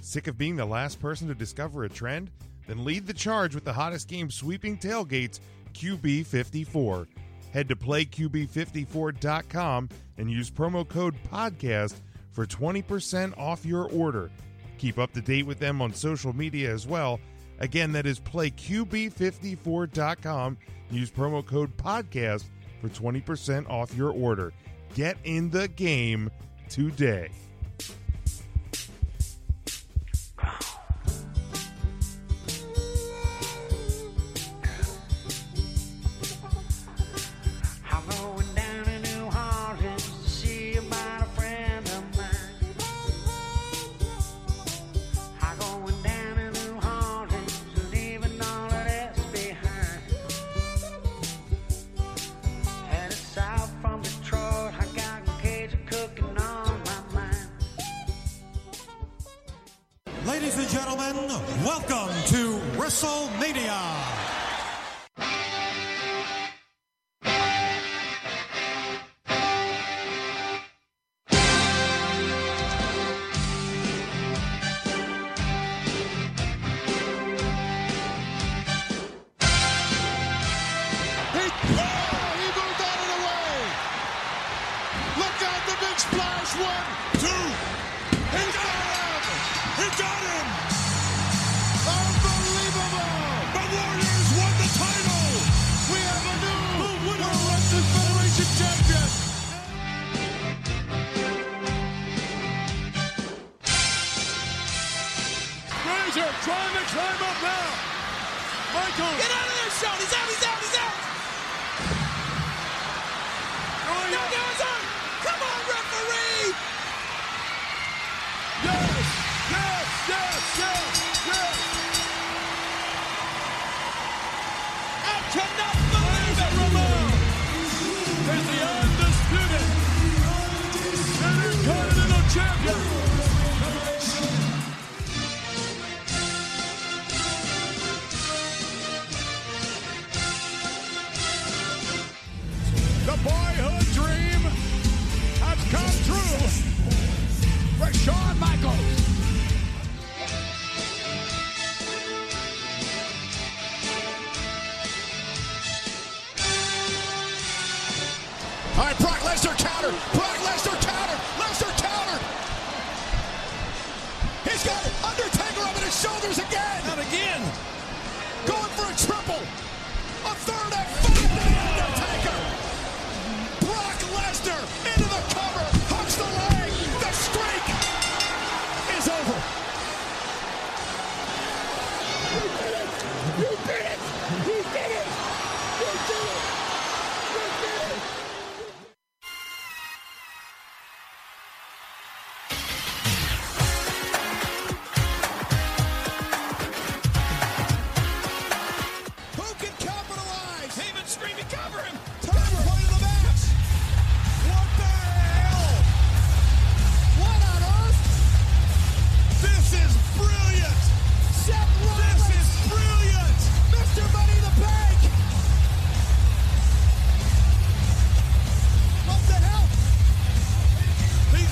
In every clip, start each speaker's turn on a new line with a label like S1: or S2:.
S1: Sick of being the last person to discover a trend? Then lead the charge with the hottest game sweeping tailgates, QB54. Head to playqb54.com and use promo code PODCAST for 20% off your order. Keep up to date with them on social media as well. Again, that is playqb54.com. Use promo code PODCAST for 20% off your order. Get in the game today.
S2: I'm going down to New Orleans to see about a friend of mine. I'm going down to New Orleans, leaving all of this behind. Headed south from Detroit, I got a cage of cooking on my mind.
S3: Ladies and gentlemen, welcome to WrestleMania.
S4: He, oh, he moved out of the way. Look out, the big splash. One, two. He got him. He got him. Unbelievable. The Warriors won the title. We have a new World Wrestling Federation champion. Razor trying to climb up now. Michael. Get out of there, Sean. He's out. He's out. He's out. No, no, it's on. Come on, referee. Yes, yes, yes, yes, yes. I cannot believe it, Ramon. Is the undisputed Intercontinental Champion. The boyhood dream has come true for Shawn Michaels. All right, Brock Lesnar counter. Brock Lesnar counter. Lesnar counter. He's got Undertaker up on his shoulders again. And again. Going for a triple. A third and five to the Undertaker. Brock Lesnar into the cover, hooks the leg. The streak is over. You did it! You did it! You did it! You did it! Who can capitalize? Heyman screaming, cover him! Turn point of the match! What the hell? What on earth? This is brilliant! Seth Rollins! This is brilliant! Mr. Money in the Bank! What the hell? He...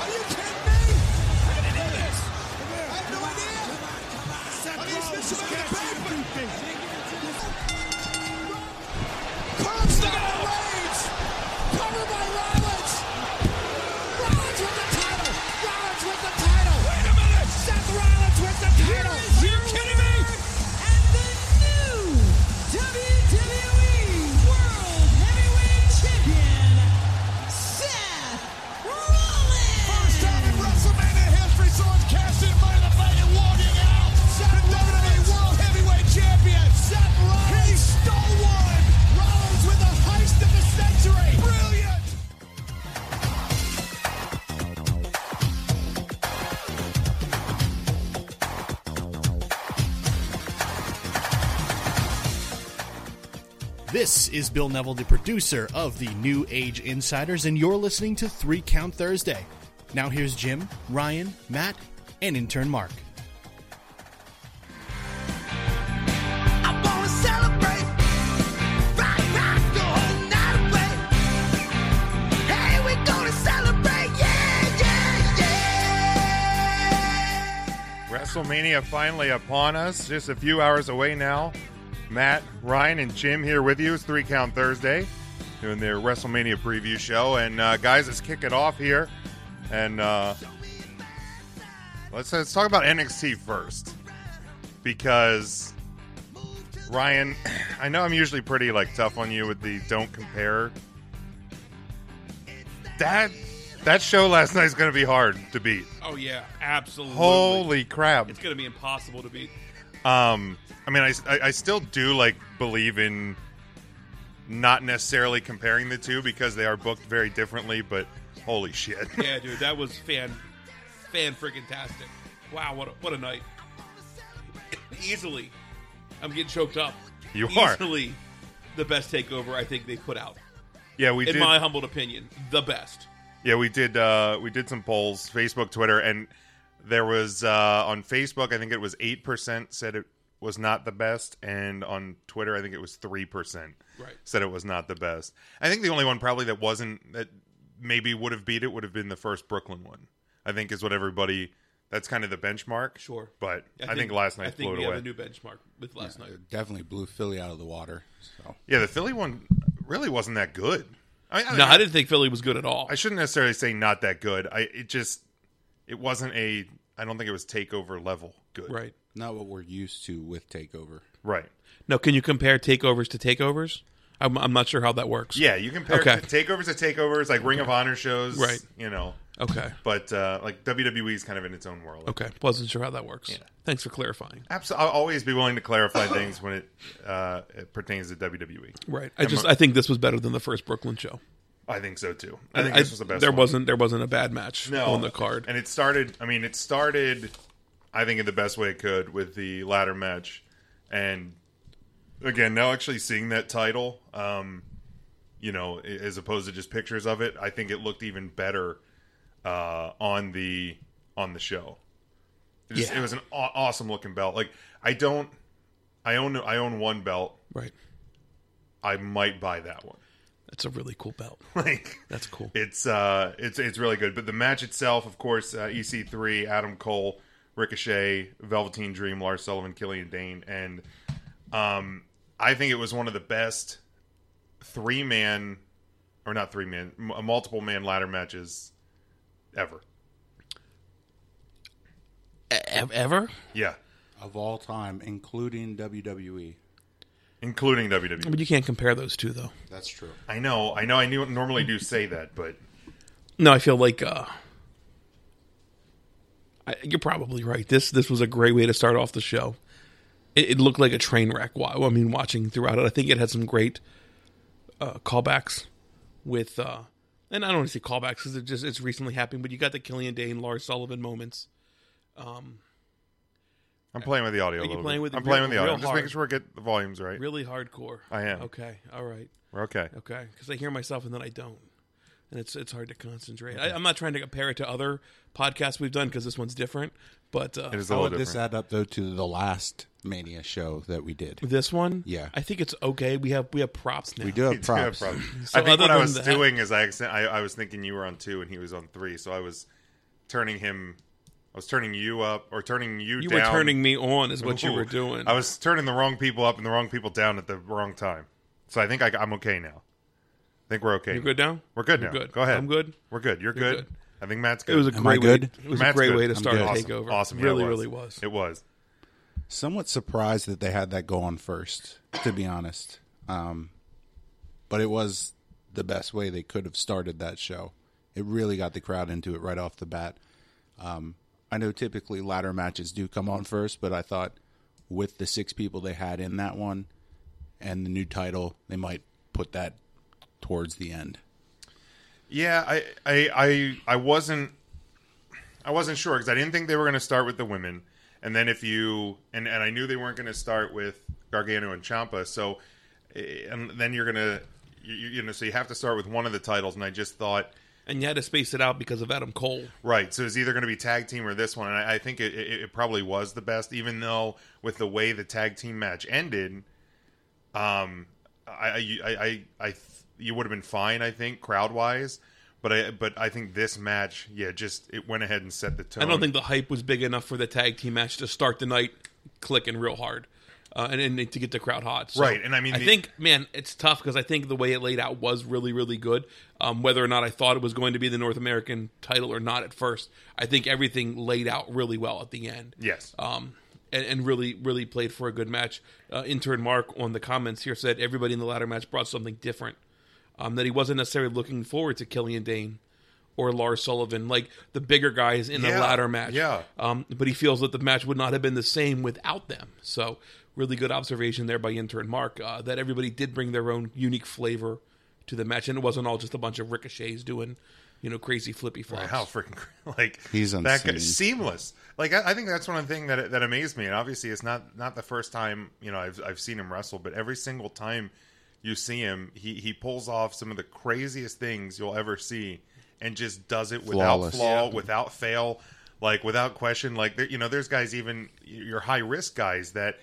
S4: Are you kidding me? How did he do this? I have no idea! I mean, he's missing out the back, but... Curves the guy Reigns! Cover by Rollins! Rollins with the title! Rollins with the title! Wait a minute! Seth Rollins with the title! Are you kidding me?
S5: and the new
S4: E
S5: WWE World Heavyweight Champion, Seth Rollins.
S4: First time in WrestleMania history someone's cashed in Money in the Bank and logging out! The WWE World Heavyweight Champion, Seth Rollins! He stole one! Rollins with a heist of the century! Brilliant!
S6: This is Bill Neville, the producer of the New Age Insiders, and you're listening to Three Count Thursday. Now here's Jim, Ryan, Matt, and intern Mark.
S2: I wanna celebrate, rock, rock the whole night away. Hey, we gonna celebrate, yeah, yeah, yeah.
S1: WrestleMania finally upon us, just a few hours away now. Matt, Ryan, and Jim here with you. It's Three Count Thursday, doing their WrestleMania preview show. And uh, guys, let's kick it off here. And uh, let's let's talk about NXT first, because Ryan, I know I'm usually pretty like tough on you with the don't compare. That that show last night is going to be hard to beat.
S4: Oh yeah, absolutely.
S1: Holy crap!
S4: It's gonna be impossible to beat.
S1: Um, I mean, I, I, I still do like believe in not necessarily comparing the two because they are booked very differently. But holy shit,
S4: Yeah, dude, that was fan, fan freaking tastic. Wow, what a, what a night. Easily, I'm getting choked up.
S1: You are.
S4: Easily, the best takeover I think they put out,
S1: yeah, we
S4: in
S1: did.
S4: my humbled opinion, the best.
S1: yeah, we did. Uh, we did some polls, Facebook, Twitter, and there was uh, on Facebook. I think it was eight percent said it was not the best, and on Twitter, I think it was three percent
S4: Right.
S1: said it was not the best. I think the only one probably that wasn't that maybe would have beat it would have been the first Brooklyn one. I think is what everybody. That's kind of the benchmark.
S4: Sure.
S1: but I, think, last night
S4: I think
S1: flowed
S4: we
S1: away.
S4: have a new benchmark with last night.
S7: Definitely blew Philly out of the water. So
S1: yeah, the Philly one really wasn't that good. I, mean, I,
S4: No, I didn't think Philly was good at all.
S1: I shouldn't necessarily say not that good. I it just it wasn't a. I don't think it was takeover level good.
S4: right.
S7: not what we're used to with Takeover.
S1: Right.
S4: Now, can you compare takeovers to takeovers? I'm, I'm not sure how that works.
S1: Yeah, you compare
S4: Okay.
S1: takeovers to takeovers, like Ring of Honor shows.
S4: Right.
S1: You know,
S4: Okay.
S1: but uh, like WWE is kind of in its own world.
S4: Okay. Wasn't sure how that works. Thanks for clarifying.
S1: Abso- I'll always be willing to clarify things when it, uh, it pertains to E. WWE.
S4: Right. I just I think this was better than the first Brooklyn show.
S1: I think so too. I think this was the best.
S4: There
S1: one.
S4: wasn't there wasn't a bad match
S1: no
S4: on the card.
S1: and it started. I mean, it started. I think in the best way it could with the ladder match, and again, now actually seeing that title, um, you know, a- as opposed to just pictures of it, I think it looked even better uh, on the on the show. It, just-
S4: Yeah.
S1: it was an aw- awesome looking belt. Like I don't, I own I own one belt.
S4: right.
S1: I might buy that one.
S4: That's a really cool belt.
S1: Like
S4: That's cool.
S1: it's uh it's it's really good. But the match itself, of course, uh, EC3, Adam Cole, Ricochet, Velveteen Dream, Lars Sullivan, Killian Dane, and um I think it was one of the best three man or not three man m- multiple man ladder matches ever.
S4: Ever?
S1: Yeah,
S7: Of all time, including E. WWE.
S1: including WWE.
S4: But you can't compare those two though.
S7: That's true.
S1: I know, I know. I knew, normally do say that, but
S4: No, I feel like uh I, you're probably right. This this was a great way to start off the show. It, it looked like a train wreck. Wow, I mean, watching throughout it, I think it had some great uh, callbacks with, uh and I don't want to say callbacks because it just it's recently happened. But you got the Killian Dane, Lars Sullivan moments.
S1: I'm playing with the audio. a
S4: Are you
S1: little
S4: playing
S1: bit.
S4: with it
S1: I'm playing
S4: real-
S1: with the audio.
S4: real
S1: I'm just making
S4: hard?
S1: sure I get the volumes right.
S4: Really hardcore.
S1: I am.
S4: Okay. All right.
S1: We're okay.
S4: Okay. Because I hear myself and then I don't, and it's it's hard to concentrate. I, I'm not trying to compare it to other podcasts we've done because this one's different. But uh,
S1: It is a
S7: How
S1: little
S7: would
S1: different.
S7: this add up though to the last Mania show that we did?
S4: This one,
S7: Yeah.
S4: I think it's okay. We have we have props now.
S7: We do have
S1: You do have
S7: props.
S1: props.
S4: So
S1: I think
S4: other
S1: what I
S4: than
S1: was
S4: that-
S1: doing is I, accent, I I was thinking you were on two and he was on three, so I was turning him. I was turning you up or turning you.
S4: You
S1: down.
S4: were turning me on, is what you were
S1: Ooh.
S4: doing.
S1: I was turning the wrong people up and the wrong people down at the wrong time. So I think I, am okay now. I think we're okay.
S4: You good now?
S1: We're good
S4: You're
S1: now.
S4: good.
S1: Go ahead.
S4: I'm good.
S1: We're good. You're,
S4: You're
S1: good.
S4: good.
S1: I think Matt's good.
S4: It was a
S7: Am
S4: great
S7: I
S4: way.
S7: good?
S4: It was
S1: Matt's
S4: a great
S1: good.
S4: way to
S1: I'm
S4: start a
S7: good.
S4: takeover.
S1: awesome. Awesome. Yeah,
S4: really,
S1: it was.
S4: really was.
S1: It was.
S7: Somewhat surprised that they had that go on first, to be honest. Um, but it was the best way they could have started that show. It really got the crowd into it right off the bat. Um, I know typically ladder matches do come on first, but I thought with the six people they had in that one and the new title, they might put that towards the end.
S1: Yeah, I I I, I wasn't I wasn't sure because I didn't think they were going to start with the women, and then if you and and I knew they weren't going to start with Gargano and Champa, so eh, and then you're gonna you, you you know so you have to start with one of the titles, and I just thought
S4: And you had to space it out because of Adam Cole.
S1: right, so it's either going to be tag team or this one, and I, I think it, it, it probably was the best, even though with the way the tag team match ended, um, I I I, I, I you would have been fine, I think, crowd wise. But I but I think this match, yeah, just it went ahead and set the tone.
S4: I don't think the hype was big enough for the tag team match to start the night clicking real hard, uh, and, and to get the crowd hot. So
S1: Right, and I mean
S4: I
S1: the-
S4: think man, it's tough because I think the way it laid out was really, really good. Um, whether or not I thought it was going to be the North American title or not at first, I think everything laid out really well at the end.
S1: Yes.
S4: um, and, and really, really played for a good match. Uh, intern Mark on the comments here said everybody in the latter match brought something different. Um, that he wasn't necessarily looking forward to Killian Dane or Lars Sullivan, like the bigger guys in the
S1: Yeah,
S4: latter match.
S1: yeah.
S4: Um, but he feels that the match would not have been the same without them. So, really good observation there by intern Mark uh, that everybody did bring their own unique flavor to the match, and it wasn't all just a bunch of ricochets doing, you know, crazy flippy flops.
S1: How freaking like
S7: He's
S1: that guy,
S7: unseen.
S1: seamless. Like I, I think that's one thing that that amazed me, and obviously it's not not the first time you know I've I've seen him wrestle, but every single time you see him, he he pulls off some of the craziest things you'll ever see, and just does it without
S7: Flawless.
S1: flaw, without fail, like without question. Like there, you know, there's guys even your high risk guys that.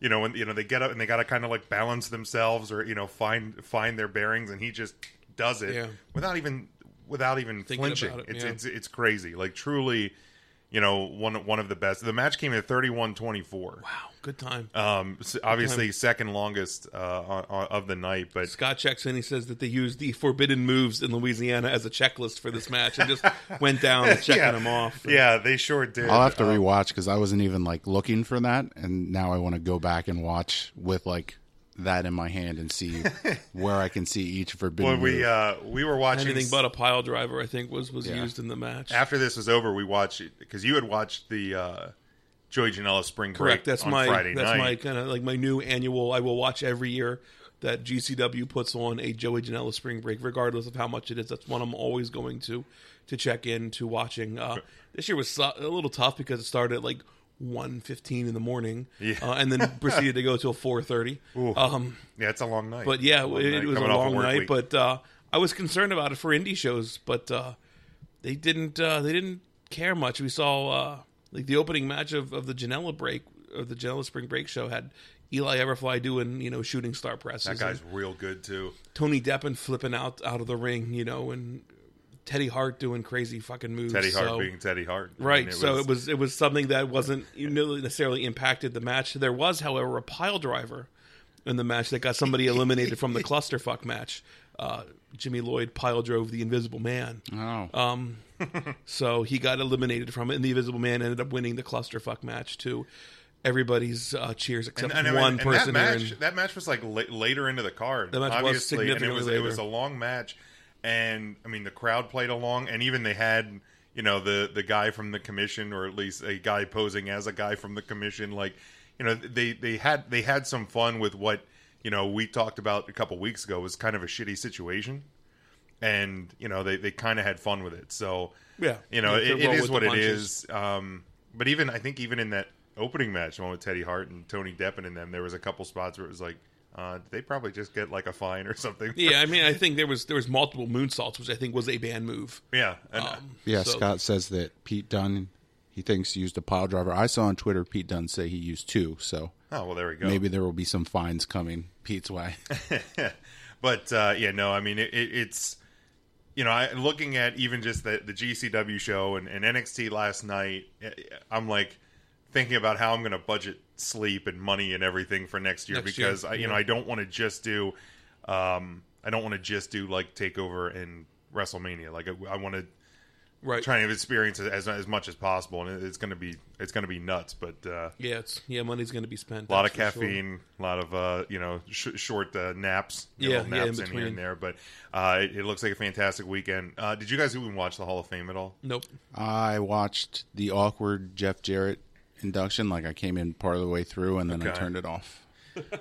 S1: You know, when you know they get up and they got to kind of like balance themselves or you know find find their bearings, and he just does it
S4: Yeah.
S1: without even without even
S4: thinking
S1: flinching.
S4: about it,
S1: it's,
S4: yeah.
S1: it's it's crazy. Like truly, you know, one one of the best. The match came at 31-24.
S4: Wow, good time.
S1: Um, s- obviously second longest uh, on, on, of the night, but
S4: Scott checks in. He says that they used the forbidden moves in Louisiana as a checklist for this match and just went down and checking them off.
S1: Yeah, they sure did.
S7: I'll have to
S1: Uh,
S7: rewatch because I wasn't even like looking for that, and now I want to go back and watch with like that in my hand and see where I can see each forbidden.
S1: when we
S7: move.
S1: uh, we were watching
S4: Anything but a pile driver, I think, was was used in the match.
S1: after this was over. We watched because you had watched the uh, Joey Janela Spring Break
S4: Correct. That's
S1: on
S4: my
S1: Friday
S4: that's
S1: night.
S4: my kind of like my new annual. I will watch every year that GCW puts on a Joey Janela Spring Break, regardless of how much it is. That's one I'm always going to to check in to watching. Uh, this year was su- a little tough because it started at like 1.15 in the morning, uh, and then proceeded to go till four thirty. Um,
S1: yeah, it's a long night.
S4: but yeah,
S1: Long
S4: it,
S1: night
S4: it was a
S1: coming off
S4: long
S1: work
S4: night.
S1: week.
S4: But uh, I was concerned about it for indie shows, but uh, they didn't. Uh, they didn't care much. We saw uh, like the opening match of, of the Janela break of the Janela Spring Break show had Eli Everfly doing you know shooting star presses.
S1: that guy's
S4: and
S1: real good too.
S4: Tony Deppen flipping out out of the ring, you know, and Teddy Hart doing crazy fucking moves.
S1: Teddy Hart
S4: so-
S1: being Teddy Hart. I mean,
S4: Right, so it was it was something that wasn't you know, necessarily impacted the match. There was, however, a pile driver in the match that got somebody eliminated from the clusterfuck match. Uh, Jimmy Lloyd pile drove the Invisible Man, Um,
S7: oh,
S4: so he got eliminated from it, and the Invisible Man ended up winning the clusterfuck match to everybody's uh, cheers except
S1: And- and I
S4: one
S1: mean, and
S4: person.
S1: That
S4: here
S1: match,
S4: in-
S1: that match was like la- later into the card,
S4: The match was
S1: obviously, and it was
S4: significantly
S1: it was a
S4: later.
S1: long match. And I mean, the crowd played along, and even they had you know the the guy from the commission, or at least a guy posing as a guy from the commission. Like you know, they they had they had some fun with what you know we talked about a couple weeks ago was kind of a shitty situation. And you know they, they kind of had fun with it, so
S4: Yeah.
S1: you know
S4: They- they
S1: it, it
S4: roll
S1: is
S4: with
S1: what
S4: the
S1: it
S4: punches.
S1: is. Um, but even I think even in that opening match, the one with Teddy Hart and Tony Deppen and them, there was a couple spots where it was like, uh, did they probably just get like a fine or something?
S4: yeah, I mean, I think there was there was multiple moonsaults, which I think was a band move.
S1: yeah. And,
S7: yeah.
S4: so-
S7: Scott says that Pete Dunn he thinks used a pile driver. I saw on Twitter Pete Dunn say he used two, so
S1: oh well, there we go.
S7: maybe there will be some fines coming Pete's way.
S1: But uh, yeah, no, I mean it, it, it's you know I, looking at even just the the GCW show and, and NXT last night, eh, I'm like thinking about how I'm going to budget sleep and money and everything for next year
S4: Next year,
S1: because I, you know I don't want to just do um, I don't want to just do like Takeover and WrestleMania. Like I, I want to
S4: Right.
S1: trying to experience it as as much as possible, and it- it's going to be it's going to be nuts. But uh,
S4: yeah, it's, yeah, money's going to be spent.
S1: a lot of
S4: that's for sure.
S1: caffeine, a lot of uh, you know sh- short uh, naps, you know,
S4: Yeah,
S1: little
S4: yeah, in
S1: naps in, here
S4: between.
S1: and there. But uh, it, it looks like a fantastic weekend. Uh, did you guys even watch the Hall of Fame at all?
S4: Nope.
S7: I watched the awkward Jeff Jarrett induction. Like I came in part of the way through, and then I
S1: Okay.
S7: turned it off.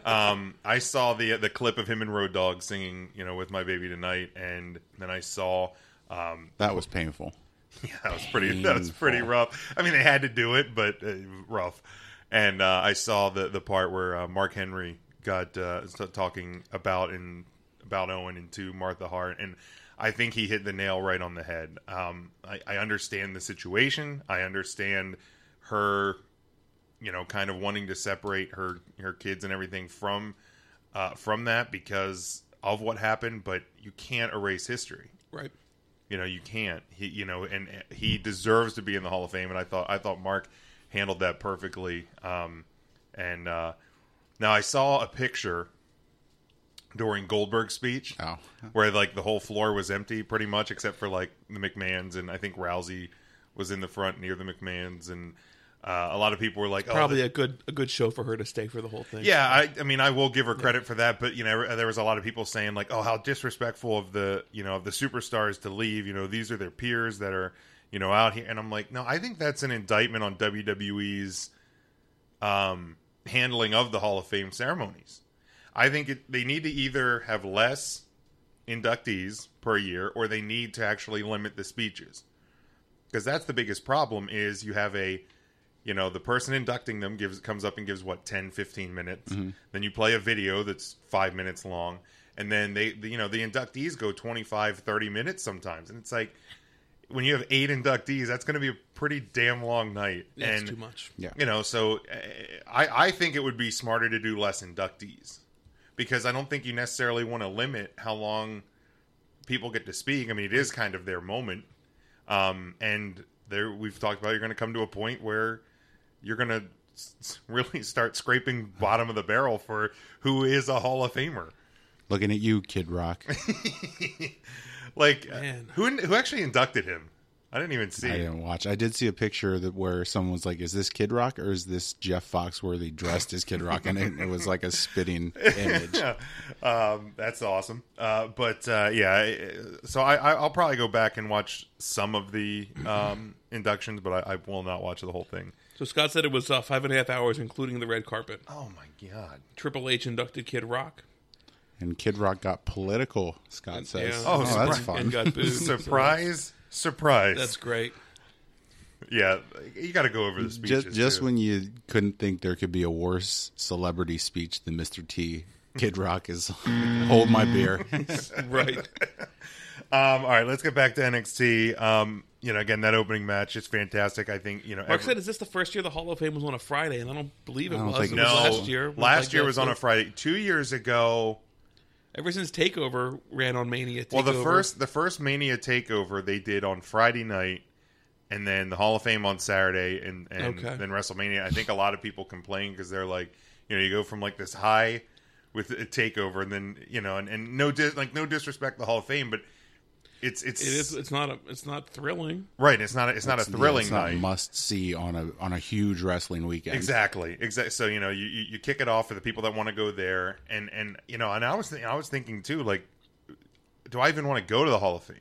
S1: I saw the the clip of him and Road Dogg singing, you know, with my baby tonight, and then I saw. Um,
S7: That was painful.
S1: that was pretty. That was pretty
S7: Painful.
S1: rough. I mean, they had to do it, but uh, rough. And uh, I saw the the part where uh, Mark Henry got uh, st- talking about and about Owen and to Martha Hart, and I think he hit the nail right on the head. Um, I, I understand the situation. I understand her, you know, kind of wanting to separate her her kids and everything from uh, from that because of what happened. But you can't erase history
S4: Right.
S1: You know, you can't. He, you know, and he deserves to be in the Hall of Fame. And I thought, I thought Mark handled that perfectly. Um, and uh, now I saw a picture during Goldberg's speech,
S7: Oh.
S1: where like the whole floor was empty, pretty much, except for like the McMahon's, and I think Rousey was in the front near the McMahon's, and uh, a lot of people were like, "Oh,
S8: Probably
S1: the-
S8: a good a good show for her to stay for the whole thing.
S1: yeah, I, I mean, I will give her credit for that, but you know, there was a lot of people saying like, "Oh, how disrespectful of the you know of the superstars to leave." You know, these are their peers that are you know out here, and I'm like, no, I think that's an indictment on WWE's um, handling of the Hall of Fame ceremonies. I think it, they need to either have less inductees per year, or they need to actually limit the speeches because that's the biggest problem is you have a you know the person inducting them gives comes up and gives what 10 15 minutes then you play a video that's 5 minutes long and then they the- you know the inductees go 25 30 minutes sometimes and it's like when you have eight inductees that's going to be a pretty damn long night
S8: Yeah, it's
S1: and
S8: too much.
S7: Yeah.
S1: you know so uh, i i think it would be smarter to do less inductees because i don't think you necessarily want to limit how long people get to speak i mean it is kind of their moment um, and there we've talked about you're going to come to a point where you're going to really start scraping bottom of the barrel for who is a Hall of Famer.
S7: Looking at you, Kid Rock.
S1: Like uh,
S8: Man.
S1: who who actually inducted him? I didn't even see.
S7: I didn't watch. I did see a picture that where someone was like, "Is this Kid Rock or is this Jeff Foxworthy dressed as Kid Rock?" And it, it was like a spitting image.
S1: um, that's awesome. Uh, but uh, yeah, I- so I, I- I'll probably go back and watch some of the um, inductions, but I, I will not watch the whole thing.
S8: So Scott said it was uh, five and a half hours, including the red carpet.
S1: Oh my god!
S8: Triple H inducted Kid Rock.
S7: And Kid Rock got political. Scott says,
S8: Yeah.
S1: Oh,
S7: that's
S1: surprise.
S7: fun."
S8: And got booed. So
S1: Surprise! Surprise!
S8: that's great.
S1: yeah, you got to go over the speeches.
S7: just just
S1: too.
S7: when you couldn't think there could be a worse celebrity speech than Mr. T, Kid Rock is hold my beer.
S8: Right.
S1: Um, all right, let's get back to NXT. Um, you know, again, that opening match is fantastic. I think you know.
S8: Mark
S1: every-
S8: said, "Is this the first year the Hall of Fame was on a Friday?" And I don't believe it
S7: I don't
S8: was.
S7: think
S8: It
S1: no,
S8: was
S7: so.
S8: last year. was
S1: Last
S8: like
S1: year
S8: that,
S1: was on
S8: so-
S1: a Friday. Two years ago,
S8: Ever since Takeover ran on Mania.
S1: well, the
S8: Takeover,
S1: first the first Mania takeover they did on Friday night, and then the Hall of Fame on Saturday, and and
S8: Okay.
S1: then WrestleMania. I think a lot of people complain because they're like, you know, you go from like this high with a takeover, and then you know, and, and no dis- like no disrespect to the Hall of Fame, but it's it's
S8: It is. It's not. A, it's not thrilling.
S1: right. It's not a, it's not a thrilling
S7: It's not
S1: night.
S7: must see on a on a huge wrestling weekend.
S1: Exactly. Exactly. So you know, you, you you kick it off for the people that want to go there, and and you know, and I was th- I was thinking too, like, do I even want to go to the Hall of Fame?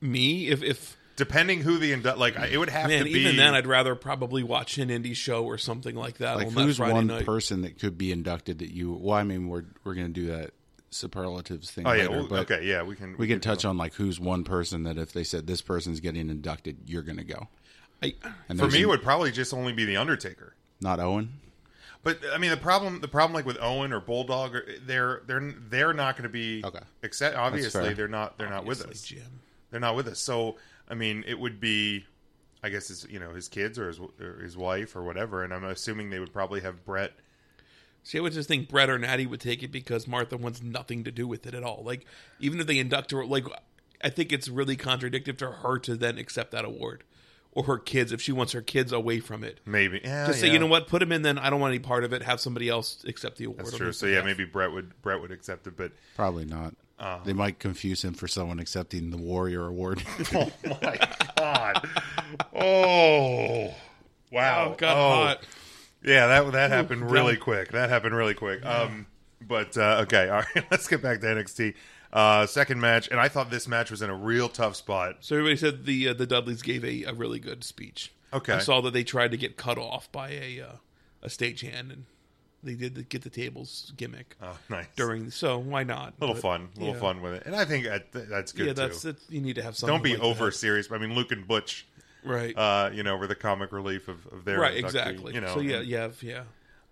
S8: Me, if if
S1: Depending who the indu- like, I- it would have to
S8: man,
S1: be.
S8: even then, I'd rather probably watch an indie show or something like that
S7: Like
S8: on that
S7: who's
S8: Friday
S7: one
S8: night.
S7: person that could be inducted that you? Well, I mean, we're we're gonna do that superlatives thing.
S1: oh yeah.
S7: later,
S1: well,
S7: but
S1: okay. Yeah. We can.
S7: We can touch on like who's one person that if they said this person's getting inducted, you're gonna go.
S8: I,
S7: And
S1: For
S7: there's
S1: me, it
S7: n-
S1: would probably just only be the Undertaker.
S7: not Owen.
S1: But I mean, the problem the problem like with Owen or Bulldog, or, they're they're they're not going to be
S7: Okay.
S1: Except obviously
S7: fair.
S1: they're not they're not with us.
S8: Obviously, Jim.
S1: They're not with us. So I mean, it would be, I guess, his you know his kids or his or his wife or whatever. And I'm assuming they would probably have Brett.
S8: See, I would just think Brett or Natty would take it because Martha wants nothing to do with it at all. Like, even if they induct her, like, I think it's really contradictive to her to then accept that award or her kids if she wants her kids away from it.
S1: Maybe yeah,
S8: Just
S1: yeah.
S8: say, you know what, put him in. Then I don't want any part of it. Have somebody else accept the award.
S1: That's
S8: on
S1: true.
S8: his
S1: So yeah,
S8: behalf.
S1: maybe Brett would Brett would accept it. But
S7: Probably not.
S1: Uh-huh.
S7: they might confuse him for someone accepting the Warrior Award.
S1: oh my god! Oh wow!
S8: Oh, it got
S1: Oh.
S8: hot.
S1: Yeah, that that happened
S8: God.
S1: really quick. That happened really quick. Um, but uh, okay, all right. Let's get back to NXT. Uh, second match, and I thought this match was in a real tough spot.
S8: So everybody said the uh, the Dudleys gave a, a really good speech.
S1: Okay.
S8: I saw that they tried to get cut off by a uh, a stagehand, and they did the get the tables gimmick
S1: Oh, nice.
S8: during. So why not?
S1: little
S8: But,
S1: fun, little
S8: yeah.
S1: fun with it, and I think that, that's good
S8: yeah,
S1: too.
S8: that's it. You need to have something.
S1: Don't be
S8: like
S1: over
S8: that.
S1: serious. I mean, Luke and Butch,
S8: right?
S1: uh, you know, were the comic relief of, of their
S8: right,
S1: inductee,
S8: exactly.
S1: You know,
S8: so yeah,
S1: and,
S8: yeah,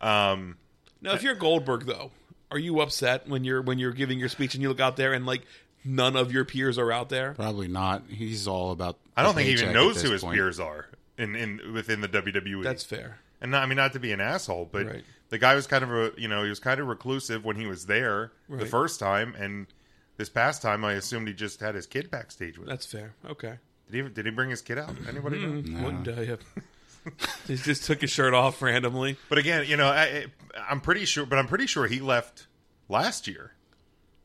S8: yeah.
S1: Um,
S8: Now, if you're Goldberg, though, are you upset when you're when you're giving your speech and you look out there and like none of your peers are out there?
S7: Probably not. He's all about.
S1: I don't
S7: the
S1: think he even
S7: paycheck at
S1: knows who
S7: this
S1: his
S7: point.
S1: peers are in, in within the WWE.
S8: That's fair.
S1: and not, I mean, not to be an asshole, but
S8: Right.
S1: the guy was kind of a you know he was kind of reclusive when he was there the
S8: Right.
S1: first time, and This past time, I assumed he just had his kid backstage with him.
S4: That's fair. Okay. Hmm.
S1: Did he, did he bring his kid out? Anybody know?
S4: Wouldn't I have? he just took his shirt off randomly.
S1: But again, you know, I, I- I'm pretty sure, but I'm pretty sure he left last year,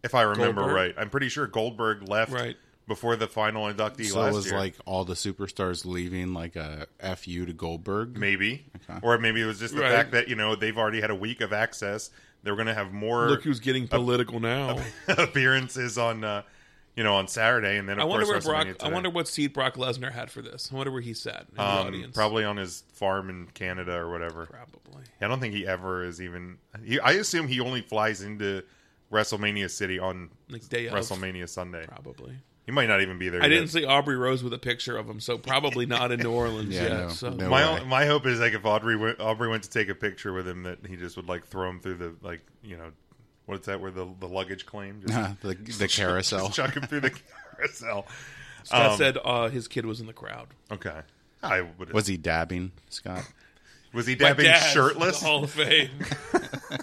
S1: if I remember
S4: Goldberg?
S1: right. I'm pretty sure Goldberg left
S4: Right.
S1: before the final inductee
S7: So
S1: last
S7: it was
S1: year.
S7: like all the superstars leaving like a fu to Goldberg.
S1: maybe, or maybe it was just the
S4: Right.
S1: fact that you know they've already had a week of access. They're going to have more
S4: Look who's getting political now.
S1: appearances on, uh, you know, on Saturday, and then
S4: I
S1: of
S4: wonder where
S1: course
S4: Brock.
S1: WrestleMania
S4: I
S1: today.
S4: wonder what seat Brock Lesnar had for this. I wonder where he sat in the
S1: um,
S4: audience.
S1: probably on his farm in Canada or whatever.
S4: Probably.
S1: I don't think he ever is even. He, I assume he only flies into WrestleMania City on
S4: Like day of.
S1: WrestleMania Sunday.
S4: Probably.
S1: He might not even be there.
S4: I
S1: yet.
S4: didn't see Aubrey Rose with a picture of him, so probably not in New Orleans
S7: Yeah,
S4: yet.
S7: no,
S4: so
S7: no.
S1: My
S7: way.
S1: own, my hope is like if Audrey went, Aubrey went to take a picture with him that he just would like throw him through the like you know what's that where the the luggage claim just
S7: the the carousel.
S1: just chuck him through the carousel. Um,
S4: Scott said uh, his kid was in the crowd.
S1: Okay, I would
S7: Was he dabbing, Scott?
S1: was he
S4: My
S1: dabbing
S4: dad's
S1: shirtless?
S4: in the Hall of Fame.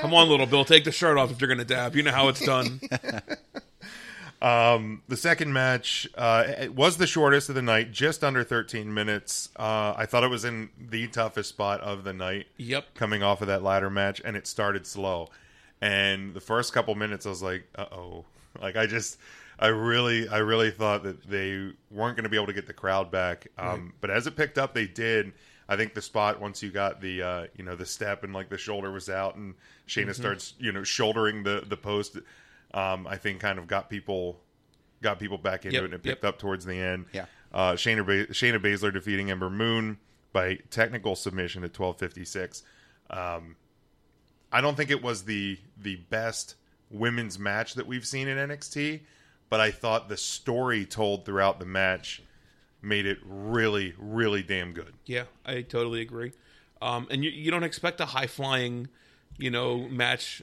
S4: Come on, little Bill, take the shirt off if you're going to dab. You know how it's done.
S1: The second match uh, it was the shortest of the night, just under 13 minutes. Uh, I thought it was in the toughest spot of the night.
S4: Yep.
S1: Coming off of that ladder match, and it started slow. And the first couple minutes, I was like, uh oh. Like, I just, I really, I really thought that they weren't going to be able to get the crowd back. Um, But as it picked up, they did. I think the spot once you got the uh, you know the step and like the shoulder was out and
S4: Mm-hmm.
S1: Shayna starts you know shouldering the the post, um, I think kind of got people got people back into
S4: Yep,
S1: it and it picked
S4: yep.
S1: up towards the end.
S7: Yeah.
S1: Uh, Shayna, ba- Shayna Baszler defeating Ember Moon by technical submission at 12:56. Um, I don't think it was the the best women's match that we've seen in NXT, but I thought the story told throughout the match made it really really damn good.
S4: Yeah, I totally agree. Um, and you, you don't expect a high flying, you know, match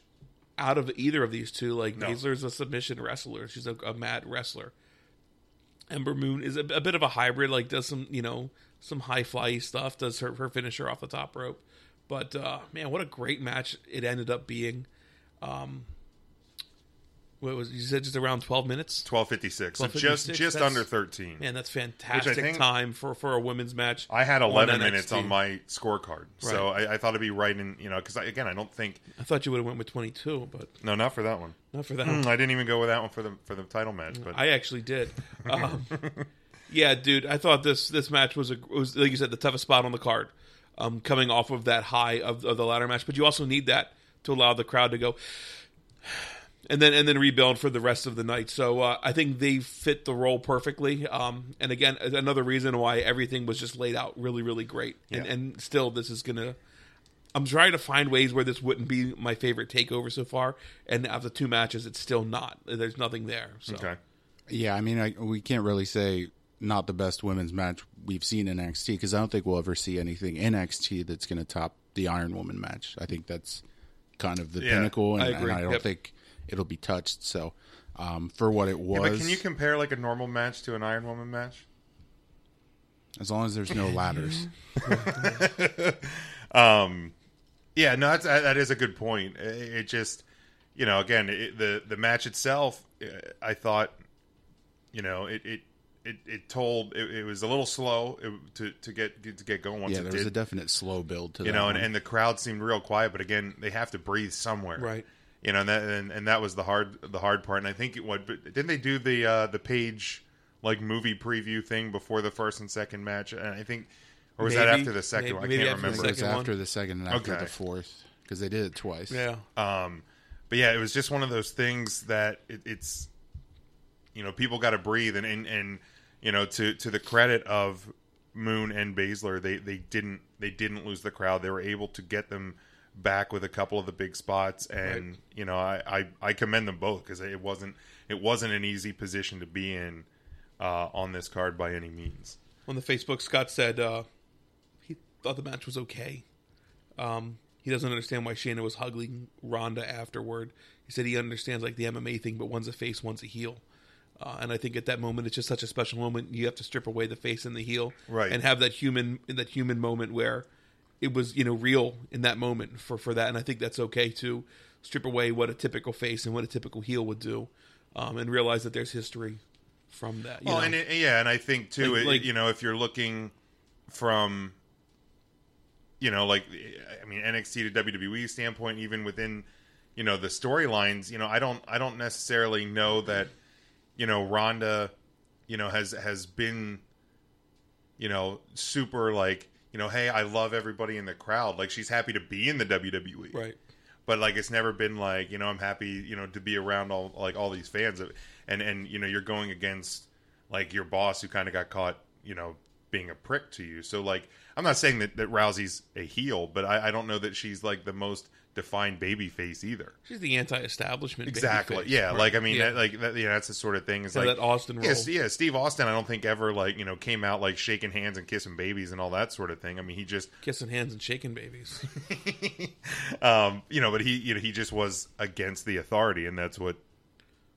S4: out of either of these two. Like
S1: No.
S4: Baszler's a submission wrestler; she's a, a mad wrestler. Ember Moon is a, a bit of a hybrid. Like does some, you know, some high fly stuff. Does her her finisher off the top rope. But uh, man, what a great match it ended up being. Um, what was you said? Just around twelve
S1: 12:56.
S4: minutes.
S1: So just
S4: 12:56,
S1: just
S4: that's-
S1: under 13.
S4: Man, that's fantastic
S1: think-
S4: time for for a women's match.
S1: I had 11
S4: on
S1: minutes
S4: NXT.
S1: on my scorecard, so I, I thought it'd be right in you know because again I don't think
S4: I thought you would have went with twenty two, but
S1: no not for that one.
S4: not for that.
S1: Mm, I didn't even go with that one for the for the title match, but
S4: I actually did. Um, yeah, dude, I thought this this match was a was like you said the toughest spot on the card, um, coming off of that high of, of the ladder match. But you also need that to allow the crowd to go, and then and then rebuild for the rest of the night. So uh, I think they fit the role perfectly. Um, and again, another reason why everything was just laid out really really great. And,
S1: Yeah.
S4: and still, this is gonna. I'm trying to find ways where this wouldn't be my favorite takeover so far, and after two matches, it's still not. There's nothing there. So.
S1: okay.
S7: Yeah, I mean, I, we can't really say not the best women's match we've seen in NXT because I don't think we'll ever see anything in NXT that's going to top the Iron Woman match. I think that's kind of the
S1: Yeah,
S7: pinnacle, and
S4: I
S7: and I,
S4: agree.
S7: don't
S4: Yep.
S7: think it'll be touched. So, um, for what it was,
S1: But can you compare like a normal match to an Iron Woman match?
S7: as long as there's no ladders,
S1: Yeah, no, that's, that that is a good point. It, it just, you know, again, it, the the match itself, uh, I thought, you know, it it it, it told it, it was a little slow it, to to get to get going. Once
S7: yeah,
S1: it
S7: there
S1: did,
S7: was a definite slow build to
S1: you
S7: that
S1: know, and,
S7: one.
S1: and the crowd seemed real quiet. But again, they have to breathe somewhere,
S4: Right.
S1: You know, and that and, and that was the hard the hard part. And I think it would. But didn't they do the uh, the page like movie preview thing before the first and second match? And I think, or was that
S4: Maybe.
S1: after the second
S4: Maybe-
S1: one? I
S4: maybe
S1: can't
S4: after the
S1: remember.
S7: it was
S4: second one.
S7: after the second and after
S1: Okay.
S7: the fourth because they did it twice.
S4: Yeah.
S1: Um, but yeah, it was just one of those things that it, it's, you know, people got to breathe, and, and and you know, to to the credit of Moon and Baszler, they they didn't they didn't lose the crowd. They were able to get them back with a couple of the big spots, and
S4: Right.
S1: you know, I, I I commend them both because it wasn't it wasn't an easy position to be in uh, on this card by any means.
S4: On the Facebook, Scott said uh, he thought the match was okay. Um, he doesn't understand why Shayna was hugging Ronda afterward. He said he understands like the MMA thing, but one's a face, one's a heel. Uh, and I think at that moment, it's just such a special moment. You have to strip away the face and the heel,
S1: Right.
S4: And have that human that human moment where it was you know real in that moment for for that. And I think that's okay to strip away what a typical face and what a typical heel would do. um, and realize that there's history from that. You
S1: Well,
S4: know?
S1: and it, yeah, and I think too,
S4: Like-
S1: it,
S4: like-
S1: you know, if you're looking from, you know, like I mean NXT to WWE standpoint, even within, you know, the storylines, you know, I don't, I don't necessarily know that, you know, Ronda, you know, has has been, you know, super like, you know, hey, I love everybody in the crowd, like she's happy to be in the E. WWE,
S4: right.
S1: but like it's never been like you know I'm happy you know to be around all like all these fans and and you know you're going against like your boss who kind of got caught you know being a prick to you so like I'm not saying that that Rousey's a heel but I, I don't know that she's like the most defined baby face either
S4: She's the anti-establishment.
S1: exactly
S4: babyface.
S1: yeah
S4: Right.
S1: like I mean
S4: Yeah.
S1: that, like that, yeah that's the sort of thing it's
S4: So
S1: like
S4: that Austin role.
S1: yes yeah Steve Austin I don't think ever like you know came out like shaking hands and kissing babies and all that sort of thing I mean he just
S4: kissing hands and shaking babies.
S1: um you know but he you know he just was against the authority and that's what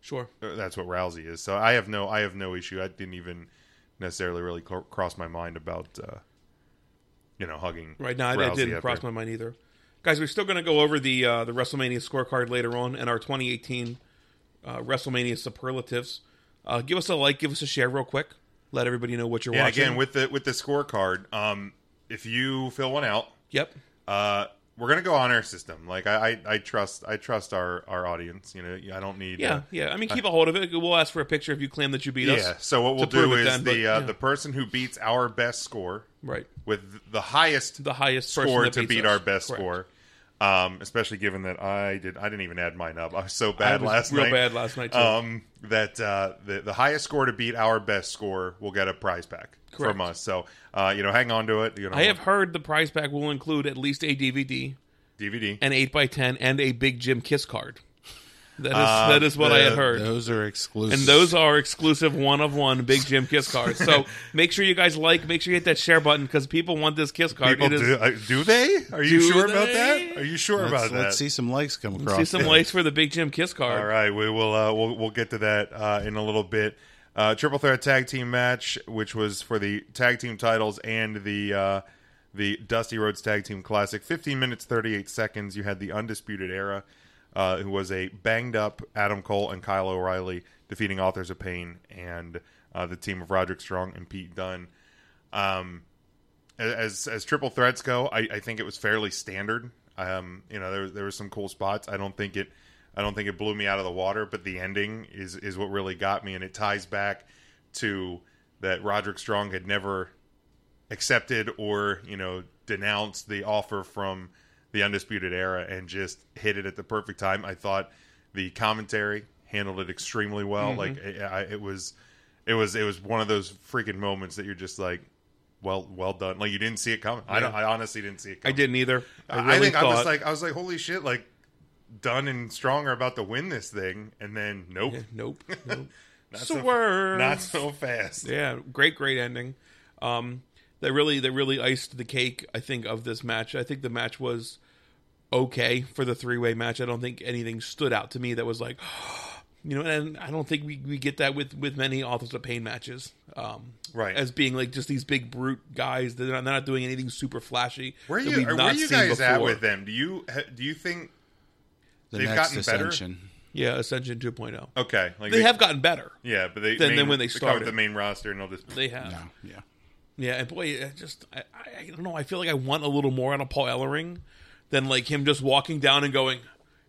S4: sure.
S1: Uh, that's what Rousey is. So I have no I have no issue. I didn't even necessarily really cro- cross my mind about uh, you know hugging.
S4: Right now,
S1: Rousey
S4: that didn't
S1: after-
S4: cross my mind either. Guys, we're still going to go over the uh, the WrestleMania scorecard later on and our 2018 uh, WrestleMania superlatives. Uh, give us a like, give us a share, real quick. Let everybody know what you're
S1: And
S4: watching.
S1: again with the with the scorecard, um, if you fill one out,
S4: yep,
S1: uh, we're gonna go on our system. Like I, I, I trust I trust our our audience. You know I don't need
S4: yeah,
S1: uh,
S4: yeah. I mean, keep a hold of it. We'll ask for a picture if you claim that you beat us.
S1: yeah. So what
S4: to
S1: we'll
S4: prove
S1: do
S4: it
S1: is
S4: then,
S1: the
S4: but,
S1: uh,
S4: yeah.
S1: the person who beats our best score
S4: right
S1: with the highest
S4: the highest person
S1: score
S4: that
S1: to
S4: beats
S1: beat
S4: us.
S1: our best
S4: Correct.
S1: score. Um, especially given that I did, I didn't even add mine up. I was so bad
S4: was
S1: last
S4: real
S1: night.
S4: bad last night, too.
S1: Um, that uh, the the highest score to beat our best score will get a prize pack
S4: Correct.
S1: from us. So uh, you know, hang on to it. You know,
S4: I have heard the prize pack will include at least a DVD,
S1: DVD.
S4: an eight x ten, and a Big Jim kiss card. That is that is what I had
S7: Uh,
S4: heard.
S7: Those are exclusive.
S4: And those are exclusive one of one Big Jim kiss cards. So make sure you guys like, make sure you hit that share button because people want this kiss card.
S1: People
S4: it is
S1: do, uh, do they? Are you
S4: Do
S1: sure about
S4: they?
S1: that? Are you sure
S7: Let's,
S1: about that?
S7: let's see some likes come across.
S4: see some
S7: there.
S4: likes for the Big Jim kiss card.
S1: All right, we will. Uh, we'll we'll get to that uh, in a little bit. Uh, triple threat tag team match, which was for the tag team titles and the uh, the Dusty Rhodes Tag Team Classic. Fifteen minutes thirty eight seconds. You had the Undisputed Era, uh, who was a banged up Adam Cole and Kyle O'Reilly defeating Authors of Pain and uh, the team of Roderick Strong and Pete Dunne. Um, as as triple threats go, I, I think it was fairly standard. Um, you know, there there were some cool spots. I don't think it I don't think it blew me out of the water, but the ending is is what really got me, and it ties back to that Roderick Strong had never accepted or you know denounced the offer from the undisputed era and just hit it at the perfect time i thought the commentary handled it extremely well
S4: Mm-hmm.
S1: like it, I, it was it was it was one of those freaking moments that you're just like well well done like you didn't see it coming i don't i honestly didn't see it
S4: I
S1: coming
S4: didn't either. I,
S1: i,
S4: really
S1: think i was
S4: thought-
S1: like i was like holy shit like Dunn and Strong are about to win this thing, and then nope,
S4: Yeah, nope. nope.
S1: not
S4: Swerve.
S1: so, not so fast.
S4: Yeah, great, great ending. Um, that really, that really iced the cake. I think of this match. I think the match was okay for the three way match. I don't think anything stood out to me that was like, you know, and I don't think we, we get that with with many authors of pain matches. Um,
S1: Right.
S4: as being like just these big brute guys. They're not, they're not doing anything super flashy.
S1: Where
S4: that
S1: you
S4: we've
S1: are- where
S4: not
S1: you
S4: seen
S1: guys at
S4: before.
S1: with them? Do you ha- do you think
S7: The
S1: They've
S7: next
S1: gotten better.
S7: ascension.
S4: Yeah, Ascension 2.0.
S1: okay? Like
S4: They have gotten better.
S1: yeah, but they
S4: Then-
S1: main-
S4: then when they
S1: come up
S4: started.
S1: with the main roster and they'll just
S4: They have.
S7: Yeah, Oh, yeah.
S4: Yeah, and boy, I just I, I, I don't know. I feel like I want a little more out of Paul Ellering than like him just walking down and going,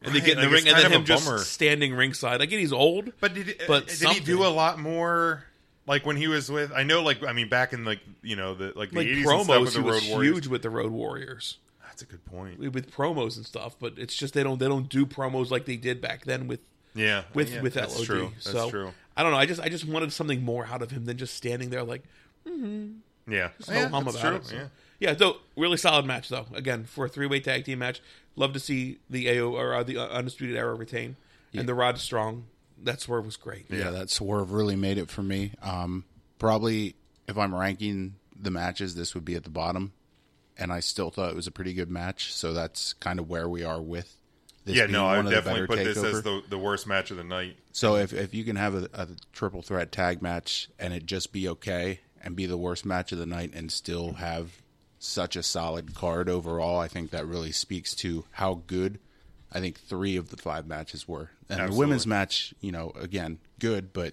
S4: and they
S1: Right,
S4: get in the
S1: like,
S4: ring,
S1: it's
S4: and
S1: kind of
S4: then
S1: a
S4: him just
S1: bummer.
S4: standing ringside. I get he's old,
S1: But did
S4: But
S1: but did he do
S4: something.
S1: a lot more? Like when he was with, I know, like I mean, back in like you know the like the
S4: like
S1: eighties and stuff
S4: promos,
S1: with
S4: he
S1: the
S4: was
S1: Road Warriors.
S4: huge with the Road Warriors
S1: That's a good point.
S4: with promos and stuff. But it's just they don't they don't do promos like they did back then with
S1: Yeah,
S4: with
S1: yeah,
S4: with
S1: that's
S4: LOD.
S1: true. That's
S4: so
S1: true.
S4: I don't know. I just I just wanted something more out of him than just standing there like
S1: Yeah,
S4: no
S1: yeah,
S4: hum
S1: that's
S4: about
S1: true.
S4: it. so.
S1: Yeah.
S4: Yeah, though really solid match though. Again, for a three way tag team match, love to see the AO or uh, the uh, undisputed era retain and the Rod Strong. That swerve was great.
S7: yeah, that swerve really made it for me. Um, probably if I'm ranking the matches, this would be at the bottom, and I still thought it was a pretty good match. So that's kind of where we are with. This
S1: Yeah,
S7: being
S1: no, I
S7: one
S1: would
S7: of the
S1: definitely
S7: better
S1: put this as
S7: takeover.
S1: the the worst match of the night.
S7: So if if you can have a, a triple threat tag match and it just be okay and be the worst match of the night and still have such a solid card overall, I think that really speaks to how good I think three of the five matches were, and the
S1: Absolutely.
S7: women's match, you know, again, good, but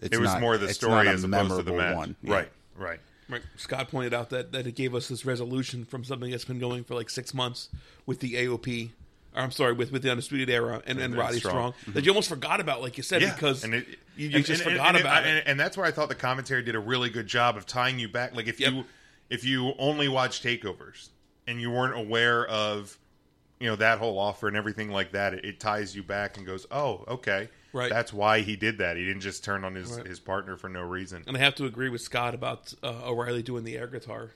S7: it's
S1: it was
S7: not-
S1: more the
S7: it's not
S1: story
S7: a
S1: as opposed to the
S7: memorable
S1: match.
S7: one. Yeah.
S1: Right, right.
S8: Right. Scott pointed out that, that it gave us this resolution from something that's been going for like six months with the AOP, or I'm sorry, with, with the Undisputed Era and, and,
S1: And
S8: Roddy Strong,
S1: Strong. Mm-hmm.
S8: that you almost forgot about, like you said, because
S1: and it,
S8: you, you
S1: and-
S8: just
S1: and-
S8: forgot
S1: and- and-
S8: about it.
S1: and, and that's why I thought the commentary did a really good job of tying you back. Like if
S8: Yep.
S1: you if you only watch takeovers and you weren't aware of you know that whole offer and everything like that, it, it ties you back and goes, oh, okay,
S8: Right.
S1: That's why he did that. He didn't just turn on his his partner for no reason.
S8: And I have to agree with Scott about uh, O'Reilly doing the air guitar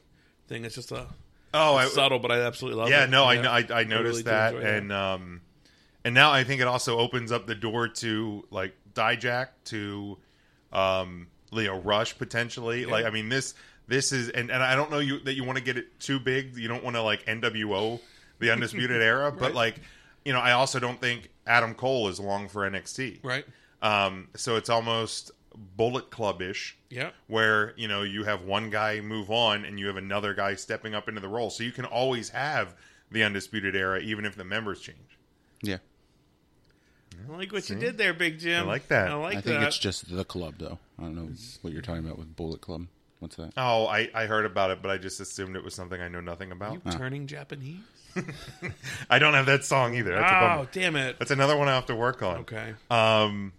S8: thing. It's just a
S1: Oh, I,
S8: it's subtle, but I absolutely love
S1: yeah,
S8: it.
S1: no, I I, I
S8: really
S1: noticed
S8: do
S1: that,
S8: enjoy that.
S1: and um, and now I think it also opens up the door to like DiJack to um Leo Rush potentially. Like, I mean this this is and and I don't know you that you want to get it too big. You don't want to like NWO the Undisputed Era, but like you know, I also don't think Adam Cole is long for NXT,
S8: Right.
S1: Um, so it's almost Bullet Club ish
S8: Yeah.
S1: where you know you have one guy move on and you have another guy stepping up into the role so you can always have the undisputed era even if the members change
S7: Yeah,
S8: I like what you did there, Big Jim.
S1: I like that.
S8: I like
S7: I think
S8: that.
S7: it's just the club, though. I don't know what you're talking about with Bullet Club. What's that?
S1: oh i i heard about it but i just assumed it was something i know nothing about
S8: turning Japanese.
S1: i don't have that song either that's, a
S8: Oh,
S1: bummer.
S8: damn it.
S1: that's another one i have to work on
S8: Okay. Uh,
S1: um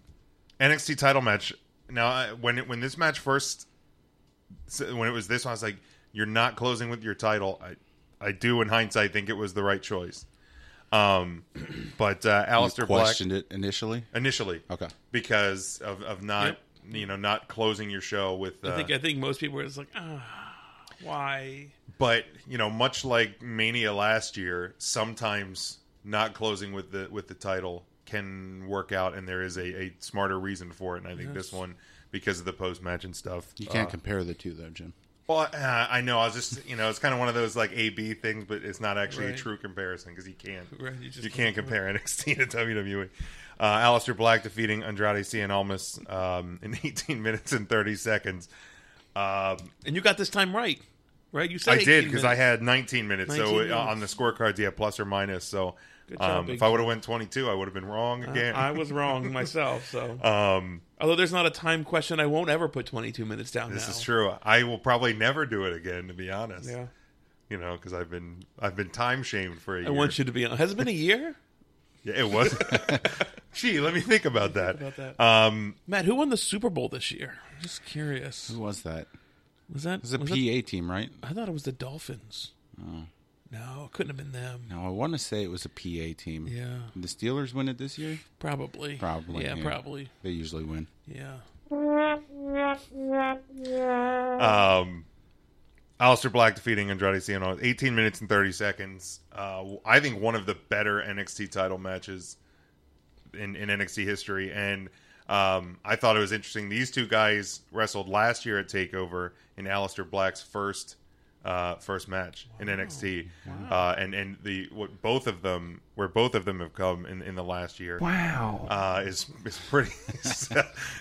S1: nxt title match now I- when it, when this match first so when it was this one i was like you're not closing with your title i i do in hindsight think it was the right choice um but uh
S7: you
S1: Alistair Black
S7: questioned it initially.
S1: initially.
S7: Okay.
S1: Because of, of not you know not closing your show with. Uh,
S8: I think I think most people were just like, ah, why?
S1: but you know, much like Mania last year, sometimes not closing with the with the title can work out, and there is a, a smarter reason for it. And I think this one. Because of the post match and stuff,
S7: You can't
S1: Uh,
S7: compare the two, though, Jim.
S1: well, uh, I know. I was just, you know, it's kind of one of those like A B things, but it's not actually
S8: Right.
S1: a true comparison because you can't,
S8: Right, you
S1: you,
S8: just
S1: can't compare NXT to WWE. Uh, Alistair Black defeating Andrade Cien Almas um, in 18 minutes and 30 seconds. Um,
S8: And you got this time right, right? You said
S1: I did
S8: 18
S1: because I
S8: minutes.
S1: had 19 minutes.
S8: 19
S1: so
S8: minutes.
S1: uh, on the scorecards, yeah, plus or minus. So
S8: Good job,
S1: um,
S8: Big Uh,
S1: if I would have went 22, I would have been wrong again.
S8: I was wrong myself. So,
S1: um,
S8: although there's not a time question, I won't ever put 22 minutes down.
S1: this
S8: now.
S1: is true. I will probably never do it again, to be honest.
S8: Yeah,
S1: You know, because I've been I've been time shamed for a
S8: I
S1: year.
S8: want you to be. on. Has it been a year?
S1: Yeah, it was. Gee, let me think about that.
S8: About that.
S1: Um,
S8: Matt, who won the Super Bowl this year? I'm just curious.
S7: Who was that?
S8: Was that?
S7: It was a
S8: was Uh,
S7: PA
S8: that-
S7: team, right?
S8: I thought it was the Dolphins. No, it couldn't have been them.
S7: No, I want to say it was a PA team.
S8: Yeah.
S7: Did The Steelers win it this year?
S8: Probably.
S7: Probably.
S8: Yeah, probably.
S7: They usually win.
S8: Yeah.
S1: um, Alistair Black defeating Andrade Cien Almas, 18 minutes and 30 seconds. Uh, I think one of the better NXT title matches in, in NXT history. And um, I thought it was interesting. These two guys wrestled last year at TakeOver in Alistair Black's first uh, first match in NXT. Uh, and, and the what both of them where both of them have come in, in the last year. uh, is is pretty is,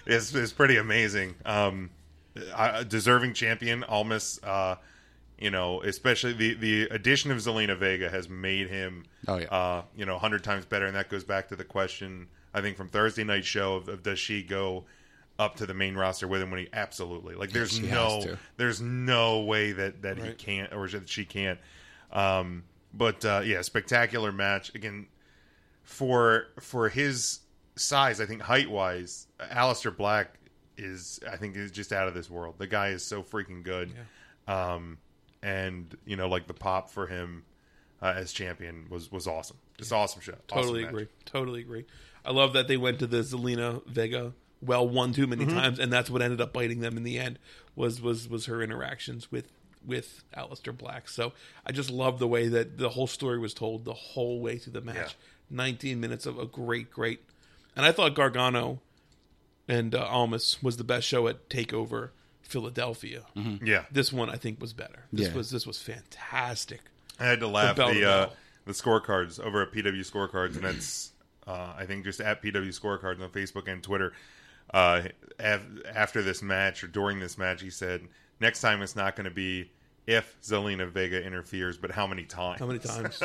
S1: is, is pretty amazing. Um, I, a deserving champion, Almas. Uh, you know, especially the the addition of Zelina Vega has made him.
S7: Oh, yeah.
S1: Uh, you know, hundred times better, and that goes back to the question I think from Thursday night show of, of does she go up to the main roster with him when he absolutely like there's
S7: She has
S1: no
S7: to.
S1: there's no way that that he can't or that she can't. Um, but uh, yeah, spectacular match again for for his size, I think height wise, Alistair Black is I think is just out of this world. The guy is so freaking good. Um and you know like the pop for him uh, as champion was was awesome. Just awesome show.
S8: Totally agree. Totally agree. I love that they went to the Zelina Vega well one too
S1: Mm-hmm.
S8: many times, and that's what ended up biting them in the end was was was her interactions with with Alistair Black. So I just love the way that the whole story was told the whole way through the match.
S1: Yeah.
S8: Nineteen minutes of a great, great, and I thought Gargano and uh, Almas was the best show at Takeover Philadelphia.
S1: Yeah.
S8: This one I think was better. This
S7: Yeah.
S8: was this was fantastic.
S1: I had to laugh
S8: bell to
S1: the uh,
S8: bell.
S1: the scorecards over at PW Scorecards, and that's uh, I think just at PW Scorecards on Facebook and Twitter. Uh, af- after this match or during this match, he said, "Next time it's not going to be if Zelina Vega interferes, but how many times?
S8: How many times?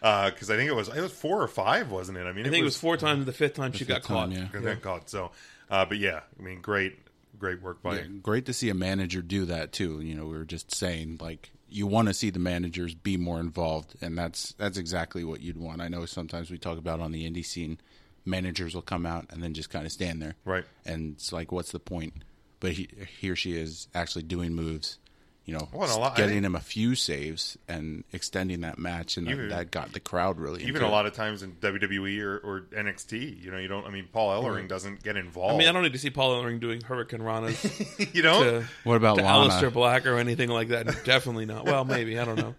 S1: Because I think it was it was four or five, wasn't it? I mean,
S8: I think it was four times. The fifth time she got
S7: fifth time,
S8: caught.
S7: yeah.
S1: and then caught. So, uh, but yeah, I mean, great, great work by
S7: Great to see a manager do that too. You know, we were just saying like you want to see the managers be more involved, and that's that's exactly what you'd want. I know sometimes we talk about on the indie scene, managers will come out and then just kind of stand there,
S1: Right.
S7: And it's like, what's the point? But he, he or she is actually doing moves. You know,
S1: Well, and a lot- I
S7: getting
S1: think-
S7: him a few saves and extending that match, and
S1: Even-
S7: that, that got the crowd really
S1: even a lot of times in WWE or, or NXT. You know, you don't. I mean, Paul Ellering doesn't get involved.
S8: I mean, I don't need to see Paul Ellering doing Hurricane Rana's
S1: You know,
S8: to,
S7: What about
S8: to
S7: Lana?
S8: Aleister Black or anything like that. Definitely not. Well, maybe I don't know.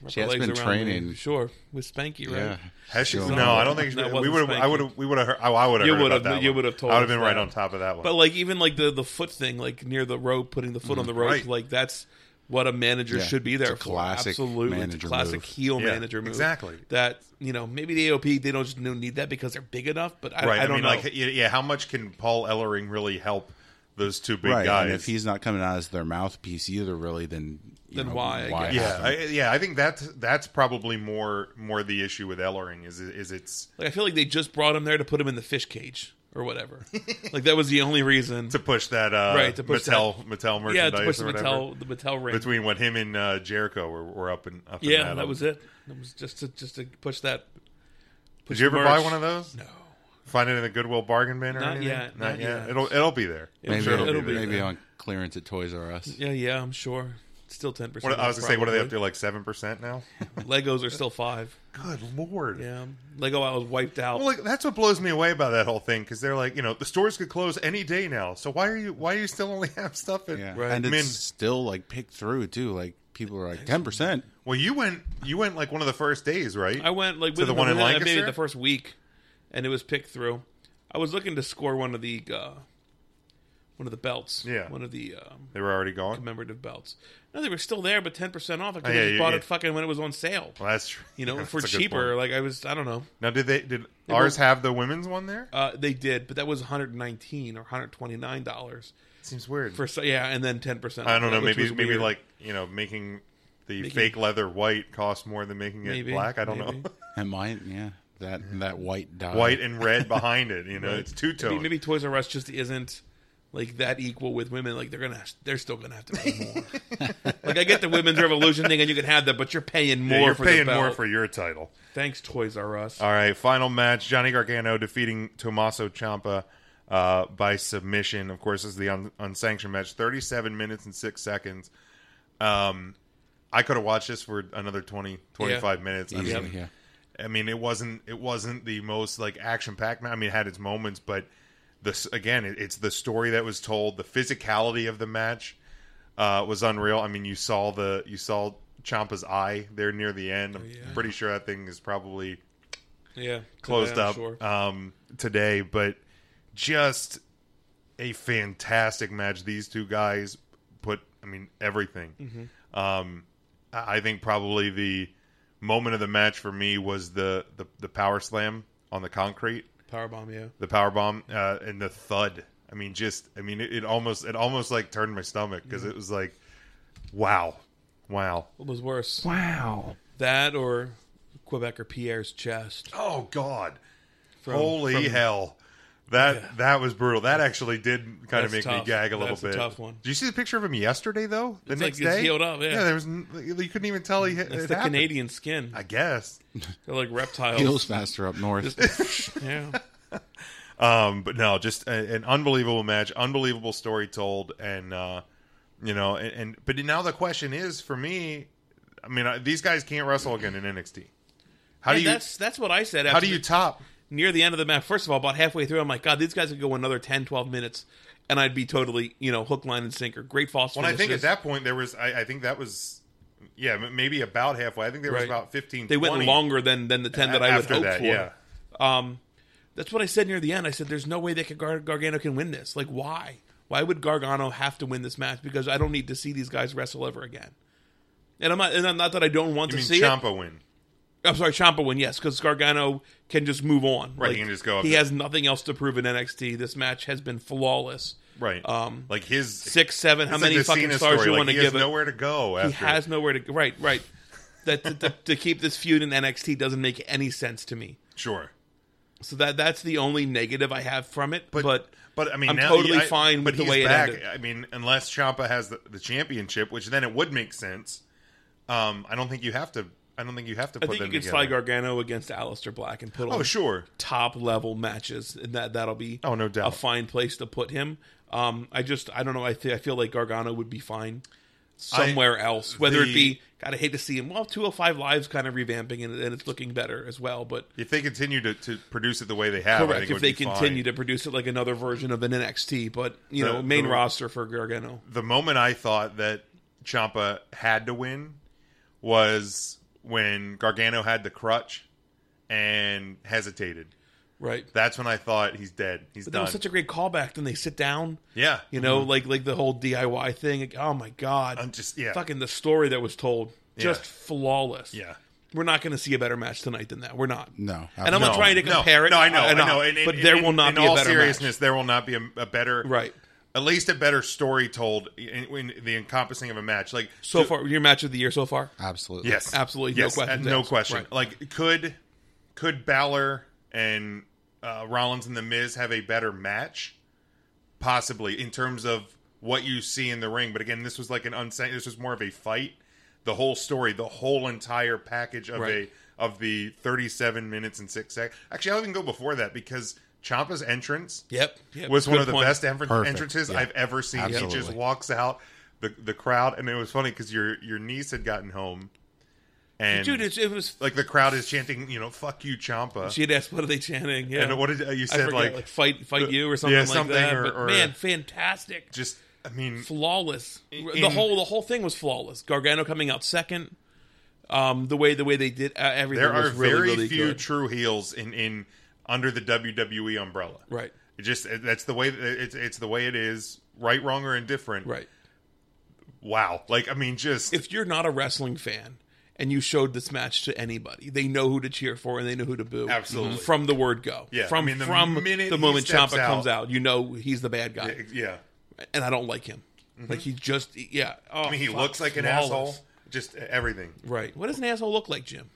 S8: Wrap
S7: She
S8: her
S7: has
S8: legs
S7: been
S8: around
S7: training.
S8: me. sure, with Spanky,
S7: yeah.
S8: right?
S1: Has she-
S7: So-
S1: no, I don't think she,
S8: That
S1: we
S8: wasn't
S1: would. I
S8: spanking.
S1: would. We would have. Heard, oh, I would have.
S8: You
S1: would
S8: would've-
S1: have.
S8: you would've told
S1: I would have
S8: us
S1: been right
S8: that.
S1: on top of that one.
S8: But like even like the the foot thing, like near the rope, putting the foot on the rope,
S1: Mm-hmm. Right.
S8: like that's what a manager
S7: Yeah,
S8: should be there
S7: it's a
S8: for.
S7: classic
S8: Absolutely, it's
S7: manager
S8: a classic
S7: move.
S8: heel
S1: Yeah,
S8: manager move.
S1: exactly.
S8: That you know maybe the AOP they don't just need that because they're big enough. But I,
S1: right.
S8: I
S1: I,
S8: don't
S1: mean,
S8: know.
S1: like, yeah, yeah, how much can Paul Ellering really help those two big
S7: right.
S1: guys?
S7: And if he's not coming out as their mouthpiece either, really, then you
S8: Then
S7: know,
S8: why, I guess.
S1: yeah,
S7: have him?
S1: I, yeah, I think that's that's probably more more the issue with Ellering is is it's
S8: Like I feel like they just brought him there to put him in the fish cage or whatever. like that was the only reason.
S1: to push that uh,
S8: Right, to push
S1: Mattel Mattel merchandise
S8: yeah, to push the
S1: or whatever.
S8: Mattel the Mattel ring.
S1: between what him and uh, Jericho were, were up and up.
S8: yeah,
S1: and
S8: that,
S1: at 'em.
S8: was it. It was just to just to push that. push
S1: Did you
S8: the
S1: ever buy
S8: merch.
S1: one of those?
S8: No.
S1: Find it in the Goodwill bargain bin or
S8: Not
S1: anything?
S8: yet, not yet.
S1: It'll it'll be there.
S8: I'm
S7: Maybe,
S8: sure
S7: it'll,
S8: it'll
S7: be
S8: be
S7: maybe
S8: there.
S7: on clearance at Toys R Us.
S8: Yeah, yeah, I'm sure. Still ten percent.
S1: What, I was gonna say, what are they up to? Like seven percent now?
S8: Legos are still five.
S1: Good lord!
S8: Yeah, Lego I was wiped out.
S1: Well, like, that's what blows me away about that whole thing because they're like, you know, the stores could close any day now. So why are you why you still only have stuff in?
S7: Yeah.
S8: Right.
S7: And
S1: I
S7: it's
S1: mean,
S7: still like picked through too. Like people are like ten percent.
S1: well, you went you went like one of the first days, right?
S8: I went like
S1: to the
S8: within
S1: one in
S8: within- uh,
S1: Lancaster.
S8: maybe the first week, and it was picked through. I was looking to score one of the uh, one of the belts.
S1: Yeah.
S8: one of the um,
S1: they were already gone. Oh,
S8: commemorative belts. No, they were still there, but ten percent off. I could have
S1: yeah,
S8: just
S1: you-
S8: bought
S1: you-
S8: it fucking when it was on sale.
S1: Well, that's true.
S8: You know,
S1: Yeah,
S8: for
S1: that's a good
S8: cheaper.
S1: point.
S8: Like I was, I don't know.
S1: Now, did they did ours
S8: were-
S1: have the women's one there?
S8: Uh, they did, but that was one hundred nineteen or one hundred twenty nine dollars
S1: Seems weird.
S8: for so, yeah, and then ten percent.
S1: I don't know. Maybe maybe like you know making the
S8: Making-
S1: fake leather white cost more than making it
S8: Maybe,
S1: black. I don't
S8: maybe.
S1: know.
S7: And mine, yeah, that that white dye.
S1: white and red behind it. You know,
S8: Right.
S1: it's two
S8: Maybe,
S1: tone.
S8: maybe Toys R Us just isn't like that equal with women. Like they're gonna, they're still gonna have to pay more. like I get the women's revolution thing, and you can have that, but you're paying more.
S1: Yeah, you're
S8: for
S1: paying
S8: the belt.
S1: more for your title.
S8: Thanks, Toys R Us.
S1: All right, final match: Johnny Gargano defeating Tommaso Ciampa uh, by submission. Of course, this is the un- unsanctioned match. Thirty-seven minutes and six seconds. Um, I could have watched this for another 20, 25 minutes. I
S7: Easily,
S1: mean,
S7: yeah.
S1: I mean, it wasn't it wasn't the most like action packed. I mean, it had its moments, but this again, it, it's the story that was told. The physicality of the match uh, was unreal. I mean, you saw the you saw Champa's eye there near the end.
S7: Oh,
S1: I'm pretty sure that thing is probably
S8: Yeah,
S1: closed
S8: yeah,
S1: up
S8: Sure.
S1: um, today, but just a fantastic match. These two guys put, I mean, everything.
S8: Mm-hmm.
S1: Um, I I think probably the moment of the match for me was the the, the power slam on the concrete,
S8: Powerbomb. Yeah,
S1: the power bomb, uh, and the thud. I mean, just I mean, it, it almost it almost like turned my stomach because it was like, wow, wow.
S8: Mm-hmm. what was worse? Wow, that or Quebec or Pierre's chest.
S1: Oh God.
S8: From,
S1: Holy
S8: from-
S1: hell. That that was brutal. That actually did kind of
S8: That's
S1: make me
S8: tough.
S1: gag a little
S8: That's a
S1: bit.
S8: tough one.
S1: Did you see the picture of him yesterday though? The
S8: It's like
S1: next
S8: he's
S1: day,
S8: healed up, yeah.
S1: there was n- you couldn't even tell he hit.
S8: That's
S1: it
S8: the
S1: happened.
S8: Canadian skin.
S1: I guess.
S8: They're like reptiles.
S7: Heels faster up north.
S8: Yeah,
S1: Um, but no, just a, an unbelievable match, unbelievable story told, and uh, you know, and, and but now the question is for me. I mean, I, these guys can't wrestle again in NXT. How
S8: And
S1: do you?
S8: that's that's what I said. After
S1: How do you
S8: the-
S1: top?
S8: near the end of the match, first of all, about halfway through, I'm like, God, these guys could go another 10, 12 minutes, and I'd be totally, you know, hook, line, and sinker. Great false
S1: Well, I think at
S8: finishes.
S1: that point there was. I, I think that was. Yeah, m- maybe about halfway. I think there was
S8: Right.
S1: about fifteen.
S8: They went
S1: 20.
S8: longer than than the 10 that I would
S1: after
S8: hope
S1: that,
S8: for.
S1: yeah.
S8: Um, that's what I said near the end. I said, there's no way they could Gar- Gargano can win this. Like, why? Why would Gargano have to win this match? Because I don't need to see these guys wrestle ever again. And I'm not, and I'm not that I don't want
S1: You
S8: to
S1: mean
S8: see it.
S1: Champa win?
S8: I'm sorry, Champa win, yes, because Gargano can just move on.
S1: Right, he can just go up
S8: He
S1: there.
S8: has nothing else to prove in NXT. This match has been flawless.
S1: Right. Um, like his
S8: six, seven, how
S1: it's like
S8: many
S1: the
S8: fucking
S1: Cena
S8: stars
S1: story,
S8: you
S1: like,
S8: wanna
S1: He has
S8: give it.
S1: nowhere to go.
S8: he
S1: After.
S8: has nowhere to go. Right, right. That to, to, to keep this feud in NXT doesn't make any sense to me.
S1: sure,
S8: So that that's the only negative I have from it. But
S1: but but, I mean,
S8: I'm
S1: now,
S8: totally
S1: I-
S8: fine
S1: but
S8: with the
S1: he's
S8: way it
S1: back.
S8: ended.
S1: I mean, unless Champa has the, the championship, which then it would make sense. Um, I don't think you have to. I don't think you have to
S8: I
S1: put
S8: think you
S1: them
S8: can
S1: together.
S8: slide Gargano against Aleister Black and put on
S1: oh, sure.
S8: top level matches, and that that'll be
S1: Oh, no doubt.
S8: a fine place to put him. Um, I just I don't know. I th- I feel like Gargano would be fine somewhere else, whether it
S1: the-
S8: be. God, I hate to see him. Well, 205 Live's kind of revamping and, and it's looking better as well. But
S1: If they continue to, to produce it the way they have, I
S8: correct
S1: think it
S8: if
S1: would
S8: they
S1: be fine.
S8: continue to produce it like another version of an NXT, but you
S1: The-
S8: know main
S1: the-
S8: roster for Gargano.
S1: the moment I thought that Champa had to win was when Gargano had the crutch and hesitated.
S8: Right.
S1: That's when I thought he's dead. He's
S8: But that
S1: done.
S8: was such a great callback. Then they sit down.
S1: yeah,
S8: You know, like like the whole DIY thing. Like, oh my god!
S1: Mm-hmm. I'm just- yeah.
S8: fucking the story that was told, just
S1: Yeah.
S8: flawless.
S1: yeah.
S8: we're not going to see a better match tonight than that. We're not.
S7: No.
S8: and I'm not
S1: No,
S8: trying to
S1: no,
S8: compare it.
S1: No, I know, I
S8: I'm not.
S1: know. And, and-
S8: but
S1: and-
S8: there
S1: and-
S8: will not
S1: in
S8: be a
S1: all
S8: better
S1: seriousness. There will not be a, a better,
S8: match. Right.
S1: At least a better story told in, in the encompassing of a match. Like
S8: So
S1: to-
S8: far, your match of the year so far.
S7: Absolutely.
S1: Yes,
S8: Absolutely, no
S1: Yes,
S8: questions
S1: and No
S8: asked.
S1: question.
S8: Right.
S1: Like, could could Balor and uh, Rollins and the Miz have a better match? Possibly in terms of what you see in the ring. But again, this was like an unsanctioned. This was more of a fight. The whole story, the whole entire package of
S8: Right.
S1: a of the thirty-seven minutes and six seconds. Actually, I'll even go before that because Champa's entrance
S8: Yep. Yep.
S1: was one
S8: Good
S1: of the
S8: point.
S1: best enfer-
S7: Perfect.
S1: entrances
S7: Yeah.
S1: I've ever seen. He just
S7: Absolutely.
S1: walks out the the crowd, and it was funny because your your niece had gotten home, and
S8: Dude, it, it was.
S1: like the crowd is chanting, you know, "Fuck you, Champa."
S8: She had asked, "What are they chanting?" Yeah.
S1: And what did uh, you
S8: I
S1: said?
S8: forget,
S1: like, uh,
S8: like, fight, fight you, or something
S1: yeah,
S8: like
S1: something
S8: that.
S1: or-
S8: but
S1: or-
S8: man, fantastic.
S1: just I mean,
S8: flawless. the
S1: in-
S8: whole the whole thing was flawless. Gargano coming out second. Um, the way the way they did uh, everything
S1: there are
S8: was really
S1: very
S8: really
S1: few
S8: good.
S1: true heels in in under the WWE umbrella.
S8: right,
S1: It just that's the way it's it's the way it is. Right, wrong, or indifferent.
S8: right.
S1: Wow. Like I mean, just
S8: If you're not a wrestling fan and you showed this match to anybody, they know who to cheer for and they know who to boo.
S1: Absolutely.
S8: from the word go.
S1: Yeah,
S8: from
S1: I mean, the
S8: from
S1: minute
S8: the
S1: he
S8: moment
S1: steps
S8: Ciampa
S1: out-
S8: comes out, you know he's the bad guy,
S1: yeah.
S8: and I don't like him. Like he just yeah. Oh,
S1: I mean, he
S8: fuck,
S1: looks like an
S8: flawless.
S1: asshole. Just everything.
S8: Right. What does an asshole look like, Jim?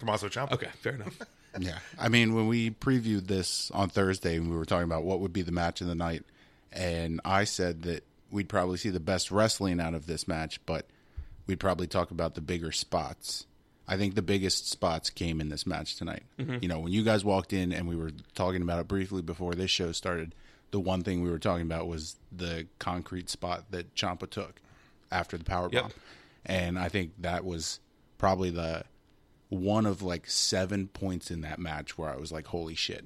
S1: Tommaso Ciampa.
S8: Okay, fair enough.
S7: Yeah. I mean, when we previewed this on Thursday and we were talking about what would be the match of the night, and I said that we'd probably see the best wrestling out of this match, but we'd probably talk about the bigger spots. I think the biggest spots came in this match tonight. You know, when you guys walked in and we were talking about it briefly before this show started, the one thing we were talking about was the concrete spot that Champa took after the power
S8: Yep.
S7: bomb. And I think that was probably the one of like seven points in that match where I was like, holy shit.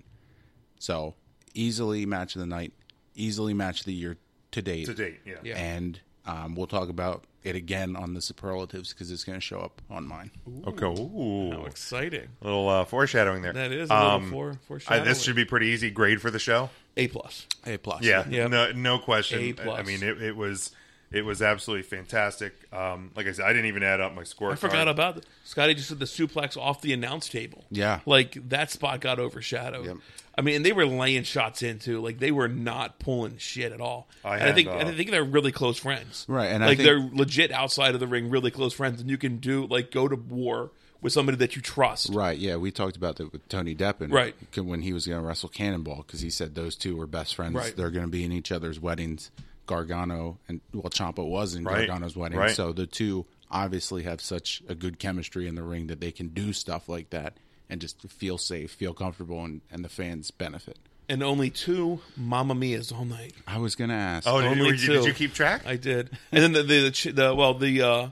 S7: So easily match of the night, easily match of the year to date.
S1: To date, yeah.
S8: Yeah.
S7: And um, we'll talk about it again on the superlatives because it's going to show up on mine.
S1: Okay. Ooh.
S8: How exciting!
S1: A little uh, foreshadowing there. Um,
S8: That is a little fore- foreshadowing.
S1: I, this should be pretty easy grade for the show.
S8: A plus.
S7: A plus.
S1: Yeah,
S8: Yeah.
S1: no, no question.
S8: A
S1: I- I
S8: plus.
S1: mean, it, it was it was absolutely fantastic. Um, like I said, I didn't even add up my score.
S8: I forgot about that. Scotty just did the suplex off the announce table.
S7: Yeah.
S8: Like that spot got overshadowed.
S7: Yep.
S8: I mean, and they were laying shots into like they were not pulling shit at all.
S1: I
S8: and I
S1: had,
S8: think
S1: uh,
S8: and I think they're really close friends.
S7: Right, and I
S8: like
S7: think-
S8: they're legit outside of the ring, really close friends, and you can do like go to war with somebody that you trust.
S7: Right. Yeah. We talked about that with Tony Deppen.
S8: Right.
S7: c- When he was going to wrestle Cannonball because he said those two were best friends.
S8: Right.
S7: They're going to be in each other's weddings. Gargano and, well, Champa was in
S1: Right.
S7: Gargano's wedding.
S1: Right.
S7: So the two obviously have such a good chemistry in the ring that they can do stuff like that and just feel safe, feel comfortable, and, and the fans benefit.
S8: And only two Mamma Mia's all night.
S7: I was going to ask.
S1: Oh, did you,
S8: Only
S1: were you- did
S8: two.
S1: you keep track?
S8: I did. And then the the, the, ch- the well the uh,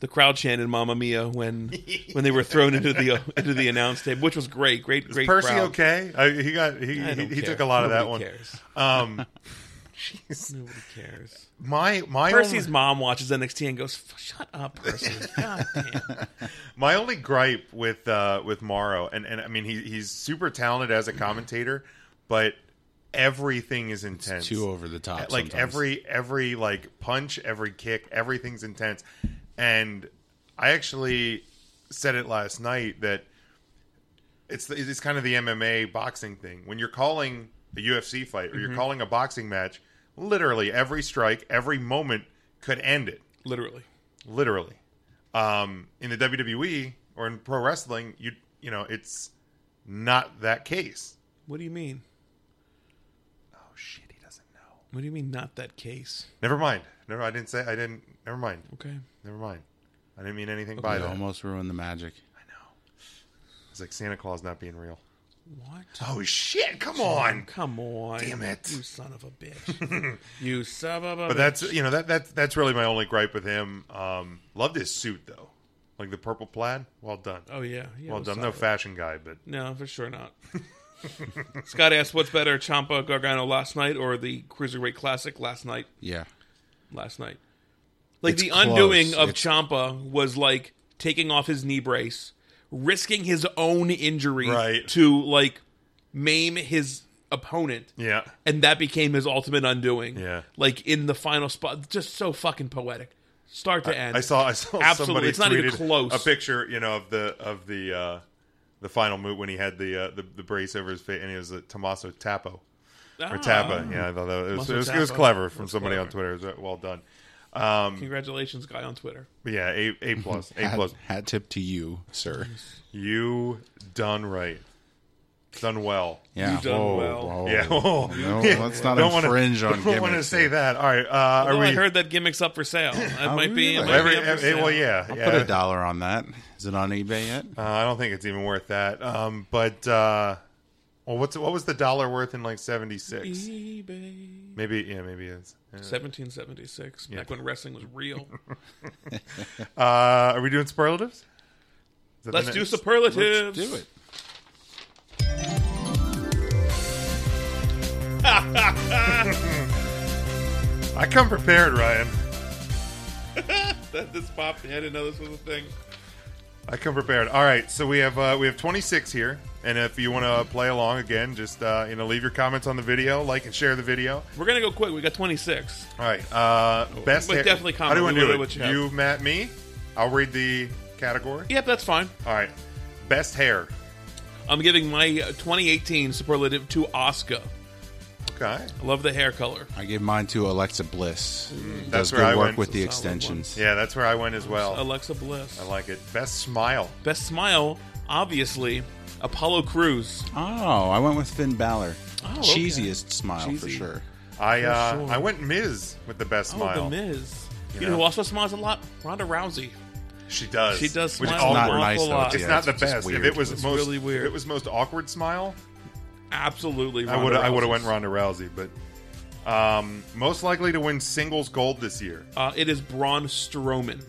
S8: the crowd chanted "Mamma Mia" when when they were thrown into the uh, into the announce table, which was great. Great,
S1: Is
S8: great.
S1: Percy
S8: crowd.
S1: okay? I, he got he
S8: I
S1: he,
S8: don't
S1: he
S8: care.
S1: took a lot of that one.
S8: Nobody Cares.
S1: Um,
S8: Nobody cares.
S1: my my
S8: Percy's
S1: only,
S8: mom watches NXT and goes, "F- "Shut up, Percy! God damn.
S1: my only gripe with uh with Morrow, and and I mean he he's super talented as a commentator, but everything is intense.
S7: too over the top.
S1: like
S7: sometimes.
S1: every every like punch every kick everything's intense and i actually said it last night that it's the, Mm-hmm. it's kind of the mma boxing thing when you're calling a ufc fight or you're calling a boxing match literally every strike, every moment could end it.
S8: Literally.
S1: Literally. Um, in the WWE or in pro wrestling, you you know, it's not that case.
S8: What do you mean?
S1: Oh shit, he doesn't know.
S8: What do you mean not that case?
S1: Never mind. Never I didn't say I didn't never mind.
S8: Okay.
S1: Never mind. I didn't mean anything by
S7: You
S1: that.
S7: almost ruined the magic.
S1: I know. It's like Santa Claus not being real.
S8: What?
S1: Oh shit, come on.
S8: Come on.
S1: Damn it.
S8: You son of a bitch. you son of a
S1: But that's you know that that that's really my only gripe with him. Um, loved his suit though, like the purple plaid. Well done.
S8: Oh, yeah. yeah
S1: well
S8: it was
S1: done. No
S8: solid.
S1: fashion guy, but
S8: No, for sure not. Scott asked, "What's better, Champa Gargano last night or the Cruiserweight Classic last night?"
S7: Yeah.
S8: Last night, like
S7: It's
S8: the
S7: close.
S8: undoing of
S7: It's-
S8: Champa was like taking off his knee brace, risking his own injury
S1: Right.
S8: to like maim his opponent,
S1: yeah,
S8: and that became his ultimate undoing.
S1: Yeah.
S8: like in the final spot, just so fucking poetic, start to end.
S1: I saw I saw
S8: Absolutely.
S1: somebody
S8: It's not even
S1: tweeted
S8: close.
S1: a picture you know of the of the uh, the final move when he had the, uh, the the brace over his face and he was a Tommaso Tappo.
S8: Ah,
S1: or Tappa. Yeah, I thought that was,
S8: Muscle
S1: it was, it was
S8: Tappa.
S1: clever from
S8: That's
S1: somebody on Twitter.
S8: clever.
S1: It was, uh, well done. Um,
S8: Congratulations, guy on Twitter.
S1: but yeah, a a plus, a
S7: Hat,
S1: plus.
S7: hat tip to you, sir.
S1: You done right, done well.
S7: Yeah.
S8: You done
S7: whoa,
S8: well.
S7: whoa.
S1: Yeah. Oh,
S7: No,
S1: yeah.
S7: let's not
S1: don't
S7: infringe
S1: wanna, Don't want
S7: on
S1: to
S7: gimmicks
S1: say
S7: here.
S1: that. All right. Uh,
S8: Although
S1: are we,
S8: I heard that gimmick's up for sale. It might be. It
S7: really?
S8: might
S1: every,
S8: be up for
S1: every-
S8: sale.
S1: well, yeah,
S7: I'll
S1: yeah.
S7: put a dollar on that. Is it on eBay yet?
S1: Uh, I don't think it's even worth that. Um, but uh, well, what's what was the dollar worth in like seventy six?
S8: eBay.
S1: Maybe yeah, maybe it's. yeah.
S8: 1776, back when wrestling was real.
S1: Uh, are we doing superlatives? Is that the
S8: Let's do
S1: next-
S8: superlatives.
S7: Do it.
S1: I come prepared, Ryan.
S8: That just popped in. I didn't know this was a thing.
S1: I come prepared. All right, so we have uh, we have 26 here, and if you want to play along again, just uh, you know leave your comments on the video, like and share the video.
S8: We're going to go quick. We got 26.
S1: All right, uh, best.
S8: But definitely
S1: How do you want
S8: comment.
S1: to
S8: We
S1: do
S8: wanna
S1: it?
S8: know what you have.
S1: you, Matt, me. I'll read the category.
S8: Yep, that's fine.
S1: All right, best hair.
S8: I'm giving my uh, 2018 superlative to Oscar.
S1: Okay,
S8: I love the hair color.
S7: I gave mine to Alexa Bliss.
S1: Mm, That's
S7: Does
S1: where
S7: good
S1: I
S7: work
S1: went.
S7: with the
S8: Solid
S7: extensions.
S1: yeah, that's where I went as well.
S8: Alexa Bliss.
S1: I like it. Best smile.
S8: Best smile, obviously, Apollo Cruz.
S7: Oh, I went with Finn Balor.
S8: Oh, okay.
S7: Cheesiest smile for
S8: Cheesy.
S7: sure.
S1: I uh,
S8: sure.
S1: I went Miz with the best smile.
S8: Oh, The Miz. You
S1: Yeah.
S8: know who also smiles a lot? Ronda Rousey.
S1: She does.
S8: She does
S1: Which
S8: smile
S1: all
S8: an
S7: not
S8: awful
S1: works.
S7: nice, though,
S8: lot.
S7: to
S1: It's
S7: Yeah,
S1: not
S7: it's
S1: the
S7: just
S1: best. If
S7: weird.
S1: it was
S8: It's
S1: most
S8: really weird.
S1: if it was most awkward smile,
S8: Absolutely.
S1: I would I would have
S8: went
S1: went Ronda Rousey, but um, most likely to win singles gold this year.
S8: Uh, it is Braun Strowman.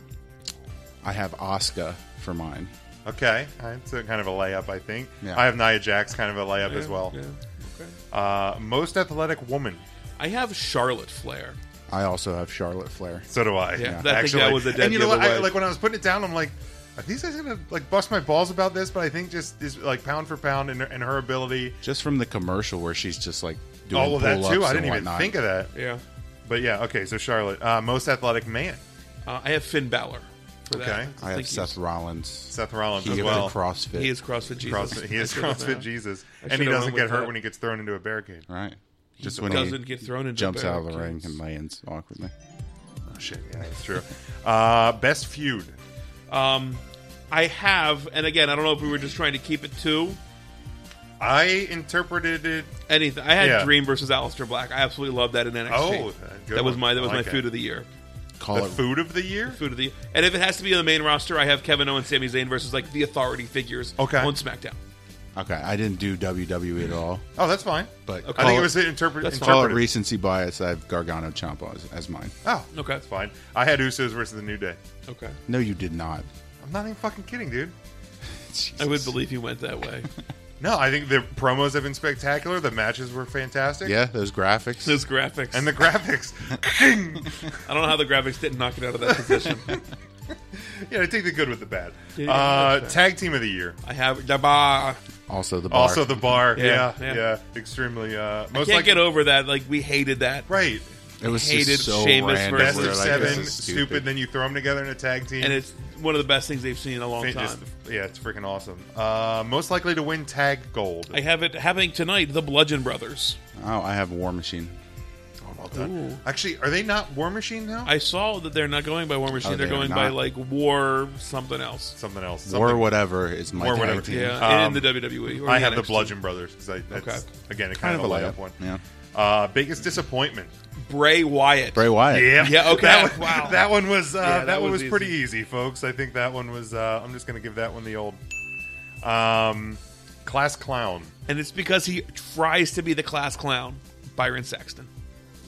S7: I have Oscar for mine.
S1: Okay, Uh, it's a kind of a layup, I think.
S7: Yeah.
S1: I have Nia Jax, kind of a layup as well.
S8: Yeah.
S1: Uh, most athletic woman.
S8: I have Charlotte Flair.
S7: I also have Charlotte Flair.
S1: So do I.
S8: Yeah, I think that was a dead
S1: and you know what? I,
S8: giveaway.
S1: like when I was putting it down, I'm like, are these guys gonna like bust my balls about this? But I think just this like pound for pound and, her- and her ability.
S7: Just from the commercial where she's just like doing
S1: All of that
S7: pull-ups
S1: too. I
S7: and
S1: didn't even
S7: whatnot.
S1: think of that.
S8: Yeah.
S1: But yeah, okay. So Charlotte, uh, most athletic man,
S8: Uh, I have Finn Balor for that.
S1: Okay.
S7: I have
S8: think
S7: Seth
S8: he's-
S7: Rollins.
S1: Seth Rollins
S7: He
S1: as
S7: is
S1: well.
S7: the CrossFit.
S8: He is CrossFit Jesus.
S1: CrossFit, he is
S8: I should've, uh,
S1: CrossFit Jesus,
S8: I
S1: and he
S8: should've
S1: doesn't
S8: went
S1: get
S8: with
S1: hurt
S8: that.
S1: when he gets thrown into a barricade.
S7: right. Just when
S8: doesn't
S7: he
S8: get thrown into
S7: jumps out of the ring
S8: barricades.
S7: and lands awkwardly.
S1: Oh shit, yeah, that's true. uh, best feud.
S8: Um, I have, and again, I don't know if we were just trying to keep it to
S1: I interpreted it.
S8: anything. I had
S1: Yeah.
S8: Dream versus Aleister Black. I absolutely love that in NXT.
S1: Oh, that- good
S8: that was
S1: one.
S8: my that
S1: I
S8: was
S1: like
S8: my
S1: it.
S8: food of the year.
S7: Call
S1: The
S7: it
S1: food of the year.
S8: Food of the and if it has to be on the main roster, I have Kevin Owens, Sami Zayn versus like the Authority figures
S1: Okay.
S8: on SmackDown.
S7: Okay, I didn't do WWE at all,
S1: Oh, that's fine.
S7: but
S1: I
S7: call
S1: think
S7: it
S1: it was interpre-
S8: That's fine.
S7: call it
S1: interpreted.
S7: recency bias. I have Gargano Ciampa as, as mine.
S1: oh,
S8: Okay.
S1: that's fine. I had Usos versus the New Day.
S8: Okay,
S7: No, you did not.
S1: I'm not even fucking kidding, dude.
S7: Jesus.
S8: I would believe he went that way.
S1: No, I think the promos have been spectacular. The matches were fantastic.
S7: Yeah, those graphics.
S8: Those graphics
S1: And the graphics.
S8: I don't know how the graphics didn't knock it out of that position.
S1: yeah, I take the good with the bad.
S8: Yeah,
S1: Uh,
S8: that's
S1: tag team of the year.
S8: I have the bar.
S7: also the bar.
S1: Also the bar. Yeah,
S8: Yeah,
S1: yeah.
S8: yeah.
S1: Extremely. Uh,
S8: I
S1: most
S8: can't
S1: like
S8: get over that. Like we hated that.
S1: right.
S7: it was
S8: hated
S7: just so
S8: Sheamus
S7: random.
S8: versus
S1: Best
S7: we were
S1: of
S7: like,
S1: seven.
S7: this is
S1: Stupid. Then you throw them together in a tag team.
S8: And it's one of the best things they've seen in a long
S1: It
S8: time.
S1: just- yeah, it's freaking awesome. Uh, most likely to win tag gold.
S8: I have it happening tonight. The Bludgeon Brothers.
S7: Oh, I have War Machine.
S1: oh my all done. Actually, are they not War Machine now?
S4: I saw that they're not going by War Machine.
S7: Oh,
S4: they're
S7: they are
S4: going by
S7: not.
S4: like War something else.
S1: something else.
S7: War
S1: something-
S7: whatever is my
S1: War
S7: tag
S1: whatever.
S7: team.
S4: Yeah, and in the WWE. or
S1: Um, I have the
S4: NXT.
S1: Bludgeon Brothers because I that's,
S4: Okay.
S1: again it kind, of, a layup, one.
S7: Yeah.
S1: Uh, biggest disappointment.
S4: Bray Wyatt.
S7: Bray Wyatt.
S1: Yeah.
S4: Yeah, okay.
S1: That one,
S4: Wow.
S1: That one was uh,
S4: Yeah,
S1: that,
S4: that
S1: one
S4: was
S1: was pretty easy, folks. I think that one was. Uh, I'm just going to give that one the old um, class clown.
S4: and it's because he tries to be the class clown, Byron Saxton.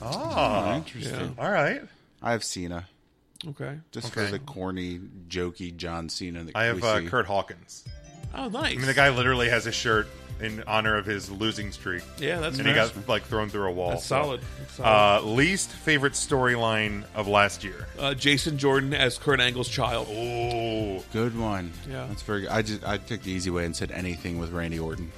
S1: Ah,
S7: Interesting.
S1: all right.
S7: I have Cena.
S4: Okay.
S7: Just
S1: Okay.
S7: for the corny, jokey John Cena that
S1: I have
S7: we
S1: uh,
S7: see.
S1: Kurt Hawkins.
S4: Oh, nice.
S1: I mean, the guy literally has a shirt in honor of his losing streak,
S4: Yeah, that's
S1: and he
S4: nice.
S1: got like thrown through a wall.
S4: That's
S1: so.
S4: solid. That's
S1: Uh,
S4: solid.
S1: least favorite storyline of last year.
S4: Uh, Jason Jordan as Kurt Angle's child.
S1: Oh,
S7: Good one.
S4: Yeah.
S7: that's very. Good. I just I took the easy way and said anything with Randy Orton.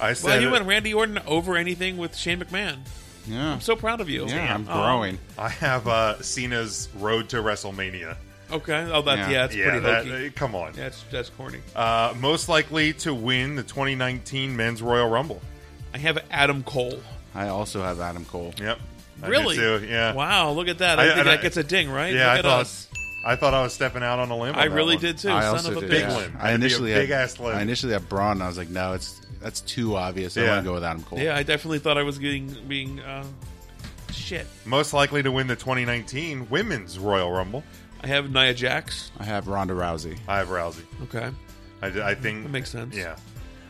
S1: I said
S4: Well, you
S1: it.
S4: went Randy Orton over anything with Shane McMahon.
S7: Yeah,
S4: I'm so proud of you.
S7: yeah, I'm
S4: Oh,
S7: growing.
S1: I have uh, Cena's road to WrestleMania.
S4: okay. Oh, that's yeah.
S7: Yeah.
S4: that's
S1: yeah,
S4: pretty
S1: that,
S4: hokey.
S1: uh, come on.
S4: that's that's corny.
S1: Uh, most likely to win the 2019 Men's Royal Rumble.
S4: I have Adam Cole.
S7: I also have Adam Cole.
S1: Yep. I did
S4: Really?
S1: too, Yeah.
S4: Wow. Look at that. I,
S1: I-
S4: think
S1: and
S4: that
S1: I-
S4: gets a ding, right?
S1: Yeah,
S4: Look
S1: I
S4: at
S1: thought
S4: us.
S1: I thought I was stepping out on a limb. on
S4: I
S1: that
S4: really
S1: one.
S4: did too.
S7: I
S4: Son
S7: also
S4: of a
S7: did.
S4: bitch.
S1: Big
S7: yeah.
S1: limb. Had
S7: I
S1: to be a
S7: initially
S1: big
S7: had,
S1: ass limb.
S7: I initially had Braun. And I was like, no, it's that's too obvious. I
S1: Yeah.
S7: want to go with Adam Cole.
S4: Yeah, I definitely thought I was getting being uh, shit.
S1: Most likely to win the 2019 Women's Royal Rumble.
S4: I have Nia Jax.
S7: I have Ronda Rousey.
S1: I have Rousey.
S4: Okay.
S1: I, d- I think
S4: That makes sense.
S1: Yeah.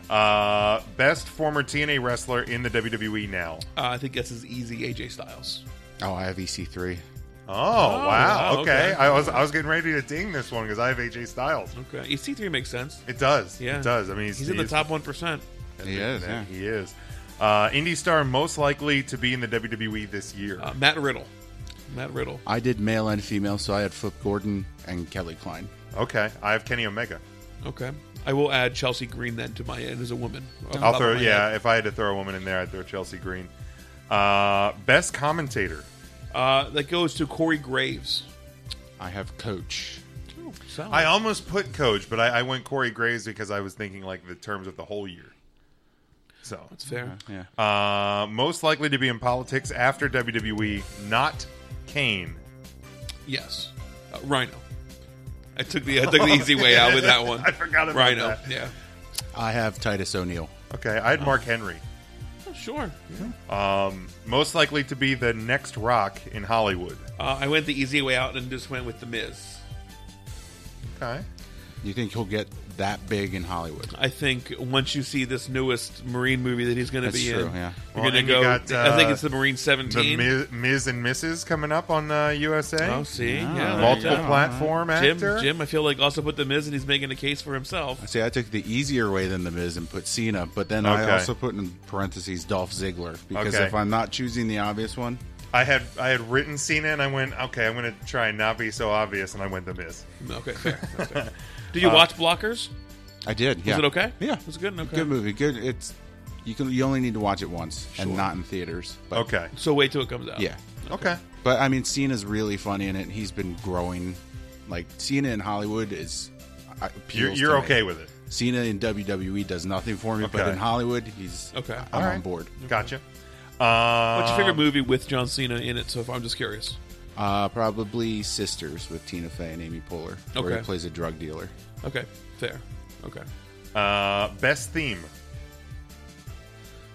S1: Uh, best former TNA wrestler in the WWE now.
S4: Uh, I think that's as easy AJ Styles.
S7: Oh, I have EC3.
S1: Oh, wow.
S4: wow,
S1: Okay.
S4: okay.
S1: I was I was getting ready to ding this one because I have AJ Styles.
S4: Okay. EC3 makes sense.
S1: It does.
S4: Yeah.
S1: It does. I mean, he's,
S4: He's in the top 1%.
S7: He is.
S1: Yeah,
S7: Yeah.
S1: he is. Uh, indie star most likely to be in the WWE this year.
S4: Uh, Matt Riddle. Matt Riddle.
S7: I did male and female, so I had Flip Gordon and Kelly Klein.
S1: okay, I have Kenny Omega.
S4: Okay. I will add Chelsea Green then to my end as a woman. Off the top
S1: I'll
S4: of
S1: throw.
S4: my
S1: Yeah,
S4: head.
S1: if I had to throw a woman in there, I'd throw Chelsea Green. Uh, best commentator.
S4: Uh, that goes to Corey Graves.
S7: I have Coach.
S4: Oh, solid.
S1: I almost put Coach, but I, I went Corey Graves because I was thinking like the terms of the whole year. So,
S4: It's fair.
S7: Yeah.
S1: uh, most likely to be in politics after WWE, not Kane.
S4: Yes. Uh, Rhino. I took the I took the easy way out with that one.
S1: I forgot about
S4: Rhino.
S1: that.
S4: Yeah.
S7: I have Titus O'Neil.
S1: Okay, I had Mark Henry.
S4: Oh, sure.
S1: Most likely to be the next Rock in Hollywood.
S4: Uh, I went the easy way out and just went with the Miz.
S1: Okay.
S7: You think he'll get that big in Hollywood?
S4: I think once you see this newest Marine movie that he's going to
S7: That's
S4: be
S7: true,
S4: in,
S7: yeah.
S4: you're
S1: Well,
S4: going to
S1: and you
S4: go.
S1: got,
S4: I think
S1: uh,
S4: it's the Marine
S1: The
S4: 17.
S1: Ms. Ms. and Mrs. coming up on uh, USA.
S4: oh, see, yeah, there you
S1: Multiple
S4: go. Uh-huh.
S1: platform
S4: Jim,
S1: actor.
S4: Jim, I feel like also put the Miz, and he's making a case for himself.
S7: See, I took the easier way than the Miz and put Cena, but then
S1: Okay.
S7: I also put in parentheses Dolph Ziggler because
S1: Okay.
S7: if I'm not choosing the obvious one,
S1: I had I had written Cena and I went, okay, I'm gonna try and not be so obvious and I went the Miz.
S4: Okay, fair. Okay. Did
S1: Uh,
S4: you watch Blockers?
S7: I did. Yeah.
S4: Was it okay?
S7: Yeah,
S4: was it good? Okay.
S7: Good movie. Good. It's you can you only need to watch it once and
S4: Sure.
S7: not in theaters. But,
S1: Okay.
S4: So wait till it comes out.
S7: Yeah,
S1: Okay.
S7: but I mean, Cena's really funny in it. and He's been growing. Like Cena in Hollywood is. I-
S1: You're,
S7: appeals
S1: you're
S7: to me.
S1: okay with it.
S7: Cena in WWE does nothing for me, but
S1: Okay.
S7: in Hollywood, he's
S4: Okay.
S7: I'm
S1: All
S7: on
S1: right.
S7: board.
S1: Gotcha.
S4: What's
S1: Uh,
S4: your favorite movie with John Cena in it so far? I'm just curious.
S7: Uh, probably Sisters with Tina Fey and Amy Poehler, where
S4: Okay.
S7: he plays a drug dealer.
S4: Okay, fair. Okay,
S1: uh, best theme?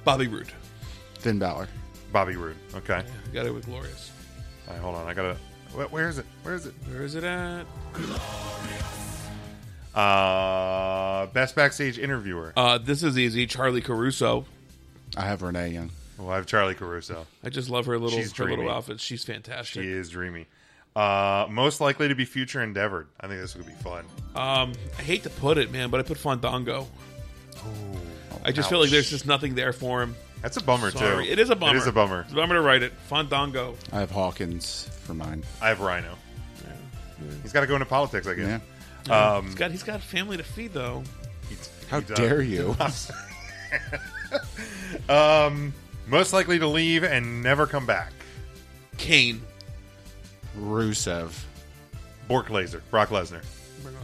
S4: Bobby Roode.
S7: Finn Balor.
S1: Bobby Roode. Okay.
S4: Got it with Glorious.
S1: All right, hold on. I gotta. wh- Where is it? Where is it?
S4: Where is it at?
S1: Uh, best backstage interviewer.
S4: Uh, this is easy. Charlie Caruso.
S7: I have Renee Young.
S1: Well, I have Charlie Caruso.
S4: I just love her little
S1: She's
S4: her little
S1: dreamy.
S4: outfit. She's fantastic.
S1: She is dreamy. Uh, most likely to be future endeavored. I think this would be fun.
S4: Um, I hate to put it, man, but I put Fandango. I just feel
S1: ouch.
S4: like there's just nothing there for him.
S1: That's a bummer
S4: Sorry.
S1: too.
S4: It is a bummer.
S1: It is a bummer.
S4: It's a bummer to write it. Fandango.
S7: I have Hawkins for mine.
S1: I have Rhino. He's got to go into politics, I
S7: Yeah.
S1: guess. Um,
S4: He's got he's got family to feed though.
S1: he-
S7: How
S1: he does.
S7: dare you?
S1: Most likely to leave and never come back.
S4: Kane.
S7: Rusev.
S1: Bork Laser, Brock Lesnar.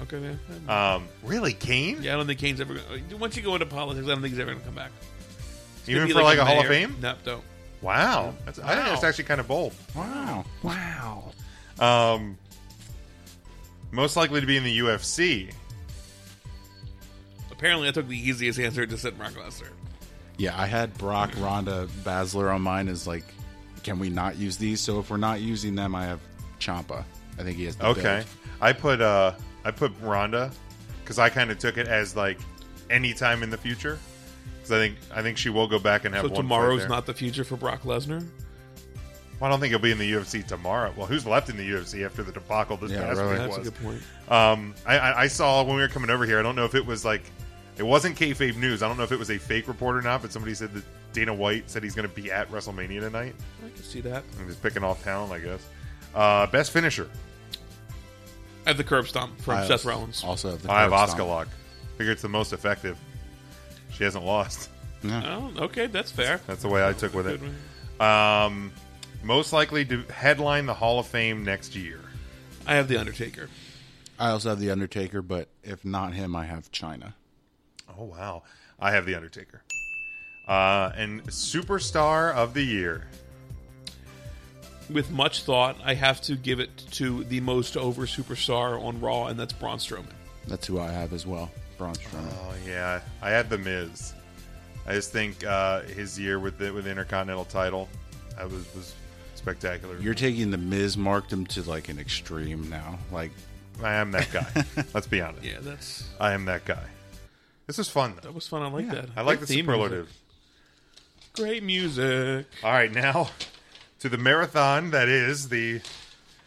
S4: Okay, man.
S1: Um, really, Kane?
S4: yeah, I don't think Kane's uh, ever. gonna Once you go into politics, I don't think he's ever gonna come back. He's
S1: Even
S4: gonna be
S1: for like, a Hall of
S4: mayor.
S1: Fame?
S4: No, don't.
S1: Wow. That's, I think that's actually kind of bold.
S7: Wow. Wow.
S1: Um, most likely to be in the UFC.
S8: Apparently, I took the easiest answer to sit Brock Lesnar.
S7: Yeah, I had Brock, Ronda, Basler on mine as like, can we not use these? So if we're not using them, I have Champa. I think he has. The
S1: Okay.
S7: build.
S1: I put uh I put Rhonda because I kind of took it as like any time in the future because I think I think she will go back and have
S8: So
S1: one.
S8: tomorrow's
S1: fight there.
S8: not the future for Brock Lesnar.
S1: Well, I don't think he'll be in the UFC tomorrow. Well, who's left in the UFC after the debacle this
S7: Yeah,
S1: past
S7: really.
S1: week
S8: That's
S1: was?
S8: a good point.
S1: Um, I, I, I saw when we were coming over here. I don't know if it was like it wasn't kayfabe news. I don't know if it was a fake report or not, but somebody said that Dana White said he's going to be at WrestleMania tonight.
S8: I can see that.
S1: I'm just picking off talent, I guess. Uh, best finisher,
S8: I have the curb stomp from
S7: I
S8: Seth Rollins.
S7: Also have the.
S1: I have
S7: curb
S1: Oscar
S7: stomp.
S1: Lock. Figure it's the most effective. She hasn't lost.
S8: Oh, okay, that's fair.
S1: That's the way I took with it.
S8: Good one.
S1: Um, most likely to headline the Hall of Fame next year.
S8: I have the Undertaker.
S7: I also have the Undertaker, but if not him, I have China.
S1: Oh wow! I have the Undertaker. Uh, and superstar of the year.
S8: With much thought, I have to give it to the most over superstar on Raw, and that's Braun Strowman.
S7: That's who I have as well. Braun Strowman.
S1: Oh yeah, I had the Miz. I just think uh, his year with the with the Intercontinental title, that was was spectacular.
S7: You're taking the Miz markdom to like an extreme now. Like
S1: I am that guy. Let's be honest.
S8: Yeah, that's
S1: I am that guy. This was fun though.
S8: that was fun. I like that.
S1: I like
S8: Great
S1: the
S8: theme music.
S1: superlative.
S8: Great music.
S1: All right, now to the marathon that is the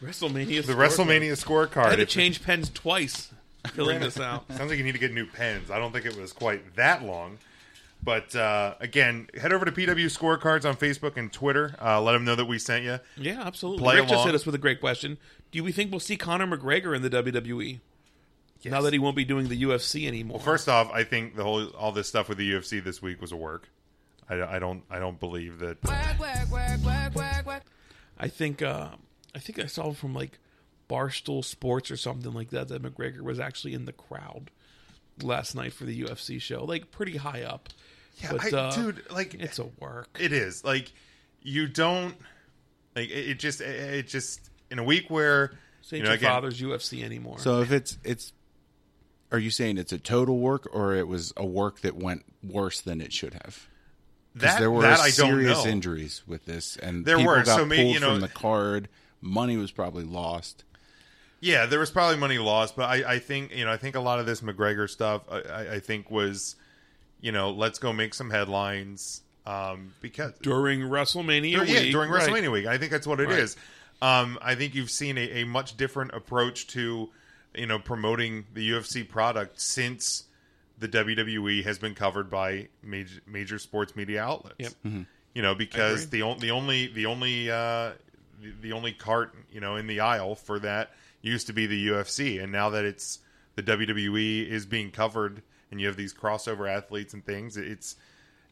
S8: WrestleMania.
S1: the
S8: scorecard.
S1: WrestleMania scorecard.
S8: I had to
S1: If-
S8: change pens twice, filling this out.
S1: Sounds like you need to get new pens. I don't think it was quite that long. But uh, again, head over to PW Scorecards on Facebook and Twitter. Uh, let them know that we sent you.
S8: Yeah, absolutely.
S1: Play
S8: Rick just
S1: along.
S8: hit us with a great question. Do we think we'll see Conor McGregor in the WWE now that he won't be doing the UFC anymore?
S1: First off, I think the whole all this stuff with the UFC this week was a work. I, I don't I don't believe that.
S8: I think uh, I think I saw from like Barstool Sports or something like that that McGregor was actually in the crowd last night for the UFC show, like pretty high up. Yeah,
S1: I- dude, like-
S8: it's a work.
S1: It is like you don't like it, it just it, it just in a week where
S8: This
S1: you
S8: ain't
S1: know
S8: your
S1: again
S8: father's UFC anymore.
S7: so if it's it's are you saying it's a total work or it was a work that went worse than it should have? Because
S1: that
S7: there were
S1: that I don't
S7: serious
S1: know.
S7: injuries with this and
S1: There
S7: people
S1: were,
S7: got
S1: so may-
S7: pulled
S1: you know-
S7: from the card. Money was probably lost.
S1: Yeah, there was probably money lost, but I, I think you know I think a lot of this McGregor stuff I, I, I think was, you know, let's go make some headlines um, because
S8: during WrestleMania
S1: Oh, yeah,
S8: week,
S1: during
S8: right.
S1: WrestleMania week. I think that's what it is.
S8: Right.
S1: Um, I think you've seen a, a much different approach to, you know, promoting the UFC product since the WWE has been covered by major, major sports media outlets.
S8: Yep.
S1: You know, because the on, the only the only uh, the, the only cart you know in the aisle for that used to be the UFC, and now that it's the WWE is being covered, and you have these crossover athletes and things, it's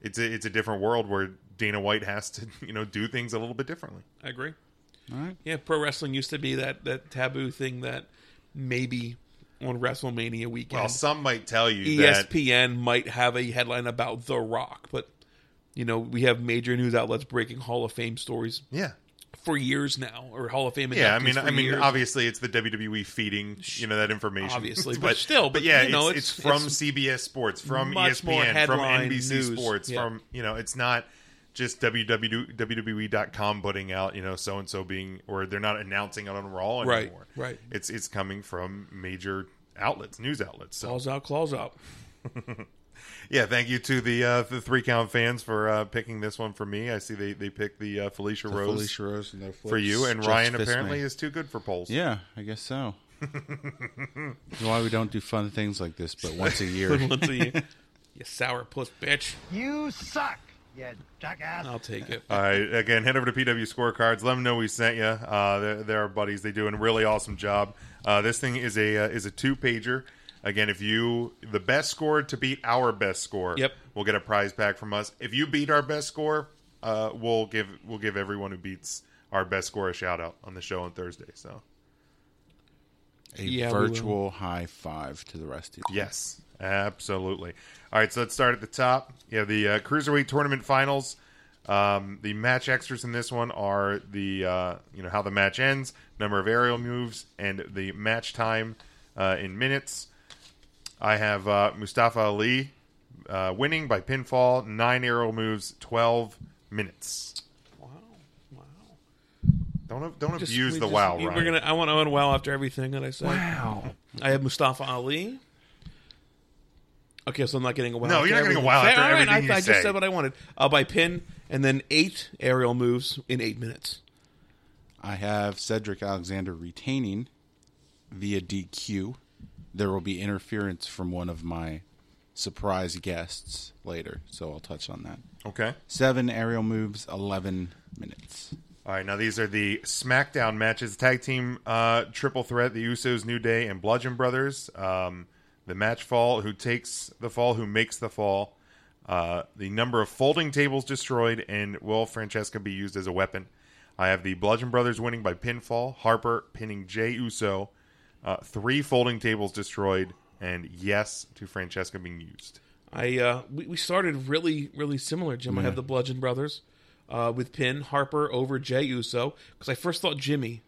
S1: it's a, it's a different world where Dana White has to you know do things a little bit differently.
S8: I agree. All right. Yeah, pro wrestling used to be that that taboo thing that maybe on WrestleMania weekend E
S1: Well, some might tell you that
S8: ESPN might have a headline about The Rock, but you know we have major news outlets breaking Hall of Fame stories
S1: yeah.
S8: for years now, or Hall of Fame.
S1: Yeah, I
S8: inductees
S1: mean,
S8: for
S1: I mean,
S8: years.
S1: obviously, it's the WWE feeding you know that information,
S8: Obviously, but still, but,
S1: yeah,
S8: you know,
S1: it's, it's
S8: it's-
S1: from
S8: it's
S1: CBS Sports, from E
S8: much more
S1: ESPN, from
S8: headline
S1: NBC
S8: news.
S1: Sports,
S8: Yeah.
S1: from you know, it's not just E, www WWE.com putting out you know so and so being or they're not announcing it on Raw
S8: Right,
S1: anymore.
S8: right.
S1: It's it's coming from major outlets, news outlets. So
S8: claws out, claws out.
S1: Yeah, thank you to the uh, the three count fans for uh, picking this one for me. I see they they picked the uh, Felicia Rose
S7: Felicia Rose and their
S1: for you,
S7: flips
S1: and
S7: just
S1: Ryan
S7: fist
S1: apparently
S7: me.
S1: is too good for polls.
S7: Yeah, I guess so. That's why we don't do fun things like this, but once a year.
S8: Once a year. you sour puss bitch.
S2: You suck, you jackass.
S8: I'll take it.
S1: All right, again, head over to PW Scorecards. Let them know we sent you. Uh, they're, they're our buddies. They do a really awesome job. Uh, this thing is a uh, is a two pager. Again, if you the best score to beat our best score,
S8: Yep.
S1: we'll get a prize back from us. If you beat our best score, uh, we'll give we'll give everyone who beats our best score a shout out on the show on Thursday. So
S7: a
S8: Yeah, we will.
S7: virtual high five to the rest of you.
S1: Yes, absolutely. All right, so let's start at the top. You have the uh, Cruiserweight Tournament Finals. Um, the match extras in this one are the uh, you know how the match ends, number of aerial moves, and the match time uh, in minutes. I have uh, Mustafa Ali uh, winning by pinfall, nine arrow moves, twelve minutes.
S8: Wow, wow.
S1: Don't don't
S8: Just-
S1: abuse
S8: we
S1: the
S8: just-
S1: wow,
S8: We're
S1: Ryan.
S8: gonna. I want to own wow after everything that I say. Wow. I have Mustafa Ali. Okay, so I'm not getting a wow.
S1: No,
S8: after
S1: you're not getting a
S8: everything.
S1: wow
S8: Fair,
S1: after
S8: all right,
S1: everything
S8: I,
S1: you
S8: I
S1: say.
S8: just said what I wanted. Uh, by pin, and then eight aerial moves in eight minutes.
S7: I have Cedric Alexander retaining via DQ. There will be interference from one of my surprise guests later, so I'll touch on that.
S1: okay.
S7: Seven aerial moves, 11 minutes.
S1: All right, now these are the SmackDown matches: tag team uh, triple threat, the Usos, New Day, and Bludgeon Brothers. Um, the match fall: who takes the fall, who makes the fall. Uh, the number of folding tables destroyed, and will Francesca be used as a weapon? I have the Bludgeon Brothers winning by pinfall. Harper pinning Jay Uso. Uh, three folding tables destroyed, and yes to Francesca being used.
S8: I uh, we, we started really really similar. Jim, I have the Bludgeon Brothers uh, with Pin Harper over Jay Uso because I first thought Jimmy,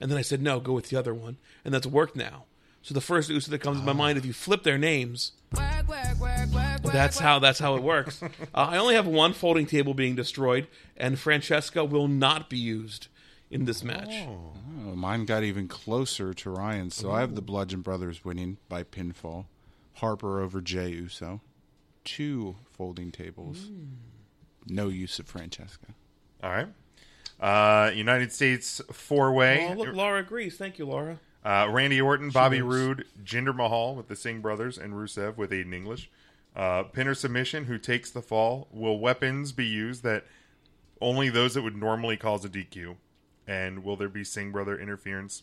S8: and then I said no, go with the other one, and that's worked now. So the first Uso that comes to my mind, if you flip their names, that's how that's how it works. uh, I only have one folding table being destroyed, and Francesca will not be used in this match.
S7: Oh, mine got even closer to Ryan's, so I have the Bludgeon Brothers winning by pinfall. Harper over Jay Uso. Two folding tables. No use of Francesca.
S1: All right. Uh, United States four way.
S8: Oh, look, Laura agrees. Thank you, Laura.
S1: Uh, Randy Orton, Bobby Roode, Jinder Mahal with the Singh brothers, and Rusev with Aiden English. Uh, pinner submission, who takes the fall? Will weapons be used that only those that would normally cause a DQ? And will there be Singh brother interference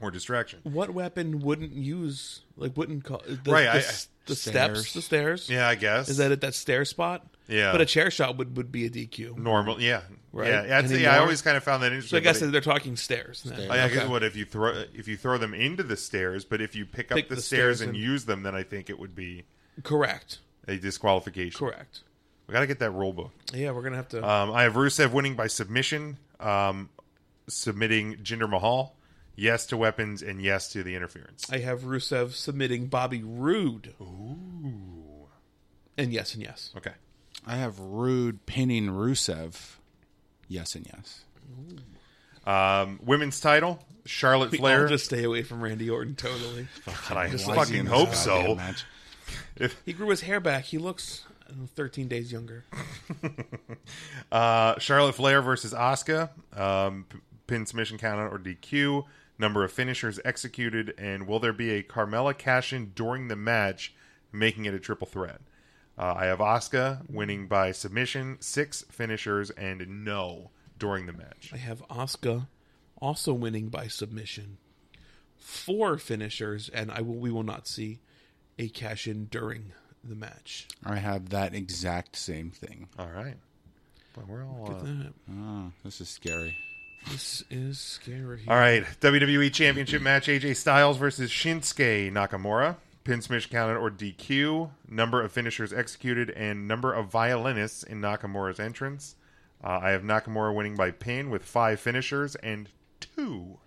S1: or distraction?
S8: What weapon wouldn't use like wouldn't call the,
S1: Right,
S8: the,
S1: I-
S8: s- the steps, the stairs?
S1: Yeah, I guess.
S8: Is that at that stair spot?
S1: Yeah.
S8: But a chair shot would, would be a DQ.
S1: normal? Yeah,
S8: Right.
S1: Yeah, that's,
S8: Any
S1: yeah I
S8: more?
S1: always kind of found that
S8: So
S1: interesting.
S8: I guess
S1: but it-
S8: they're talking stairs. then.
S1: I
S8: Okay.
S1: guess what if you throw if you throw them into the stairs, but if you pick up
S8: Pick
S1: the,
S8: the
S1: stairs
S8: stairs
S1: and
S8: and-
S1: use them, then I think it would be
S8: Correct.
S1: a disqualification.
S8: Correct.
S1: We got to get that rule book.
S8: Yeah, we're gonna have to.
S1: Um, I have Rusev winning by submission, um, submitting Jinder Mahal. Yes to weapons and yes to the interference.
S8: I have Rusev submitting Bobby Roode. Ooh. And yes, and yes.
S1: okay.
S7: I have Rude pinning Rusev. Yes and yes.
S1: Um, women's title: Charlotte
S8: We
S1: Flair.
S8: all just stay away from Randy Orton totally.
S1: God, I
S7: Why is he in
S1: fucking
S7: this
S1: hope so.
S7: goddamn match?
S8: he grew his hair back. He looks I don't know, 13 days younger.
S1: Uh, Charlotte Flair versus Asuka. Um, p- pin submission count out or DQ. Number of finishers executed, and will there be a Carmella cash in during the match, making it a triple threat? Uh, I have Asuka winning by submission, six finishers, and no during the match.
S8: I have Asuka also winning by submission. Four finishers, and I will. We will not see a cash in during the match.
S7: I have that exact same thing.
S1: All right. But we're all uh,
S8: That-
S7: Oh, this is scary.
S8: This is scary.
S1: all right. WWE Championship match: AJ Styles versus Shinsuke Nakamura. Pin smash counted or DQ. Number of finishers executed and number of violinists in Nakamura's entrance. Uh, I have Nakamura winning by pin with five finishers and two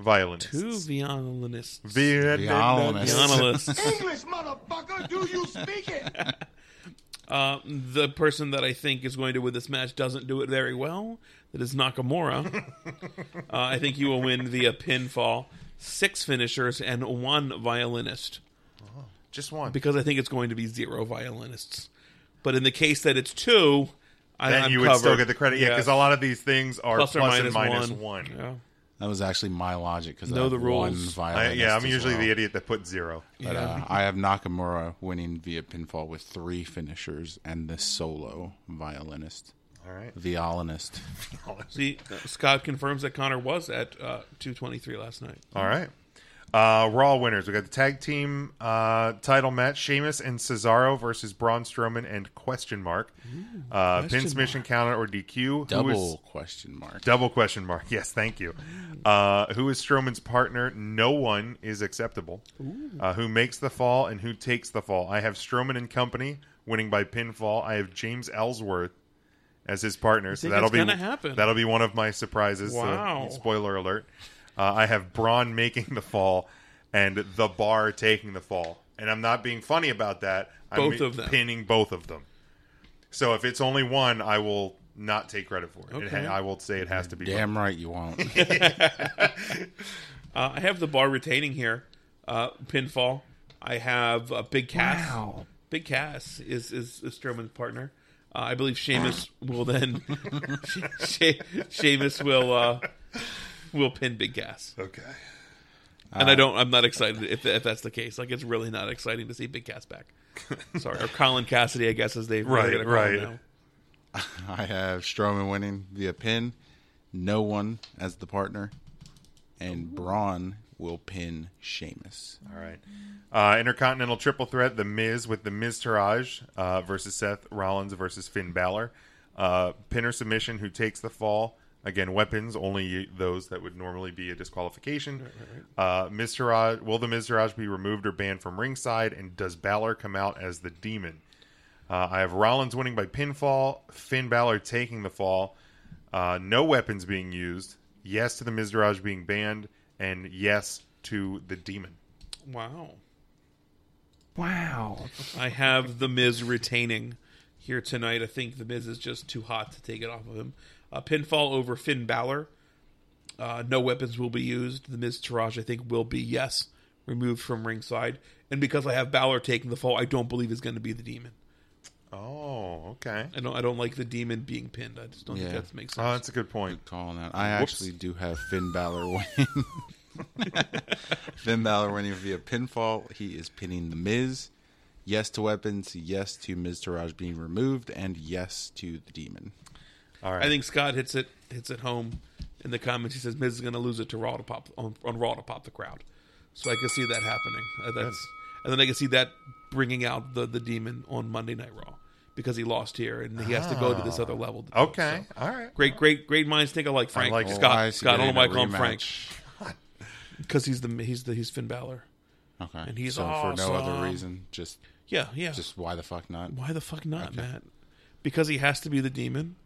S1: violinists.
S8: Two violinists.
S1: Vi-
S7: Violinists.
S8: Violinists.
S4: English, motherfucker, do you speak it?
S8: uh, the person that I think is going to win this match doesn't do it very well. That is Nakamura. uh, I think he will win via pinfall. Six finishers and one violinist.
S1: Just one.
S8: because I think it's going to be zero violinists. But in the case that it's two, I,
S1: then
S8: I'm
S1: you would
S8: covered.
S1: still get the credit. Yeah, because a lot of these things are
S8: plus,
S1: plus,
S8: or
S1: and
S8: minus
S1: minus
S8: one.
S1: one. Yeah,
S8: Yeah.
S7: That was actually my logic because I
S8: Know
S7: have
S8: the
S7: one
S8: rules.
S1: I,
S7: violinist
S1: yeah I'm
S7: as
S1: usually
S7: well.
S1: the idiot that put zero.
S7: But, uh, I have Nakamura winning via pinfall with three finishers and the solo violinist.
S1: All right.
S7: Violinist.
S8: See, Scott confirms that Connor was at uh, 223 last night.
S1: All right. Uh, Raw winners. We got the tag team uh, title match: Sheamus and Cesaro versus Braun Strowman and question mark. uh, pin submission counter or DQ. Who is-
S7: Double question mark.
S1: double question mark. Yes, thank you. Uh, who is Strowman's partner? No one is acceptable. Uh, who makes the fall and who takes the fall? I have Strowman and company winning by pinfall. I have James Ellsworth as his partner. So
S8: think
S1: that'll
S8: it's
S1: be
S8: gonna happen.
S1: that'll be one of my surprises. so
S8: Wow.
S1: spoiler alert. Uh, I have Braun making the fall and the bar taking the fall, and I'm not being funny about that. I'm
S8: Both of them.
S1: pinning both of them. So if it's only one, I will not take credit for it. It ha-
S8: Okay.
S1: I will say it has to be. both.
S7: Damn right you won't.
S8: Uh, I have the bar retaining here. Uh, pinfall. I have uh, Big Cass. Big Cass is is, is Strowman's partner. Uh, I believe Sheamus will then. she, she, Sheamus will uh, will pin Big Cass,
S1: Okay. Uh,
S8: and I don't. I'm not excited if if that's the case. Like it's really not exciting to see Big Cass back. Sorry, or Colin Cassidy, I guess, as they
S1: Right,
S8: really gotta call him
S1: right.
S8: now.
S7: I have Strowman winning via pin, no one as the partner, and Braun will pin Sheamus.
S1: All right. Uh, Intercontinental Triple Threat: The Miz with the Miz Taraj uh, versus Seth Rollins versus Finn Balor. Uh, pinner submission. Who takes the fall? Again, weapons only those that would normally be a disqualification. Uh, Miz Taraj, will the Miz Taraj be removed or banned from ringside? And does Balor come out as the demon? Uh, I have Rollins winning by pinfall, Finn Balor taking the fall, uh, no weapons being used, yes to the Miz Taraj being banned, and yes to the demon.
S8: Wow. Wow. I have The Miz retaining here tonight. I think The Miz is just too hot to take it off of him. Uh, pinfall over Finn Balor. Uh, no weapons will be used. The Miz Taraj, I think, will be, yes, removed from ringside. And because I have Balor taking the fall, I don't believe is going to be the demon.
S1: Oh, okay.
S8: I don't, I don't like the demon being pinned. I just don't
S7: Yeah.
S8: think that makes sense.
S1: Oh, that's a good point.
S7: Calling out. I actually do have Finn Balor winning. Finn Balor winning via pinfall. He is pinning the Miz. Yes to weapons. Yes to Miz Taraj being removed, and yes to the Demon.
S8: I think Scott hits it hits it home in the comments. He says Miz is going to lose it to Raw to pop on, on Raw to pop the crowd. So I can see that happening. Uh, that's and then I can see that bringing out the the demon on Monday Night Raw because he lost here and he has to go to this
S7: Ah.
S8: other level. to do it.
S1: Okay, all right.
S8: Great, great, great minds think alike, Frank.
S1: like it.
S8: Scott,
S7: Why is he
S8: Scott, I don't know why I
S7: getting a
S8: call him Frank
S7: rematch?
S8: because he's the he's the he's Finn Balor.
S7: Okay,
S8: And he's
S7: so for
S8: awesome.
S7: no other reason, just
S8: Yeah, yeah.
S7: just why the fuck not?
S8: why the fuck not, Matt? Because he has to be the demon.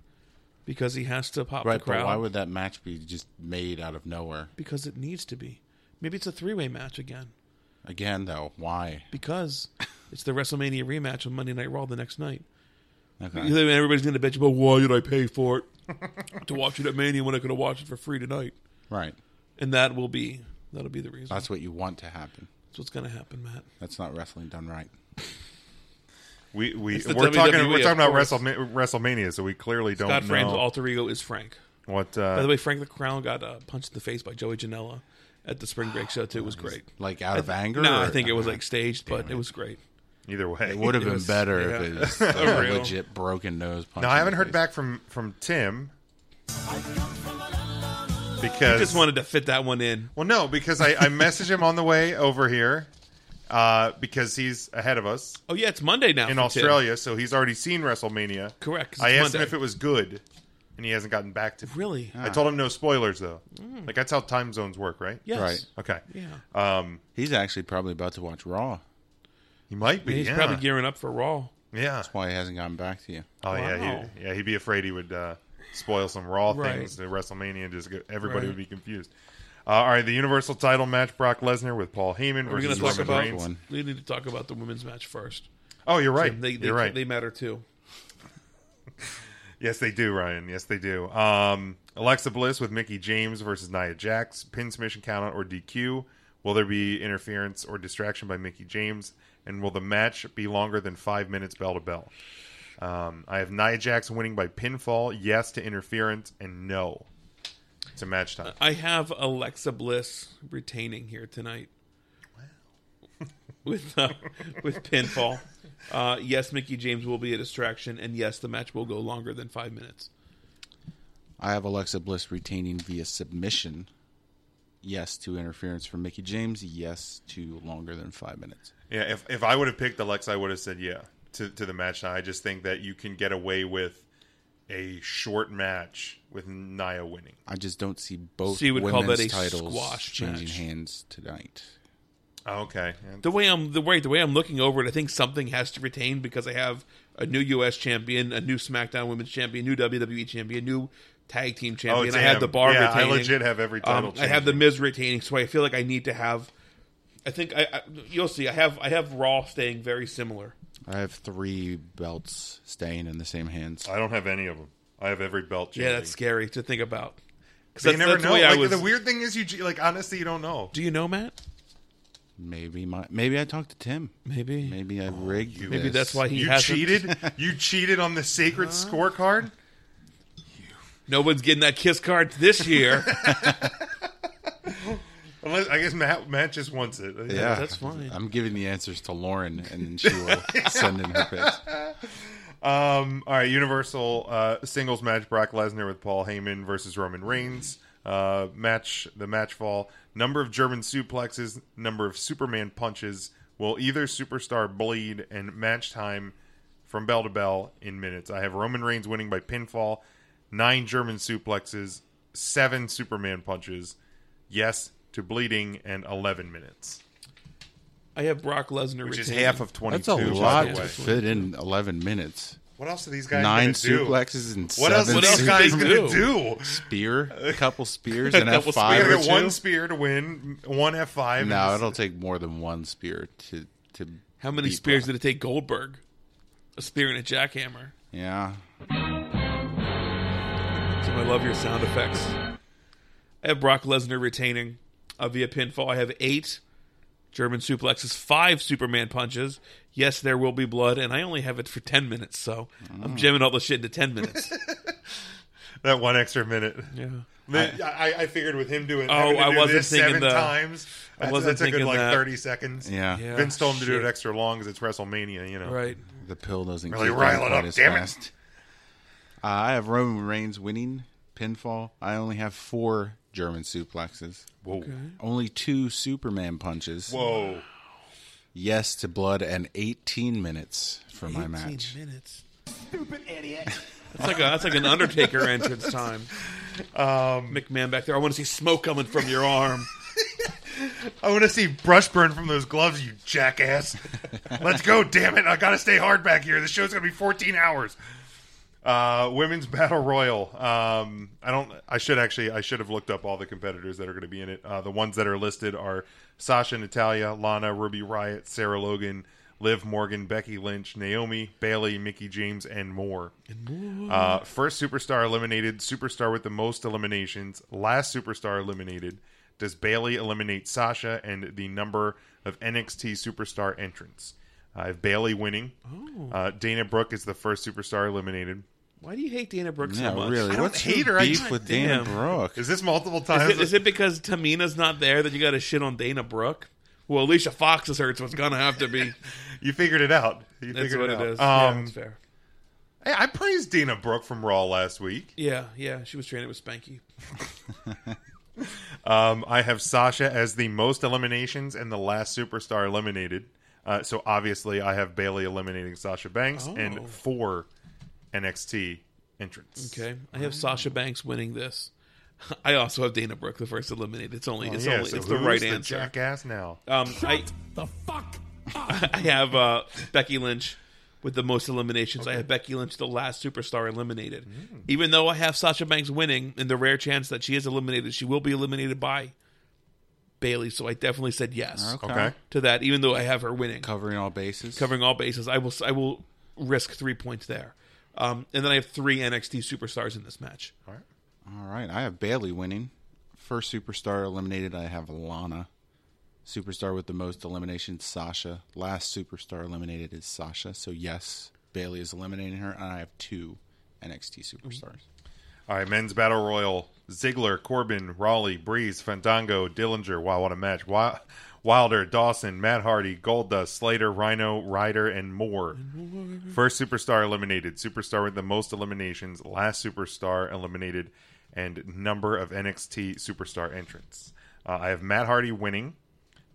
S8: Because he has to pop
S7: Right,
S8: the crowd.
S7: but why would that match be just made out of nowhere?
S8: because it needs to be. Maybe it's a three way match again.
S7: Again, though, why?
S8: because it's the WrestleMania rematch on Monday Night Raw the next night.
S7: Okay.
S8: And Everybody's going to bitch about why did I pay for it to watch it at Mania when I could have watched it for free tonight,
S7: Right.
S8: and that will be that'll be the reason. That's,
S7: That's what you want to happen.
S8: what's going to happen, Matt.
S7: That's not wrestling done right.
S1: We we
S8: It's the
S1: we're talking
S8: WWE,
S1: we're talking
S8: of
S1: about
S8: course.
S1: WrestleMania, WrestleMania, so we clearly
S7: Oh,
S1: don't
S8: God,
S1: know
S8: Frank's alter ego is Frank.
S1: what. Uh,
S8: By the way, Frank the Crown got uh, punched in the face by Joey Janela at the Spring Break show too. It was great.
S7: Like out of anger?
S8: No, I
S7: or-
S8: think it was like staged, but it. was great.
S1: either way,
S7: It would have
S8: it
S7: been
S8: was-
S7: better
S8: yeah.
S7: if it was like a
S8: real-
S7: legit broken nose punch.
S1: Now
S7: in
S1: I
S7: the
S1: haven't heard
S7: face.
S1: back from from Tim because
S8: Just wanted to fit that one in.
S1: well, no, because I I messaged him on the way over here uh, because he's ahead of us
S8: Oh yeah, it's Monday now
S1: in
S8: for Tim.
S1: Australia, so he's already seen WrestleMania.
S8: Correct, 'cause
S1: I
S8: it's
S1: asked him
S8: Monday.
S1: if it was good, and he hasn't gotten back to me.
S8: Really? Mm.
S1: I told him no spoilers though. Like that's how time zones work, right? Oh,
S8: Yes.
S7: Right.
S1: Okay.
S8: Yeah.
S7: He's actually probably about to watch Raw.
S1: He might be.
S8: He's
S1: yeah.
S8: probably gearing up for Raw.
S1: yeah.
S7: Why he hasn't gotten back to you?
S1: Oh yeah,
S8: Wow.
S1: he, yeah. He'd be afraid he would uh, spoil some raw
S8: Right.
S1: things to WrestleMania, and just go, everybody
S8: Right.
S1: would be confused. Uh, all right, the Universal Title match: Brock Lesnar with Paul Heyman
S8: We're going
S1: versus
S8: to talk
S1: Roman
S8: about.
S1: Reigns.
S7: one.
S8: We need to talk about the women's match first.
S1: Oh, you're right.
S8: They, they,
S1: you're right.
S8: They matter too.
S1: yes, they do, Ryan. Yes, they do. Um, Alexa Bliss with Mickey James versus Nia Jax. Pin submission countout or DQ? Will there be interference or distraction by Mickey James? And will the match be longer than five minutes, bell to bell? Um, I have Nia Jax winning by pinfall. Yes to interference and no. It's a match time.
S8: I have Alexa Bliss retaining here tonight. with uh, with pinfall. Uh, yes, Mickey James will be a distraction, and yes, the match will go longer than five minutes.
S7: I have Alexa Bliss retaining via submission. Yes to interference from Mickey James. Yes to longer than five minutes.
S1: Yeah, if if I would have picked Alexa, I would have said yeah to to the match. Now I just think that you can get away with a short match with Nia winning.
S7: I just don't see both
S8: So you would call
S7: women's
S8: that a
S7: titles
S8: squash
S7: changing
S8: match?
S7: hands tonight.
S1: Oh, okay,
S8: The way I'm the way the way I'm looking over it, I think something has to retain because I have a new U.S. champion, a new SmackDown Women's champion, new WWE champion, new tag team champion. I
S1: Oh, damn.
S8: had the bar
S1: Yeah, I
S8: retaining. Um,
S1: legit have every title
S8: I have
S1: champion.
S8: the Miz retaining, so I feel like I need to have. I think I, I you'll see. I have I have Raw staying very similar.
S7: I have three belts staying in the same hands.
S1: I don't have any of them. I have every belt.
S8: Yeah,
S1: changing.
S8: that's scary to think about. Because
S1: you never know. Like, The weird thing is, you ge- like honestly, you don't know.
S8: Do you know Matt?
S7: Maybe my maybe I talked to Tim.
S8: Maybe.
S7: Maybe I rigged.
S8: Oh, Maybe
S7: this.
S8: that's why he
S1: You
S8: hasn't-
S1: cheated. you cheated on the sacred scorecard.
S8: No one's getting that kiss card this year.
S1: Unless I guess Matt, Matt just wants it.
S7: Yeah,
S8: That's fine.
S7: I'm giving the answers to Lauren, and then she will send in her picks.
S1: Um, all right, Universal uh, singles match: Brock Lesnar with Paul Heyman versus Roman Reigns. Uh, match the match fall. Number of German suplexes. Number of Superman punches. Will either superstar bleed? And match time from bell to bell in minutes. I have Roman Reigns winning by pinfall. Nine German suplexes. Seven Superman punches. Yes to bleeding and eleven minutes,
S8: I have Brock Lesnar,
S1: which is
S8: retaining.
S1: half of twenty-two.
S7: That's a
S1: by the
S7: lot to
S1: way.
S7: fit in 11 minutes.
S1: What else are these guys?
S7: Nine
S1: gonna do?
S7: suplexes and
S1: What else
S7: seven
S1: are these
S8: do
S7: su-
S1: guys
S8: they
S1: gonna
S8: do?
S1: do?
S7: spear, a couple spears, and
S8: Double
S7: F five
S1: Gotta
S7: or
S1: get
S7: two.
S1: one spear to win, one F five.
S7: No, it'll take more than one spear to to.
S8: How many
S7: beat
S8: spears
S7: Brock.
S8: did it take Goldberg? A spear and a jackhammer.
S7: Yeah,
S8: So I love your sound effects. I have Brock Lesnar retaining uh, via pinfall. I have eight German suplexes, five Superman punches. Yes, there will be blood, and I only have it for ten minutes, so I'm
S7: Mm.
S8: jamming all the shit into ten minutes.
S1: that one extra minute.
S8: yeah.
S1: The- I, I figured with him doing.
S8: Oh,
S1: having to
S8: I
S1: do
S8: wasn't
S1: this
S8: thinking
S1: seven
S8: the-
S1: times. That's,
S8: wasn't
S1: that's a good
S8: thinking
S1: like
S8: that.
S1: thirty seconds.
S7: yeah,
S8: Yeah.
S1: Vince told him to do
S8: shit.
S1: it extra long because it's WrestleMania. You know,
S8: Right.
S7: The pill doesn't
S1: Really
S7: kick in
S1: rile it
S7: quite
S1: up,
S7: as
S1: damn it.
S7: fast. Uh, I have Roman Reigns winning pinfall. I only have four German suplexes.
S1: Whoa,
S7: Only two Superman punches.
S1: whoa.
S7: Yes to blood and 18 minutes for my match.
S8: minutes. Stupid idiot. That's like a, that's like an Undertaker entrance time. Um, McMahon back there. I want to see smoke coming from your arm.
S1: I want to see brush burn from those gloves, you jackass. Let's go, damn it. I got to stay hard back here. This show's going to be 14 hours. Uh, women's battle royal. Um, I don't, I should actually, I should have looked up all the competitors that are going to be in it. Uh, the ones that are listed are Sasha, Natalia, Lana, Ruby Riot, Sarah Logan, Liv Morgan, Becky Lynch, Naomi, Bailey, Mickey James, and more.
S8: Mm-hmm.
S1: Uh, first superstar eliminated, superstar with the most eliminations, last superstar eliminated. Does Bailey eliminate Sasha and the number of NXT superstar entrants? I have Bailey winning.
S8: Oh.
S1: Uh, Dana Brooke is the first superstar eliminated.
S8: Why do you hate Dana Brooke so
S7: Yeah,
S8: much?
S7: really.
S1: don't
S7: What's
S1: hate
S7: your
S1: her, I
S7: beef
S1: just-
S7: with
S8: Damn.
S7: Dana Brooke?
S1: Is this multiple
S8: Is
S1: times?
S8: it, is it because Tamina's not there that you got to shit on Dana Brooke? Well, Alicia Fox is hurt, so it's gonna have to be.
S1: you figured it out. You
S8: That's
S1: figured
S8: what
S1: it,
S8: it
S1: out.
S8: is. yeah,
S1: Um,
S8: that's fair.
S1: hey, I praised Dana Brooke from Raw last week.
S8: Yeah, yeah. She was training with Spanky.
S1: Um, I have Sasha as the most eliminations and the last superstar eliminated. Uh, so obviously, I have Bailey eliminating Sasha Banks
S8: Oh.
S1: and four NXT entrants.
S8: Okay, I have Sasha Banks winning this. I also have Dana Brooke the first eliminated. It's only it's
S1: Oh, Yeah,
S8: only
S1: so
S8: it's the
S1: who's
S8: right
S1: the
S8: answer.
S1: Jackass now.
S8: Um, I
S3: The fuck
S8: I have uh, Becky Lynch with the most eliminations. I have Becky Lynch the last superstar eliminated.
S1: Mm.
S8: Even though I have Sasha Banks winning, in the rare chance that she is eliminated, she will be eliminated by Bailey. So I definitely said yes
S1: Okay.
S8: to that. Even though I have her winning
S7: Covering all bases.
S8: covering all bases. I will I will risk three points there. Um, and then I have three NXT superstars in this match.
S7: All right. I have Bailey winning. First superstar eliminated. I have Lana. Superstar with the most eliminations, Sasha. Last superstar eliminated is Sasha. So yes, Bailey is eliminating her, and I have two NXT superstars.
S1: All right, men's battle royal: Ziggler, Corbin, Raleigh, Breeze, Fandango, Dillinger. Wow, what a match! Wi- Wilder, Dawson, Matt Hardy, Goldust, Slater, Rhino, Ryder, and more. First superstar eliminated. Superstar with the most eliminations. Last superstar eliminated, and number of NXT superstar entrants. Uh, I have Matt Hardy winning.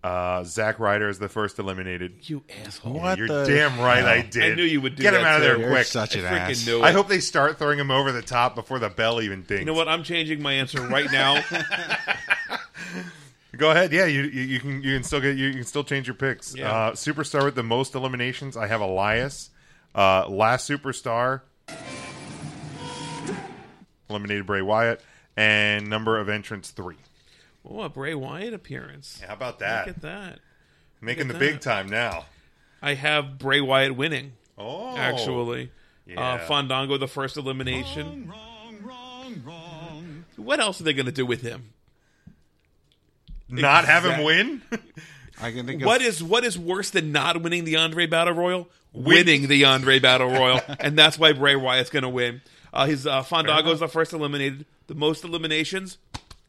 S1: Uh, Zack Ryder is the first eliminated.
S8: You asshole!
S7: What
S1: You're
S7: the
S1: damn right, I
S7: hell?
S1: did.
S8: I knew you would do
S1: Get him
S8: that
S1: out
S8: to
S1: of
S8: her.
S1: there
S7: You're
S1: quick.
S7: such an
S8: I freaking
S7: ass.
S8: knew it.
S1: I hope they start throwing him over the top before the bell even dings.
S8: You know what? I'm changing my answer right now.
S1: Go ahead. Yeah, you, you you can you can still get you, you can still change your picks.
S8: Yeah.
S1: Uh, superstar with the most eliminations. I have Elias. Uh, Last Superstar, eliminated Bray Wyatt, and number of entrants three.
S8: Oh, a Bray Wyatt appearance.
S1: How about
S8: Look
S1: that?
S8: at that.
S1: Making
S8: look
S1: the
S8: at
S1: big
S8: that.
S1: time now.
S8: I have Bray Wyatt winning.
S1: Oh,
S8: Actually, uh,
S1: yeah.
S8: Fandango the first elimination.
S4: Wrong, wrong, wrong.
S8: What else are they going to do with him?
S1: not have him
S8: Exact-
S1: win.
S7: I can think
S8: What
S7: of
S8: is what is worse than not winning the Andre Battle Royal? Winning the Andre Battle Royal, and that's why Bray Wyatt's going to win. Uh, his uh, Fandango is the first eliminated. The most eliminations,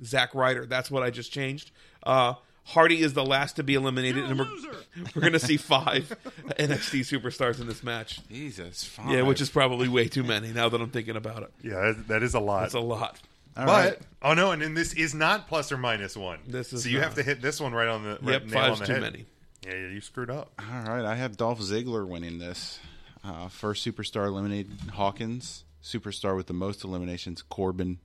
S8: Zack Ryder. That's what I just changed. Uh, Hardy is the last to be eliminated, and we're, we're going to see five NXT superstars in this match.
S7: Jesus, fine.
S8: Yeah, which is probably way too many now that I'm thinking about it.
S1: yeah, that- that is a lot.
S8: That's a lot.
S7: All
S1: but
S7: right.
S1: oh no, and then this is not plus or minus one.
S8: This is
S1: so you have to
S8: not.
S1: hit this one right on the right
S8: Yep,
S1: nail on
S8: five's
S1: the
S8: too
S1: head.
S8: many.
S1: Yeah, yeah, you screwed up.
S7: All right, I have Dolph Ziggler winning this. Uh, first superstar eliminated Hawkins. Superstar with the most eliminations, Corbin.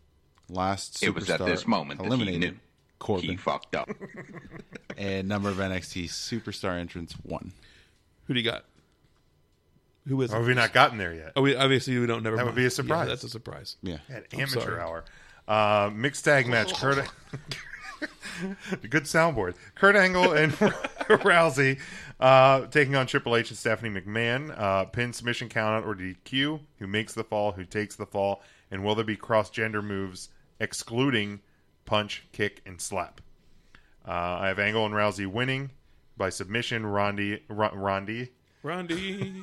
S7: Last superstar
S9: It was at this moment that he
S7: eliminated
S9: knew
S7: Corbin.
S9: he fucked up.
S7: and number of NXT superstar entrants one.
S8: Who do you got? Who is?
S1: Or
S8: it?
S1: have we not gotten there yet?
S8: Oh, we, obviously we don't. Never.
S1: That would
S8: mind.
S1: be a
S8: Yeah,
S1: surprise.
S8: that's a surprise.
S7: Yeah,
S1: At
S8: I'm
S1: amateur
S8: sorry.
S1: hour. Uh, mixed tag match. Kurt. Good soundboard. Kurt Angle and Rousey uh, taking on Triple H and Stephanie McMahon. Uh, pin submission count out or DQ. Who makes the fall? Who takes the fall? And will there be cross gender moves excluding punch, kick, and slap? Uh, I have Angle and Rousey winning by submission. Rondi, R- Rondi,
S8: Rondi,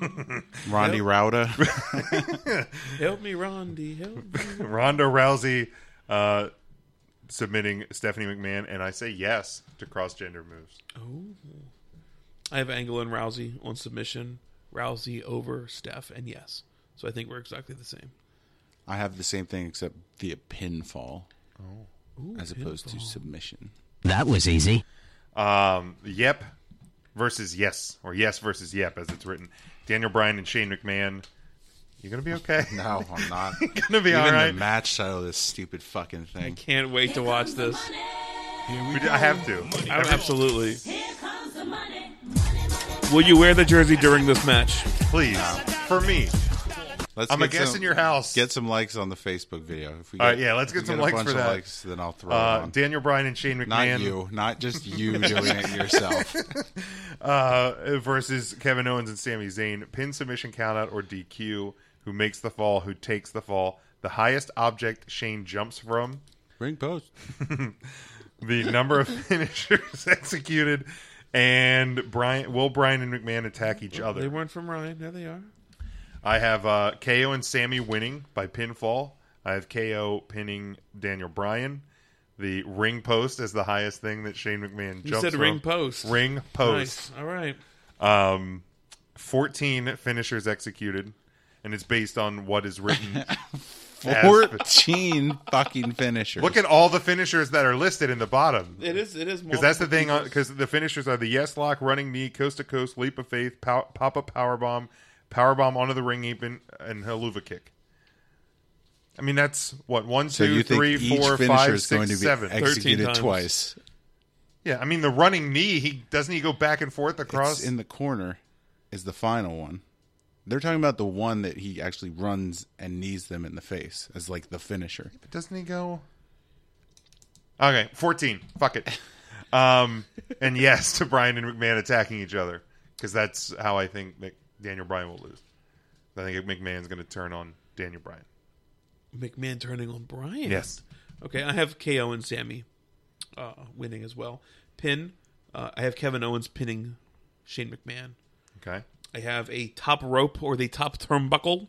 S7: Rondi Rowda.
S8: help me, Rondi, help me.
S1: Ronda Rousey uh, submitting Stephanie McMahon, and I say yes to cross gender moves.
S8: I have Angle and Rousey on submission. Rousey over Steph, and yes. So I think we're exactly the same.
S7: I have the same thing except via pinfall, Oh. as opposed to submission.
S5: That was easy.
S1: Um, yep versus yes, or yes versus yep, as it's written. Daniel Bryan and Shane McMahon. You're gonna be okay.
S7: No, I'm not.
S1: gonna be
S7: Even
S1: all right.
S7: the match title, of this stupid fucking
S8: I
S7: thing.
S8: can't wait to watch this.
S1: We d- I have to.
S8: I'm absolutely. Will you wear the jersey during this match?
S1: Please, for me.
S7: Let's
S1: I'm a
S7: get
S1: guest
S7: some-
S1: in your house.
S7: Get some likes on the Facebook video. If we
S1: All right, yeah, let's
S7: if
S1: get
S7: we
S1: some
S7: a
S1: likes
S7: bunch
S1: for
S7: of
S1: that.
S7: Likes, then I'll throw it
S1: Uh,
S7: on.
S1: Daniel Bryan and Shane McMahon.
S7: not you, not just you doing it yourself.
S1: uh, versus Kevin Owens and Sami Zayn. Pin submission countout or DQ. Who makes the fall? Who takes the fall? The highest object Shane jumps from.
S7: Ring post.
S1: The number of finishers executed. And Brian, will Brian and McMahon attack each
S8: They
S1: other?
S8: weren't from Ryan. There they are.
S1: I have uh, KO and Sammy winning by pinfall. I have KO pinning Daniel Bryan. The ring post is the highest thing that Shane McMahon
S8: You
S1: jumps
S8: said
S1: from.
S8: ring post.
S1: Ring post.
S8: Nice. All right.
S1: um, 14 finishers executed, and it's based on what is written. as-
S7: Fourteen fucking finishers.
S1: Look at all the finishers that are listed in the bottom.
S8: It is. It is.
S1: Because that's the thing, because the finishers are the yes lock, running knee, coast to coast, leap of faith, pow- pop up power bomb, power bomb onto the ring apron, and haluva kick. I mean, that's what one,
S7: so
S1: two,
S7: you
S1: three,
S7: think each
S1: four,
S7: finisher
S1: five,
S7: is going to
S1: six,
S7: be
S1: seven.
S7: executed
S8: times.
S7: twice?
S1: Yeah, I mean the running knee. He doesn't he go back and forth across?
S7: It's in the corner is the final one. They're talking about the one that he actually runs and knees them in the face as like the finisher.
S1: Doesn't he go? Okay, fourteen. Fuck it. Um, and yes to Brian and McMahon attacking each other because that's how I think that Daniel Bryan will lose. I think McMahon's going to turn on Daniel Bryan.
S8: McMahon turning on Brian.
S1: Yes.
S8: Okay, I have KO and Sammy uh, winning as well. Pin. Uh, I have Kevin Owens pinning Shane McMahon.
S1: Okay,
S8: I have a top rope or the top turnbuckle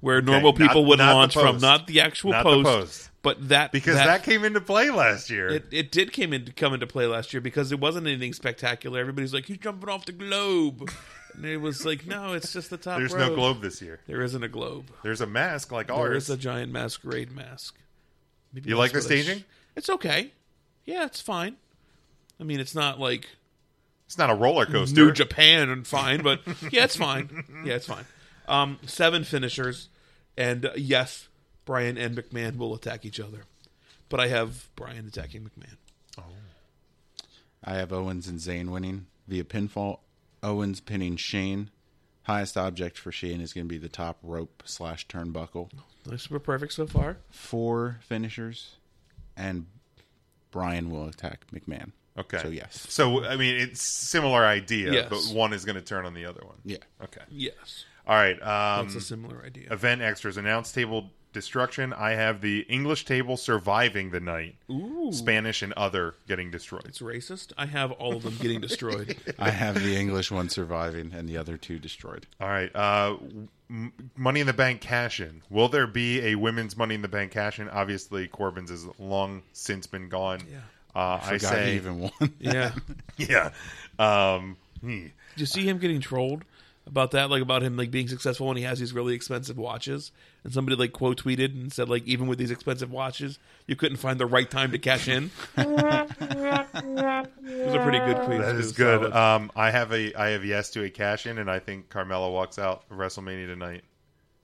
S8: where normal
S1: not-
S8: people would
S1: not the
S8: launch from,
S1: post.
S8: not the actual
S1: Not the
S8: post,
S1: post.
S8: but that
S1: because that, came into play last year.
S8: it, it did came into come into play last year because it wasn't anything spectacular. Everybody's like, "He's jumping off the globe," and it was like, "No, it's just the top."
S1: There's no
S8: rope."
S1: globe this year.
S8: There isn't a globe.
S1: There's a mask like
S8: There
S1: ours.
S8: is a giant masquerade mask. Maybe
S1: You like
S8: that's
S1: the
S8: what I sh-
S1: staging?
S8: it's okay. Yeah, it's fine. I mean, it's not like
S1: It's not a roller coaster.
S8: New Japan and fine, but yeah, it's fine. Yeah, it's fine. Um, seven finishers, and uh, yes, Brian and McMahon will attack each other, but I have Brian attacking McMahon.
S7: I have Owens and Zayn winning via pinfall. Owens pinning Shane. Highest object for Shane is going to be the top rope slash turnbuckle.
S8: Nice, we're perfect so far.
S7: Four finishers, and Brian will attack McMahon.
S1: Okay.
S7: So yes.
S1: So I mean, it's similar idea,
S8: Yes.
S1: but one is going to turn on the other one.
S7: Yeah.
S1: Okay.
S8: Yes,
S1: All right. Um,
S8: that's a similar idea.
S1: event extras announce table destruction. I have the English table surviving the night. Ooh. Spanish and other getting destroyed.
S8: It's racist. I have all of them getting destroyed.
S7: I have the English one surviving and the other two destroyed.
S1: All right. Uh, m- Money in the Bank cash in. Will there be a women's Money in the Bank cash in? Obviously, Corbin's has long since been gone.
S8: Yeah.
S1: Uh, I,
S7: Forgot
S1: say,
S7: he even one.
S8: yeah.
S1: yeah. Um, hmm.
S8: Did you see him getting trolled about that? Like about him like being successful when he has these really expensive watches, and somebody like quote tweeted and said like even with these expensive watches, you couldn't find the right time to cash in. it was a pretty good tweet.
S1: That is
S8: It was
S1: good.
S8: solid.
S1: Um, I have a I have yes to a cash in, and I think Carmella walks out of WrestleMania tonight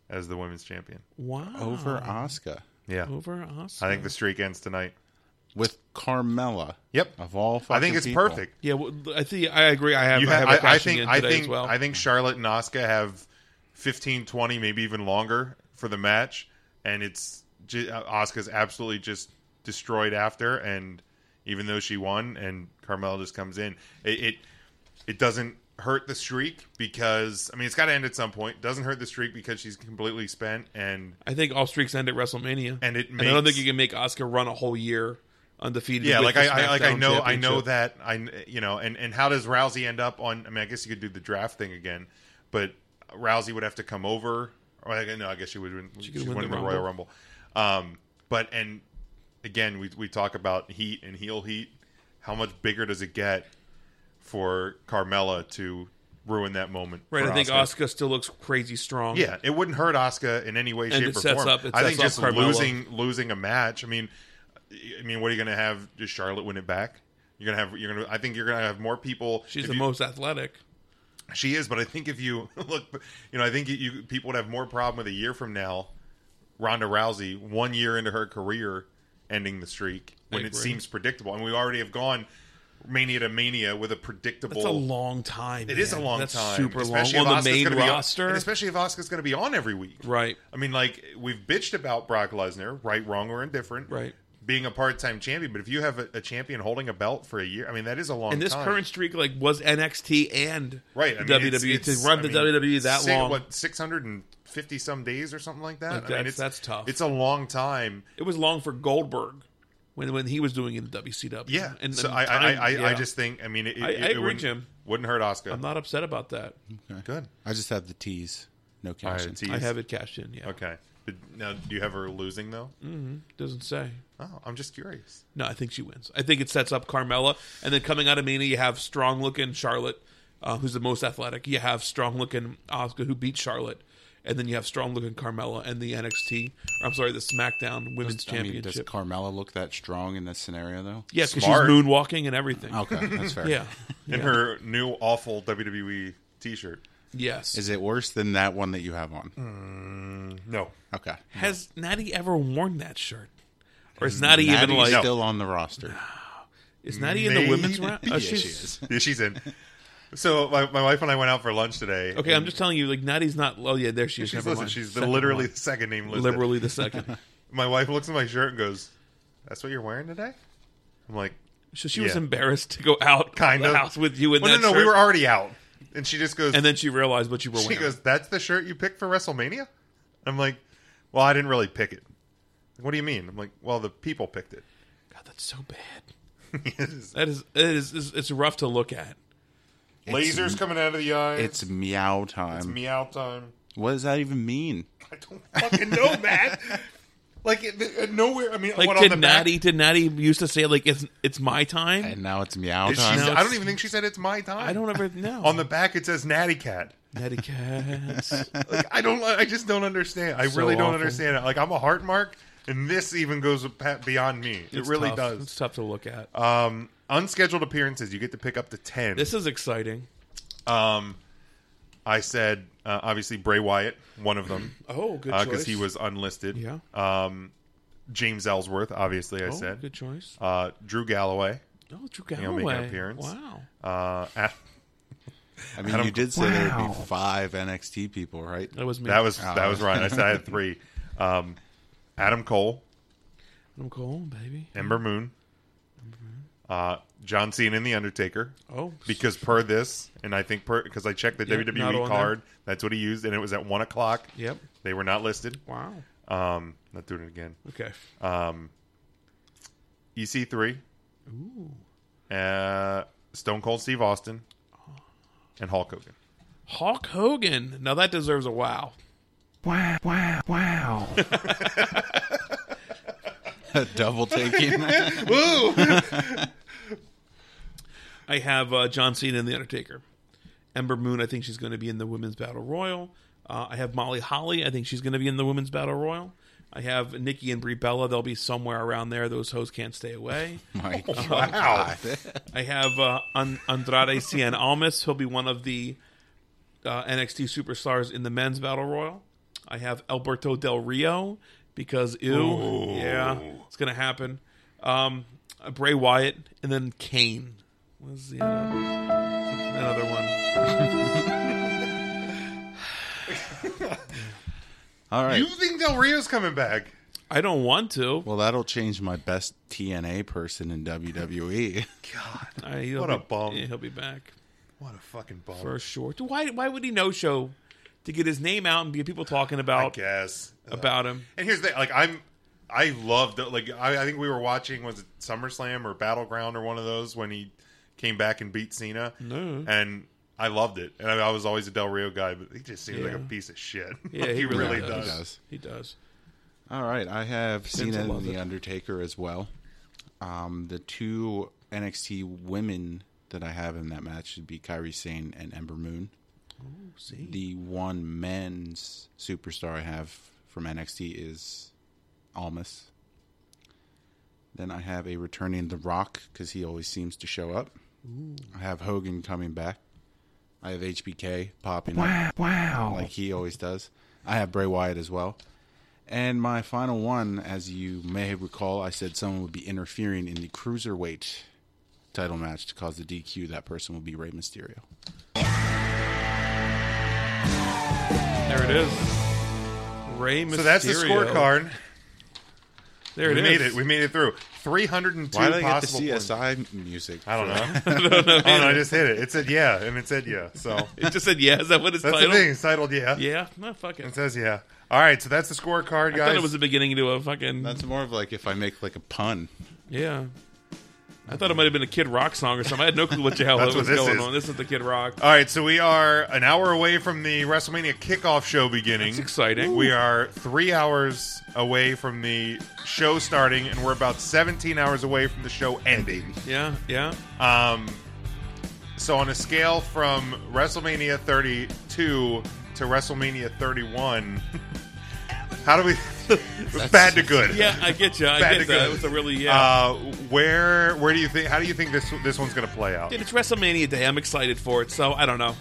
S1: as the women's champion.
S8: wow.
S7: Over Asuka.
S1: Oh, Yeah,
S8: Over us.
S1: I think the streak ends tonight.
S7: With Carmella.
S1: Yep.
S7: Of all fucking
S1: I think it's
S7: people.
S1: perfect.
S8: Yeah, well, I think I agree. I have.
S1: You
S8: I,
S1: have,
S8: have
S1: I,
S8: it
S1: I
S8: cashing
S1: think
S8: in
S1: I
S8: today as
S1: think
S8: well.
S1: I think Charlotte and Oscar have 15, 20, maybe even longer for the match, and it's uh, Oscar's absolutely just destroyed after, and even though she won, and Carmella just comes in, it it, it doesn't hurt the streak because I mean it's got to end at some point. Doesn't hurt the streak because she's completely spent, and
S8: I think all streaks end at WrestleMania,
S1: And it
S8: I don't
S1: makes-
S8: think you can make Oscar run a whole year undefeated.
S1: yeah,
S8: with
S1: like
S8: the
S1: I, I like I
S8: SmackDown
S1: know I know
S8: Championship.
S1: that I you know and and how does Rousey end up on? I mean, I guess you could do the draft thing again, but Rousey would have to come over. Or I, no, I guess she would win. She
S8: could
S1: win
S8: win
S1: winning
S8: the
S1: the, Royal Rumble. Um, but and again, we we talk about heat and heel heat. How much bigger does it get for Carmella to ruin that moment?
S8: Right,
S1: for
S8: I think
S1: Asuka?
S8: Oscar still looks crazy strong.
S1: Yeah, it wouldn't hurt Oscar in any way, shape,
S8: it
S1: or
S8: sets
S1: form.
S8: up- it
S1: I think
S8: sets
S1: just
S8: up Carmella.
S1: losing losing a match. I mean, I mean, what are you going to have? Does Charlotte win it back? You're gonna have. You're gonna. I think you're gonna have more people.
S8: she's
S1: if
S8: the
S1: you-
S8: most athletic.
S1: She is, but I think if you look, you know, I think you people would have more problem with a year from now, Ronda Rousey one year into her career ending the streak when it
S8: agree.
S1: seems predictable, and we already have gone mania to mania with a predictable.
S8: That's a long time.
S1: It is a
S8: man.
S1: long
S8: That's
S1: time,
S8: Super
S1: especially
S8: long
S1: if
S8: on the
S1: Asuka's
S8: main
S1: gonna be on-
S8: roster.
S1: and especially if Oscar's going to be on every week,
S8: Right.
S1: I mean, like we've bitched about Brock Lesnar, right, wrong, or indifferent,
S8: Right.
S1: being a part-time champion. But if you have a, a champion holding a belt for a year, I mean, that is a long.
S8: and this
S1: time.
S8: current streak like was NXT and
S1: right I mean,
S8: WWE
S1: it's- it's-
S8: E, to run
S1: I
S8: the
S1: mean,
S8: WWE that
S1: six-
S8: long.
S1: what six hundred and fifty some days or something like that. I
S8: Like,
S1: mean,
S8: that's-
S1: it's,
S8: that's tough.
S1: It's a long time.
S8: It was long for Goldberg when when he was doing it in WCW.
S1: Yeah,
S8: and
S1: and so
S8: and
S1: I,
S8: time-
S1: I, I, I
S8: yeah.
S1: just think I mean, it,
S8: I- I
S1: it, it
S8: agree,
S1: wouldn't,
S8: Jim.
S1: Wouldn't hurt Oscar.
S8: I'm not upset about that.
S1: good.
S7: I just have the tease. No
S1: All
S7: cash.
S1: right, tease.
S8: I have it cashed in. Yeah,
S1: Okay, but now do you have her losing though?
S8: doesn't say.
S1: Oh, I'm just curious.
S8: No, I think she wins. I think it sets up Carmella, and then coming out of Mania, you have strong looking Charlotte, uh, who's the most athletic. You have strong looking Oscar, who beat Charlotte, and then you have strong looking Carmella and the NXT. Or, I'm sorry, the SmackDown Women's
S7: I mean, does
S8: Championship.
S7: Carmella look that strong in this scenario, though?
S8: yeah, because she's
S1: Smart.
S8: moonwalking and everything.
S7: Okay, that's fair.
S8: Yeah.
S1: in
S8: Yeah.
S1: her new awful WWE T-shirt.
S8: Yes.
S7: Is it worse than that one that you have on?
S1: No,
S7: Okay.
S8: Has Natty ever worn that shirt? Or is Natty, even
S7: Natty's
S8: like
S7: still on the roster.
S8: is Natty in the women's round? Oh,
S7: Yeah,
S8: she's-
S7: she is.
S1: yeah, she's in. So my, my wife and I went out for lunch today.
S8: Okay, I'm just telling you, like Natty's not. Oh yeah, there she is.
S1: She's
S8: Never
S1: listed.
S8: mind.
S1: She's the,
S8: Second
S1: literally
S8: one.
S1: the second name listed.
S8: liberally the second.
S1: My wife looks at my shirt and goes, "That's what you're wearing today." I'm like,
S8: So she was
S1: Yeah.
S8: embarrassed to go out
S1: kind
S8: the
S1: of
S8: house with you in
S1: well,
S8: that
S1: no, no, we
S8: shirt.
S1: were already out, and she just goes,
S8: and then she realized what you were
S1: she
S8: wearing.
S1: goes, "That's the shirt you picked for WrestleMania." I'm like, "Well, I didn't really pick it." What do you mean? I'm like, "Well, the people picked it."
S8: God, that's so bad.
S1: It is-
S8: That is, it is, it's, it's rough to look at.
S1: Lasers coming out of the eyes.
S7: It's meow time.
S1: It's meow time.
S7: what does that even mean?
S1: I don't fucking know, Matt. Like it, it- nowhere. I mean,
S8: Like
S1: what, on the
S8: did
S1: back?
S8: Natty, did Natty used to say like it's it's my time?
S7: And now it's meow
S1: Is she-
S7: time.
S8: No,
S1: I
S8: it's-
S1: don't even think she said it's my time.
S8: I don't ever know.
S1: On the back, it says Natty Cat.
S8: Natty cats.
S1: Like, I don't. I just don't understand. I
S8: So
S1: really don't
S8: awful.
S1: understand it. Like I'm a heart mark, and this even goes pa- beyond me. it
S8: It's
S1: really
S8: tough.
S1: does. Uh,
S8: It's tough to look at.
S1: Unscheduled appearances, you get to pick up to ten.
S8: this is exciting.
S1: I said uh, obviously Bray Wyatt, one of them,
S8: Oh, good
S1: because
S8: choice.
S1: he was unlisted.
S8: yeah.
S1: James Ellsworth, obviously, I
S8: oh,
S1: said.
S8: good choice.
S1: Uh, Drew Galloway.
S8: Oh, Drew
S1: He'll
S8: Galloway.
S1: make an appearance.
S8: Wow.
S1: Uh, Ad-
S7: I mean,
S1: Adam-
S7: you did say there would be
S8: Wow.
S7: five NXT people, right?
S8: That was me.
S1: That was that
S7: Oh.
S1: was Ryan. I said I had three. Um, Adam Cole,
S8: I'm cool, baby.
S1: Ember Moon, uh, John Cena, and The Undertaker.
S8: Oh.
S1: because per this, and I think per because I checked the
S8: Yeah, not
S1: WWE
S8: on
S1: card, that's what he used, and it was at one o'clock.
S8: Yep.
S1: They were not listed.
S8: Wow.
S1: Um, not doing it again.
S8: Okay.
S1: EC3. Ooh. Oh. Uh, Stone Cold Steve Austin, and Hulk Hogan.
S8: Hulk Hogan. Now that deserves a wow.
S7: Double taking.
S8: I have uh, John Cena and The Undertaker. Ember Moon, I think she's going to be in the Women's Battle Royal. Uh, I have Molly Holly. I think she's going to be in the Women's Battle Royal. I have Nikki and Brie Bella. They'll be somewhere around there. Those hoes can't stay away.
S7: My God.
S1: Wow.
S8: I have uh, An- Andrade Cien Almas. He'll be one of the uh, NXT superstars in the men's battle royal. I have Alberto Del Rio because ew, yeah, it's gonna happen. Um, uh, Bray Wyatt and then Kane was the other, another one.
S7: All right.
S1: You think Del Rio's coming back?
S8: I don't want to.
S7: Well, that'll change my best TNA person in E. WWE.
S8: I, he'll
S1: What a
S8: be-
S1: bum.
S8: yeah, he'll be back
S1: What a fucking bum.
S8: for sure. Why? Why would he no show to get his name out and be people talking
S1: I
S8: about
S1: guess.
S8: about him?
S1: And here's the like I'm I love the like I, I think we were watching was it SummerSlam or Battleground or one of those when he came back and beat Cena.
S8: No.
S1: And I loved it. And I, I was always a Del Rio guy, but he just seems like a
S8: Yeah.
S1: piece of shit.
S8: Yeah, he
S1: he really
S8: really
S7: He
S1: does.
S7: does.
S8: He does.
S7: All right, I have Cena
S8: will
S7: and
S8: love
S7: The
S8: it.
S7: Undertaker as well. Um, the two NXT women that I have in that match should be Kyrie Sane and Ember Moon. The one men's superstar I have from NXT is Almas. Then I have a returning The Rock because he always seems to show up. I have Hogan coming back. I have HBK popping up. Wow. Like he always does. I have Bray Wyatt as well. And my final one, as you may recall, I said someone would be interfering in the cruiserweight title match to cause the DQ. That person will be Rey Mysterio.
S8: There it is. Ray Mysterio.
S1: So that's the scorecard.
S8: There
S1: We
S8: it is.
S1: made it. We made it through. Three hundred and two
S7: Why did I get the
S1: possible points.
S7: CSI music?
S1: I don't know. I don't know. I just hit it. It said yeah, and it said yeah. So
S8: it just said yeah. Is that what it's
S1: that's
S8: titled?
S1: the thing. It's titled yeah.
S8: Yeah. No, fuck it.
S1: It says yeah. All right, so that's the scorecard,
S8: I thought
S1: guys.
S8: it was the beginning to a fucking.
S7: That's more of like if I make like a pun.
S8: yeah. I thought it might have been a Kid Rock song or something. I had no clue what the hell
S1: That's
S8: that was
S1: what this
S8: going
S1: is.
S8: on. This is the Kid Rock.
S1: All right, so we are an hour away from the WrestleMania kickoff show beginning.
S8: That's exciting.
S1: We are three hours away from the show starting, and we're about 17 hours away from the show ending.
S8: Yeah, yeah.
S1: So, on a scale from WrestleMania 32 to WrestleMania 31, how do we. bad to good.
S8: Yeah, I get you. I
S1: Bad to
S8: get that.
S1: good.
S8: It was a really, yeah.
S1: Uh, where where do you think? How do you think this this one's going to play out?
S8: Dude, it's WrestleMania day. I'm excited for it, so I don't know.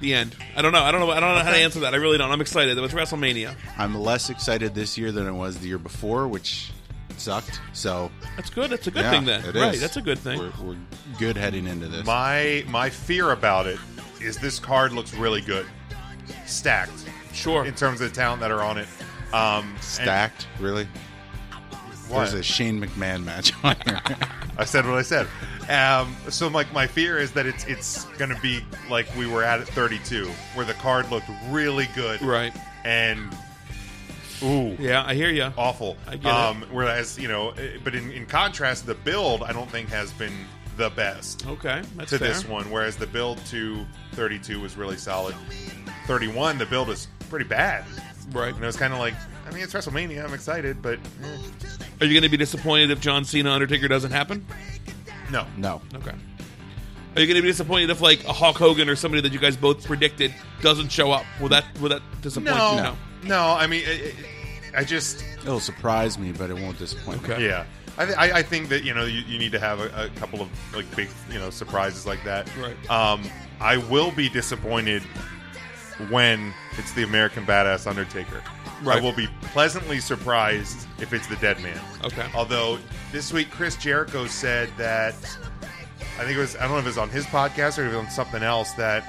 S8: The end. I don't know. I don't know. I don't know how to answer that. I really don't. I'm excited. It was WrestleMania.
S7: I'm less excited this year than I was the year before, which sucked. So
S8: That's good. That's a good
S7: yeah,
S8: thing then.
S7: it
S8: Right.
S7: is.
S8: That's a good thing.
S7: We're, we're good heading into this.
S1: My my fear about it is this card looks really good, stacked.
S8: sure.
S1: in terms of the talent that are on it. Um, and-
S7: Stacked, really.
S1: What?
S7: There's a Shane McMahon match on here.
S1: I said what I said. Um, so like my fear is that it's it's going to be like we were at at 32, where the card looked really good,
S8: Right.
S1: And ooh,
S8: Yeah, I hear you.
S1: awful. Um,
S8: I get it.
S1: Whereas you know, eh, but in, in contrast, the build I don't think has been the best
S8: Okay, Oh, that's
S1: to
S8: fair.
S1: this one. Whereas the build to 32 was really solid. 31, the build is pretty bad.
S8: Right.
S1: And it was kind of like, I mean, it's WrestleMania. I'm excited, but eh,
S8: Are you going to be disappointed if John Cena Undertaker doesn't happen?
S1: no,
S7: No.
S8: Okay. Are you going to be disappointed if like a Hulk Hogan or somebody that you guys both predicted doesn't show up? Will that will that disappoint you?
S1: no, no. I mean, it, it, I just
S7: It'll surprise me, but it won't disappoint me.
S8: Okay.
S1: yeah. I, th- I, I think that you know you, you need to have a, a couple of like big you know surprises like that.
S8: Right.
S1: Um, I will be disappointed when it's the American Badass Undertaker.
S8: Right.
S1: I will be pleasantly surprised if it's the Dead Man.
S8: Okay.
S1: Although this week Chris Jericho said that I think it was I don't know if it was on his podcast or if it was on something else that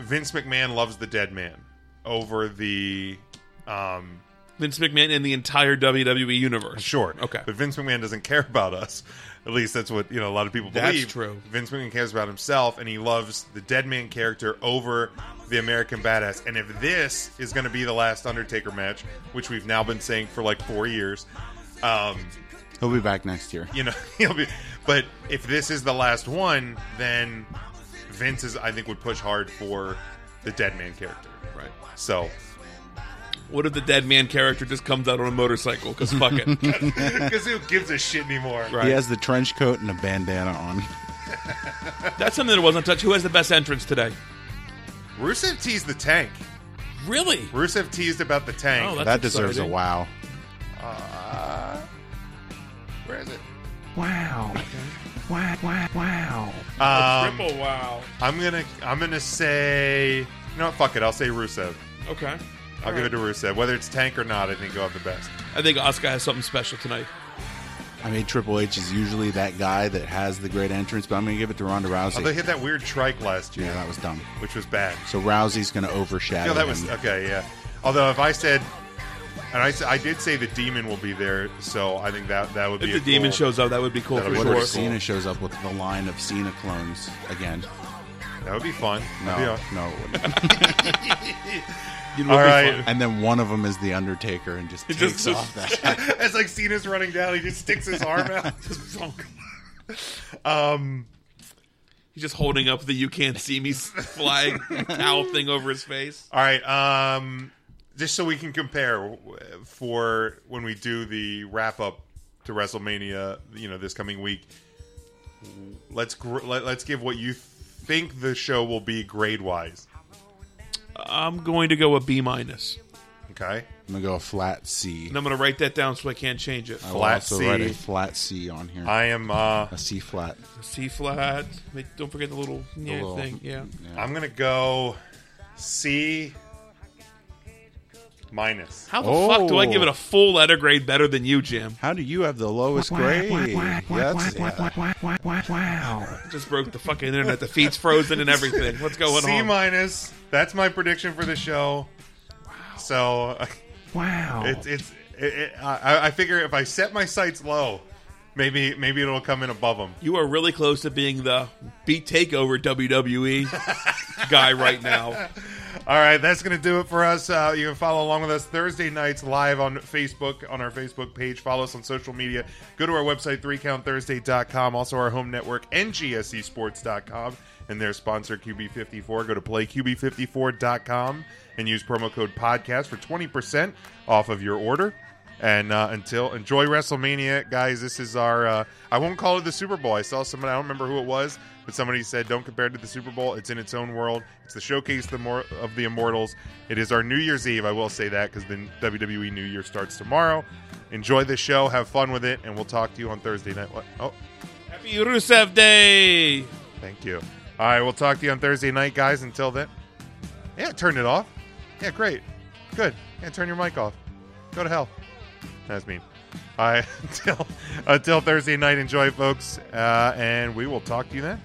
S1: Vince McMahon loves the dead man over the um
S8: Vince McMahon and the entire WWE universe.
S1: Sure.
S8: Okay.
S1: But Vince McMahon doesn't care about us. At least that's what you know. A lot of people
S8: That's
S1: believe.
S8: true.
S1: Vince McMahon cares about himself, and he loves the Dead Man character over the American Badass. And if this is going to be the last Undertaker match, which we've now been saying for like four years, um,
S7: He'll be back next year.
S1: you know, he'll be. But if this is the last one, then Vince is, I think, would push hard for the Dead Man character.
S8: Right.
S1: So
S8: What if the dead man character just comes out on a motorcycle? Because fuck it.
S1: because who gives a shit anymore?
S8: Right.
S7: He has the trench coat and a bandana on.
S8: That's something that wasn't touched. Who has the best entrance today?
S1: Rusev teased the tank.
S8: Really?
S1: Rusev teased about the tank. Uh,
S8: Oh, that's
S7: that deserves
S8: exciting.
S7: a wow.
S1: Where is it?
S4: Wow, wow, wow.
S1: Um,
S8: Triple wow.
S1: I'm gonna I'm gonna say you know what, fuck it I'll say Rusev
S8: Okay.
S1: I'll give it to Rusev whether it's tank or not I think you'll have the best
S8: I think Oscar has something special tonight.
S7: I mean, Triple H is usually that guy that has the great entrance, but I'm going to give it to Ronda
S1: oh they
S7: Rousey.
S1: hit that weird trike last year
S7: Yeah, that was dumb.
S1: which was bad
S7: So Rousey's going to
S1: no
S7: overshadow
S1: that was
S7: him.
S1: okay yeah although if I said and I, s- I did say the demon will be there so I think that that would
S8: If
S1: be
S8: the
S1: a
S8: demon
S1: cool-
S8: shows up, that would be cool
S1: That'll
S8: for
S1: be
S7: What
S8: sure.
S7: if Cena shows up with the line of Cena clones again?
S1: that would be fun That'd
S7: No,
S1: be
S7: no. it wouldn't.
S8: You'd
S1: all
S8: look
S1: right
S7: and then one of them is the Undertaker and just takes
S8: just-
S7: off that. hat.
S1: it's like Cena's running down he just sticks his arm out
S8: fun. Um, He's just holding up the "You Can't See Me" flag towel thing over his face.
S1: All right. Um, just so we can compare uh, for when we do the wrap up to WrestleMania, you know, this coming week. Let's gr- let, let's give what you think the show will be grade wise.
S8: I'm going to go a B minus,
S1: Okay.
S7: I'm going to go a flat C.
S8: and I'm going to write that down so I can't change it.
S7: I will
S1: flat
S7: also
S1: C.
S7: write a flat C on here.
S1: I am. Uh,
S7: a C flat.
S8: C flat. Wait, Don't forget the little yeah,
S7: little-
S8: thing. Yeah.
S1: I'm gonna go C minus.
S8: How the
S7: Oh.
S8: fuck do I give it a full letter grade better than you, Jim?
S7: How do you have the lowest grade? Yeah, that's- yeah.
S8: I just broke the fucking internet. The feet's frozen and everything. What's going
S1: C
S8: on?
S1: minus. That's my prediction for the show. So
S4: Wow.
S1: It's it's. It, it, I, I figure if I set my sights low, maybe maybe it'll come in above them.
S8: you are really close to being the beat takeover WWE guy right now.
S1: All right, that's going to do it for us. Uh, you can follow along with us Thursday nights live on Facebook, on our Facebook page. Follow us on social media. Go to our website, 3countthursday.com. Also, our home network, E ngscsports.com, and their sponsor, QB54. Go to playqb54.com and use promo code podcast for 20% off of your order. And uh, until enjoy WrestleMania, guys. This is our. Uh, I won't call it the Super Bowl. I saw someone. I don't remember who it was, but somebody said, "Don't compare it to the Super Bowl. It's in its own world. It's the showcase of the, mor- of the immortals. It is our New Year's Eve. I will say that because the WWE E New Year starts tomorrow. Enjoy the show. Have fun with it, and we'll talk to you on Thursday night. What? Oh,
S8: Happy Rusev Day.
S1: thank you. All right, we'll talk to you on Thursday night, guys. Until then, yeah, turn it off. Yeah, great, good. Yeah, turn your mic off. Go to hell. That's mean. All right, until until Thursday night. Enjoy, folks, uh, and we will talk to you then.